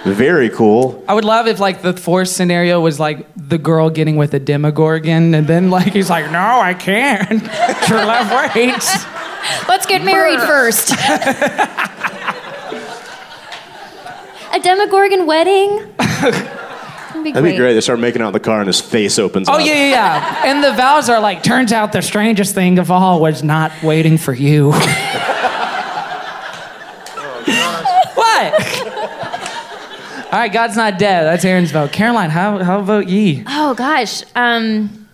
Speaker 6: Very cool.
Speaker 1: I would love if like the fourth scenario was like the girl getting with a demogorgon, and then like he's like, "No, I can't. *laughs* Your left waits."
Speaker 2: Let's get married first. *laughs* a Demogorgon wedding. It's gonna be
Speaker 6: That'd be
Speaker 2: great.
Speaker 6: great. They start making out in the car and his face opens
Speaker 1: Oh
Speaker 6: up.
Speaker 1: yeah, yeah, yeah. And the vows are like, turns out the strangest thing of all was not waiting for you. *laughs* what? all right, God's not dead. That's Aaron's vote. Caroline, how how vote ye?
Speaker 2: Oh gosh. Um,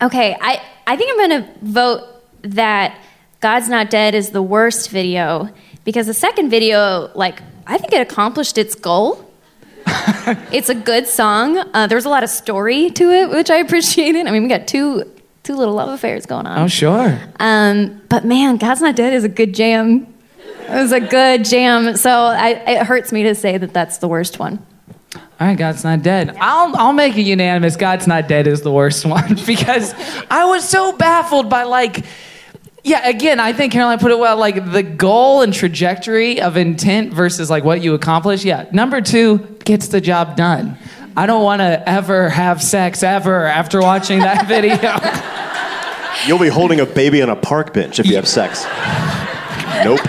Speaker 2: okay, I I think I'm gonna vote that God's Not Dead is the worst video because the second video, like, I think it accomplished its goal. it's a good song. Uh, there was a lot of story to it, which I appreciated. I mean, we got two two little love affairs going on.
Speaker 1: Oh sure.
Speaker 2: Um, but man, God's Not Dead is a good jam. It was a good jam. So I, it hurts me to say that that's the worst one.
Speaker 1: All right, God's not dead. I'll I'll make it unanimous. God's not dead is the worst *laughs* one because I was so baffled by like, yeah. Again, I think Caroline put it well. Like the goal and trajectory of intent versus like what you accomplish. Yeah, number two gets the job done. I don't want to ever have sex ever after watching that
Speaker 2: *laughs*
Speaker 1: video.
Speaker 6: You'll be holding a baby on a park bench if you
Speaker 1: *laughs*
Speaker 6: have sex. nope.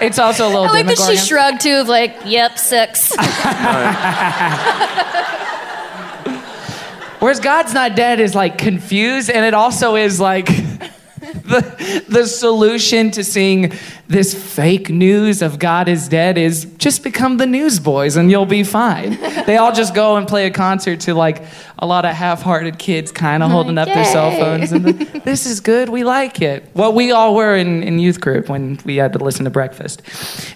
Speaker 1: it's also a little.
Speaker 2: I like that she
Speaker 1: Demogorgon.
Speaker 2: shrugged too, of like, yep, six.
Speaker 1: Whereas God's not dead is like confused, and it also is like the the solution to seeing this fake news of God is dead is just become the newsboys and you'll be fine. they all just go and play a concert to like a lot of half-hearted kids kind of holding up their cell
Speaker 10: yay.
Speaker 1: phones and the, this is good, we like it. What we all were in, in youth group when we had to listen to breakfast.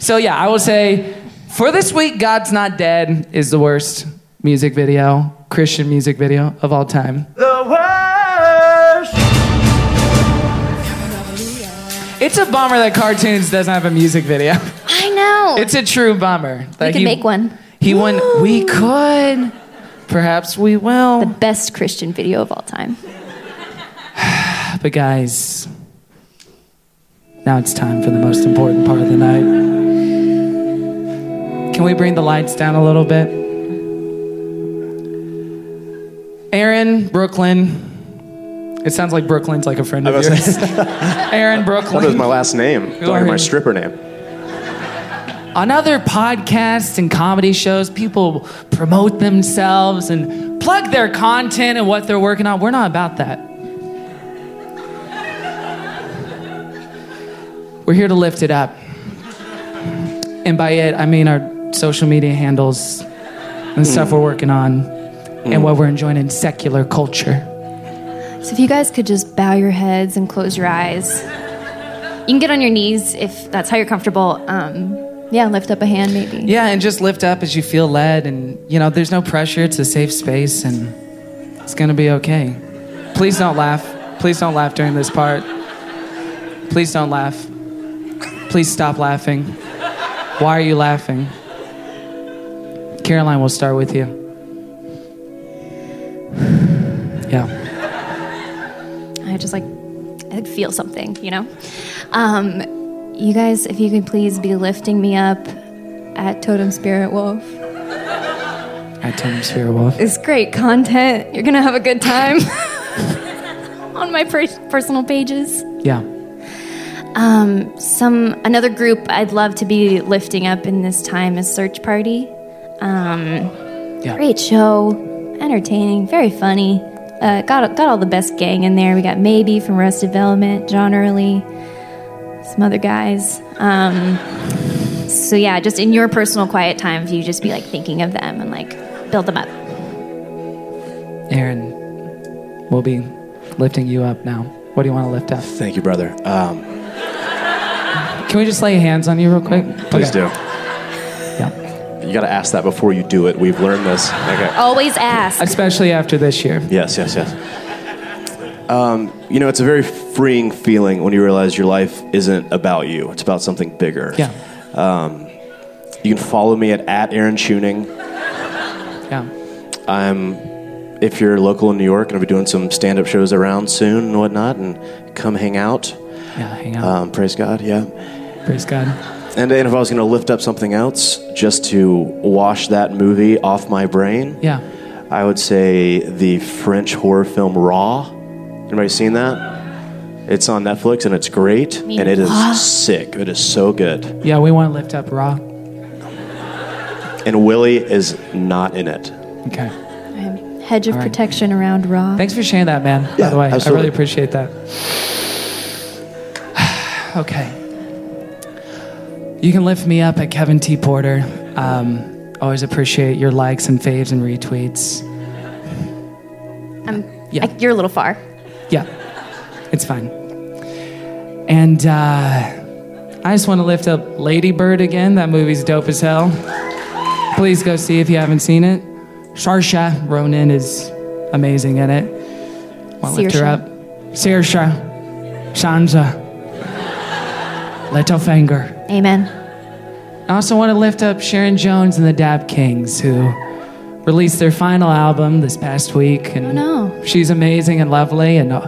Speaker 1: So yeah, I will say for this week, God's Not Dead is the worst music video, Christian music video of all time.
Speaker 11: The worst.
Speaker 1: It's a bummer that cartoons doesn't have a music video.
Speaker 2: *laughs*
Speaker 1: *laughs*
Speaker 2: I know.
Speaker 1: It's a true bummer.
Speaker 2: we
Speaker 1: that
Speaker 2: could
Speaker 1: he-
Speaker 2: make one.
Speaker 1: He won.
Speaker 2: *gasps*
Speaker 1: We could. Perhaps we will. The
Speaker 2: best Christian video of all time.
Speaker 1: But guys, now it's time for the most important part of the night. Can we bring the lights down a little bit? Aaron, Brooklyn. It sounds like Brooklyn's like a friend of
Speaker 6: I was-
Speaker 1: yours. *laughs* Aaron
Speaker 6: That was
Speaker 1: Brooklyn.
Speaker 6: my last name.
Speaker 1: Who
Speaker 6: Talking
Speaker 1: are
Speaker 6: my
Speaker 1: you?
Speaker 6: stripper name.
Speaker 1: on other podcasts and comedy shows, people promote themselves and plug their content and what they're working on. We're not about that. We're here to lift it up. And by it, I mean our social media handles and stuff we're working on and what we're enjoying in secular culture.
Speaker 2: So if you guys could just bow your heads and close your eyes. You can get on your knees if that's how you're comfortable. Um, yeah, lift up a hand maybe.
Speaker 1: Yeah, and just lift up as you feel led. And, you know, there's no pressure. It's a safe space, and it's going to be okay. Please don't laugh. Please don't laugh during this part. Please don't laugh. Please stop laughing. Why are you laughing? Caroline, we'll start with you. Yeah.
Speaker 2: I just like, I could feel something, you know? Um, you guys, if you could please be lifting me up at Totem Spirit Wolf.
Speaker 1: At Times Fair Wolf.
Speaker 2: It's great content. You're going to have a good time *laughs* on my per- personal pages.
Speaker 1: Yeah.
Speaker 2: Um, some another group I'd love to be lifting up in this time is Search Party. Um,
Speaker 1: Yeah.
Speaker 2: Great show, entertaining, very funny. Uh, got got all the best gang in there. We got maybe from Rest Development, John Early, some other guys. Um, so yeah, just in your personal quiet time, if you just be like thinking of them and like build them up.
Speaker 1: Aaron, we'll be lifting you up now. What do you want to lift up?
Speaker 6: Thank you, brother. Um,
Speaker 1: Can we just lay hands on you real quick?
Speaker 6: please do.
Speaker 1: Yeah.
Speaker 6: You got to ask that before you do it. We've learned this. Okay.
Speaker 2: Always ask.
Speaker 1: Especially after this year.
Speaker 6: Yes, yes, yes. Um, you know, it's a very freeing feeling when you realize your life isn't about you. It's about something bigger.
Speaker 1: Yeah.
Speaker 6: Um, you can follow me at, at Aaron Tuning.
Speaker 1: Yeah.
Speaker 6: I'm, if you're local in New York, going to be doing some stand-up shows around soon and whatnot, and come hang out.
Speaker 1: Yeah, hang out.
Speaker 6: Um, praise God. Yeah.
Speaker 1: Praise God.
Speaker 6: And, and if I was going to lift up something else just to wash that movie off my brain,
Speaker 1: Yeah.
Speaker 6: I would say the French horror film Raw. Anybody seen that? It's on Netflix and it's great
Speaker 1: mean,
Speaker 6: and it is
Speaker 1: Raw?
Speaker 6: sick. It is so good.
Speaker 1: Yeah, we want to lift up Raw.
Speaker 6: And Willie is not in it.
Speaker 1: Okay.
Speaker 2: Hedge of
Speaker 1: All right.
Speaker 2: protection around Raw.
Speaker 1: Thanks for sharing that, man. by the way, I
Speaker 6: absolutely.
Speaker 1: really appreciate that. *sighs* okay. You can lift me up at Kevin T. Porter. Um, always appreciate your likes and faves and retweets.
Speaker 2: I'm, I- you're a little far.
Speaker 1: Yeah, it's fine. And uh, I just want to lift up Lady Bird again. That movie's dope as hell. Please go see if you haven't seen it. Sharsha Ronan is amazing in it. Want to lift her
Speaker 2: Saoirse.
Speaker 1: up. Saoirse, Sansa, Littlefinger.
Speaker 2: Amen.
Speaker 1: I also want to lift up Sharon Jones and the Dab Kings, who released their final album this past week. And
Speaker 2: no.
Speaker 1: she's amazing and lovely, and uh,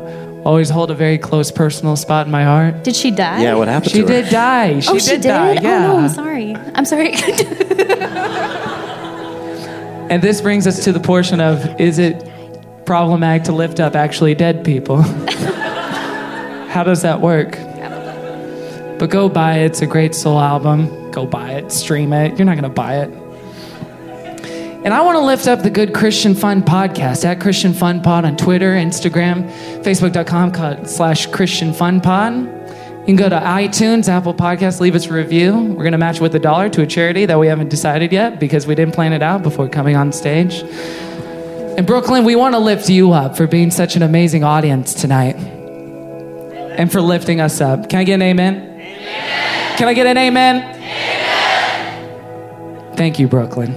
Speaker 1: always hold a very close personal spot in my heart.
Speaker 2: Did she die?
Speaker 1: Yeah, what happened She to her? did die. She
Speaker 2: oh,
Speaker 1: did
Speaker 2: she did.
Speaker 1: die, yeah.
Speaker 2: Oh no, I'm sorry. I'm *laughs* sorry.
Speaker 1: And this brings us to the portion of is it problematic to lift up actually dead people? *laughs* How does that work? But go buy it. It's a great soul album. Go buy it. Stream it. You're not going to buy it. And I want to lift up the Good Christian Fun podcast at Christian Fun Pod on Twitter, Instagram, Facebook.com co- slash Christian Fun Pod. You can go to iTunes, Apple Podcasts, leave us a review. We're going to match with a dollar to a charity that we haven't decided yet because we didn't plan it out before coming on stage. And Brooklyn, we want to lift you up for being such an amazing audience tonight and for lifting us up. Can I get an amen? Can I get an amen? Thank you, Brooklyn.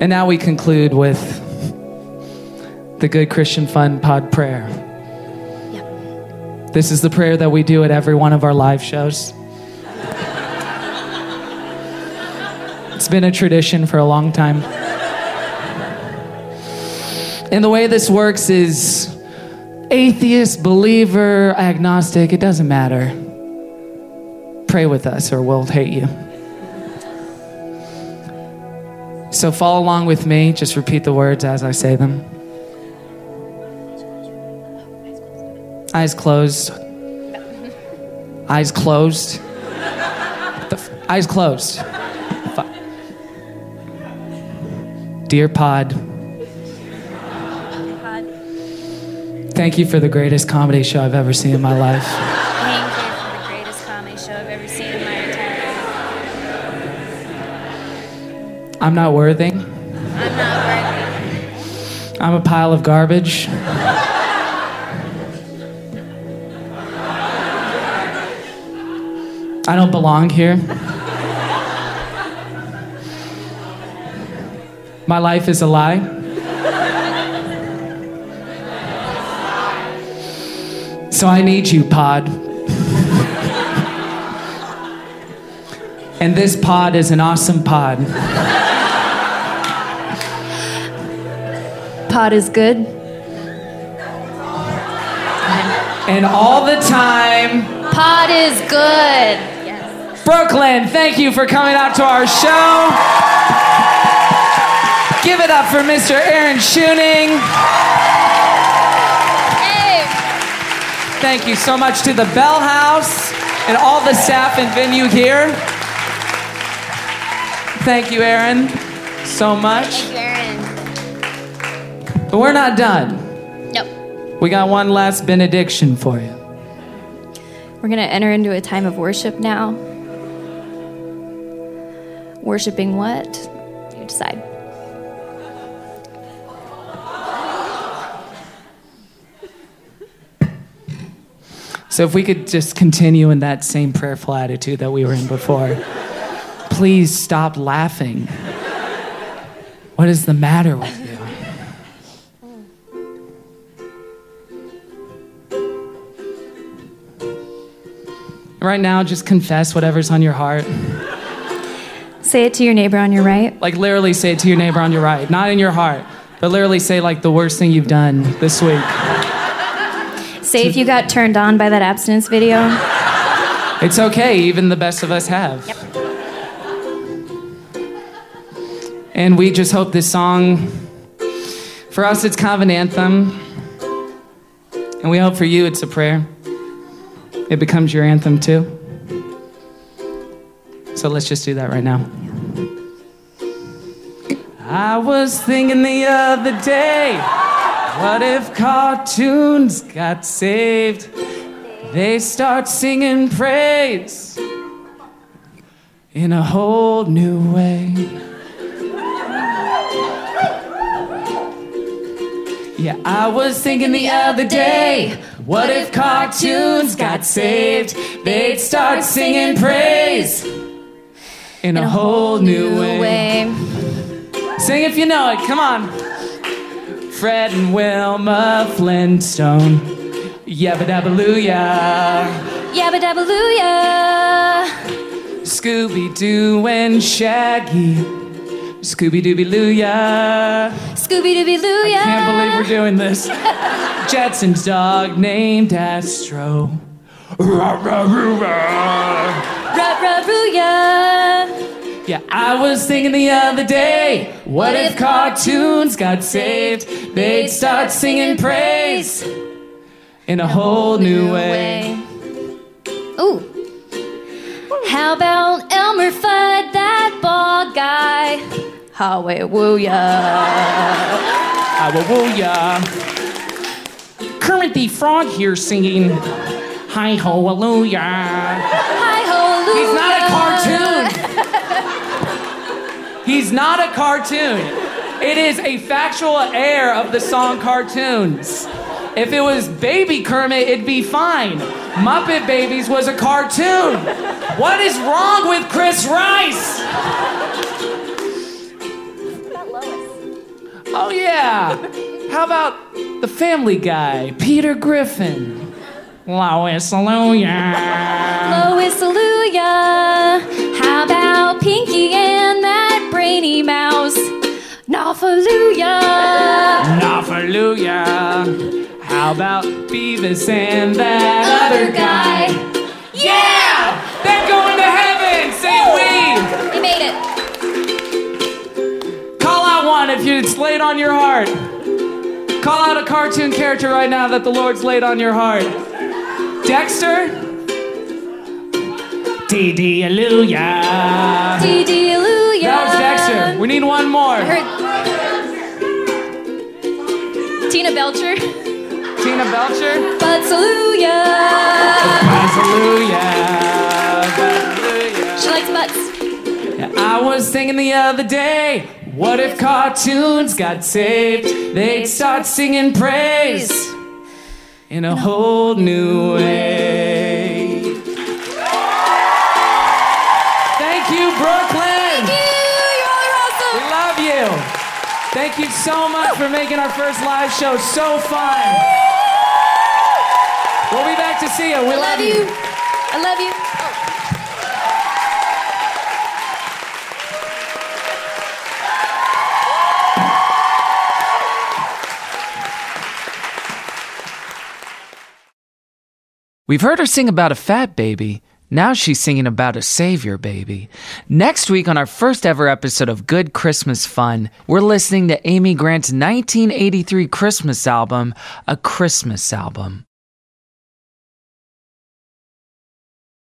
Speaker 1: and now we conclude with the Good Christian Fun Pod prayer. This is the prayer that we do at every one of our live shows. It's been a tradition for a long time. And the way this works is atheist, believer, agnostic, it doesn't matter. Pray with us or we'll hate you. So follow along with me, just repeat the words as I say them. Eyes closed. Eyes closed. The f- eyes closed. Fu- Dear Pod, thank you for the greatest comedy show I've ever seen in my life.
Speaker 2: Thank you for the greatest comedy show I've ever seen in my entire life.
Speaker 1: I'm not worthy.
Speaker 2: I'm not worthy.
Speaker 1: I'm a pile of garbage. I don't belong here. My life is a lie. So I need you, Pod. and this pod is an awesome pod.
Speaker 2: Pod is good.
Speaker 1: And all the time.
Speaker 2: Pod is good.
Speaker 1: Brooklyn, thank you for coming out to our show. Give it up for Mr. Aaron Schooning. Thank you so much to the Bell House and all the staff and venue here. Thank you, Aaron, so much. But we're not done.
Speaker 2: Nope.
Speaker 1: We got one last benediction for you.
Speaker 2: We're going to enter into a time of worship now. Worshipping what? You decide.
Speaker 1: So if we could just continue in that same prayerful attitude that we were in before. Please stop laughing. What is the matter with you? Right now, just confess whatever's on your heart.
Speaker 2: Say it to your neighbor on your right.
Speaker 1: Like literally say it to your neighbor on your right, not in your heart, but literally say like the worst thing you've done this week.
Speaker 2: Say if you got turned on by that abstinence video.
Speaker 1: It's okay, even the best of us have. And we just hope this song, for us, it's kind of an anthem. And we hope for you, it's a prayer. It becomes your anthem too. So let's just do that right now. I was thinking the other day, what if cartoons got saved? They start singing praise in a whole new way. Yeah, I was thinking the other day, what if cartoons got saved? They'd start singing praise in a whole new way. Sing if you know it, come on. Fred and Wilma Flintstone. Yabba dabba looyah.
Speaker 2: Yabba dabba looyah.
Speaker 1: Scooby Doo and Shaggy. Scooby Dooby looyah.
Speaker 2: Scooby Dooby Looyah.
Speaker 1: Can't believe we're doing this. Jetson's dog named Astro. Rah, rah, roo, rah.
Speaker 2: Rub, rub, rooyah.
Speaker 1: Yeah, I was thinking the other day, what if cartoons got saved? They'd start singing praise in a whole new way.
Speaker 2: Ooh. How about Elmer Fudd, that bald guy? Hallelujah.
Speaker 1: Hallelujah. Kermit the Frog here singing, Hi, ho, hallelujah.
Speaker 2: Hi, hallelujah.
Speaker 1: He's not a
Speaker 2: *laughs*
Speaker 1: cartoon. He's not a cartoon. It is a factual air of the song cartoons. If it was Baby Kermit, it'd be fine. Muppet Babies was a cartoon. What is wrong with Chris Rice? Oh, yeah. How about the family guy, Peter Griffin? Lois, hallelujah.
Speaker 2: Lois Hallelujah. How about Pinky and that brainy mouse? Nafalooyah.
Speaker 1: Hallelujah. How about Beavis and that other guy?
Speaker 2: Yeah!
Speaker 1: They're going to heaven! Say we!
Speaker 2: He made it.
Speaker 1: Call out one if you, it's laid on your heart. Call out a cartoon character right now that the Lord's laid on your heart. Dexter? Dee Dee Hallelujah.
Speaker 2: Dee Dee Hallelujah.
Speaker 1: That was Dexter. We need one more.
Speaker 2: I heard. Tina Belcher.
Speaker 1: Tina Belcher?
Speaker 2: Butts Hallelujah.
Speaker 1: Hallelujah.
Speaker 2: She likes butts.
Speaker 1: I was thinking the other day, what if cartoons got saved? They'd start singing praise in a whole new way. Thank you, Brooklyn. Thank
Speaker 2: you. You're awesome.
Speaker 1: We love you. Thank you so much for making our first live show so fun. We'll be back to see you. We
Speaker 2: I
Speaker 1: love,
Speaker 2: love you. I love you.
Speaker 1: We've heard her sing about a fat baby, Now she's singing about a savior, baby. Next week, on our first ever episode of Good Christmas Fun, we're listening to Amy Grant's 1983 Christmas album, A Christmas Album.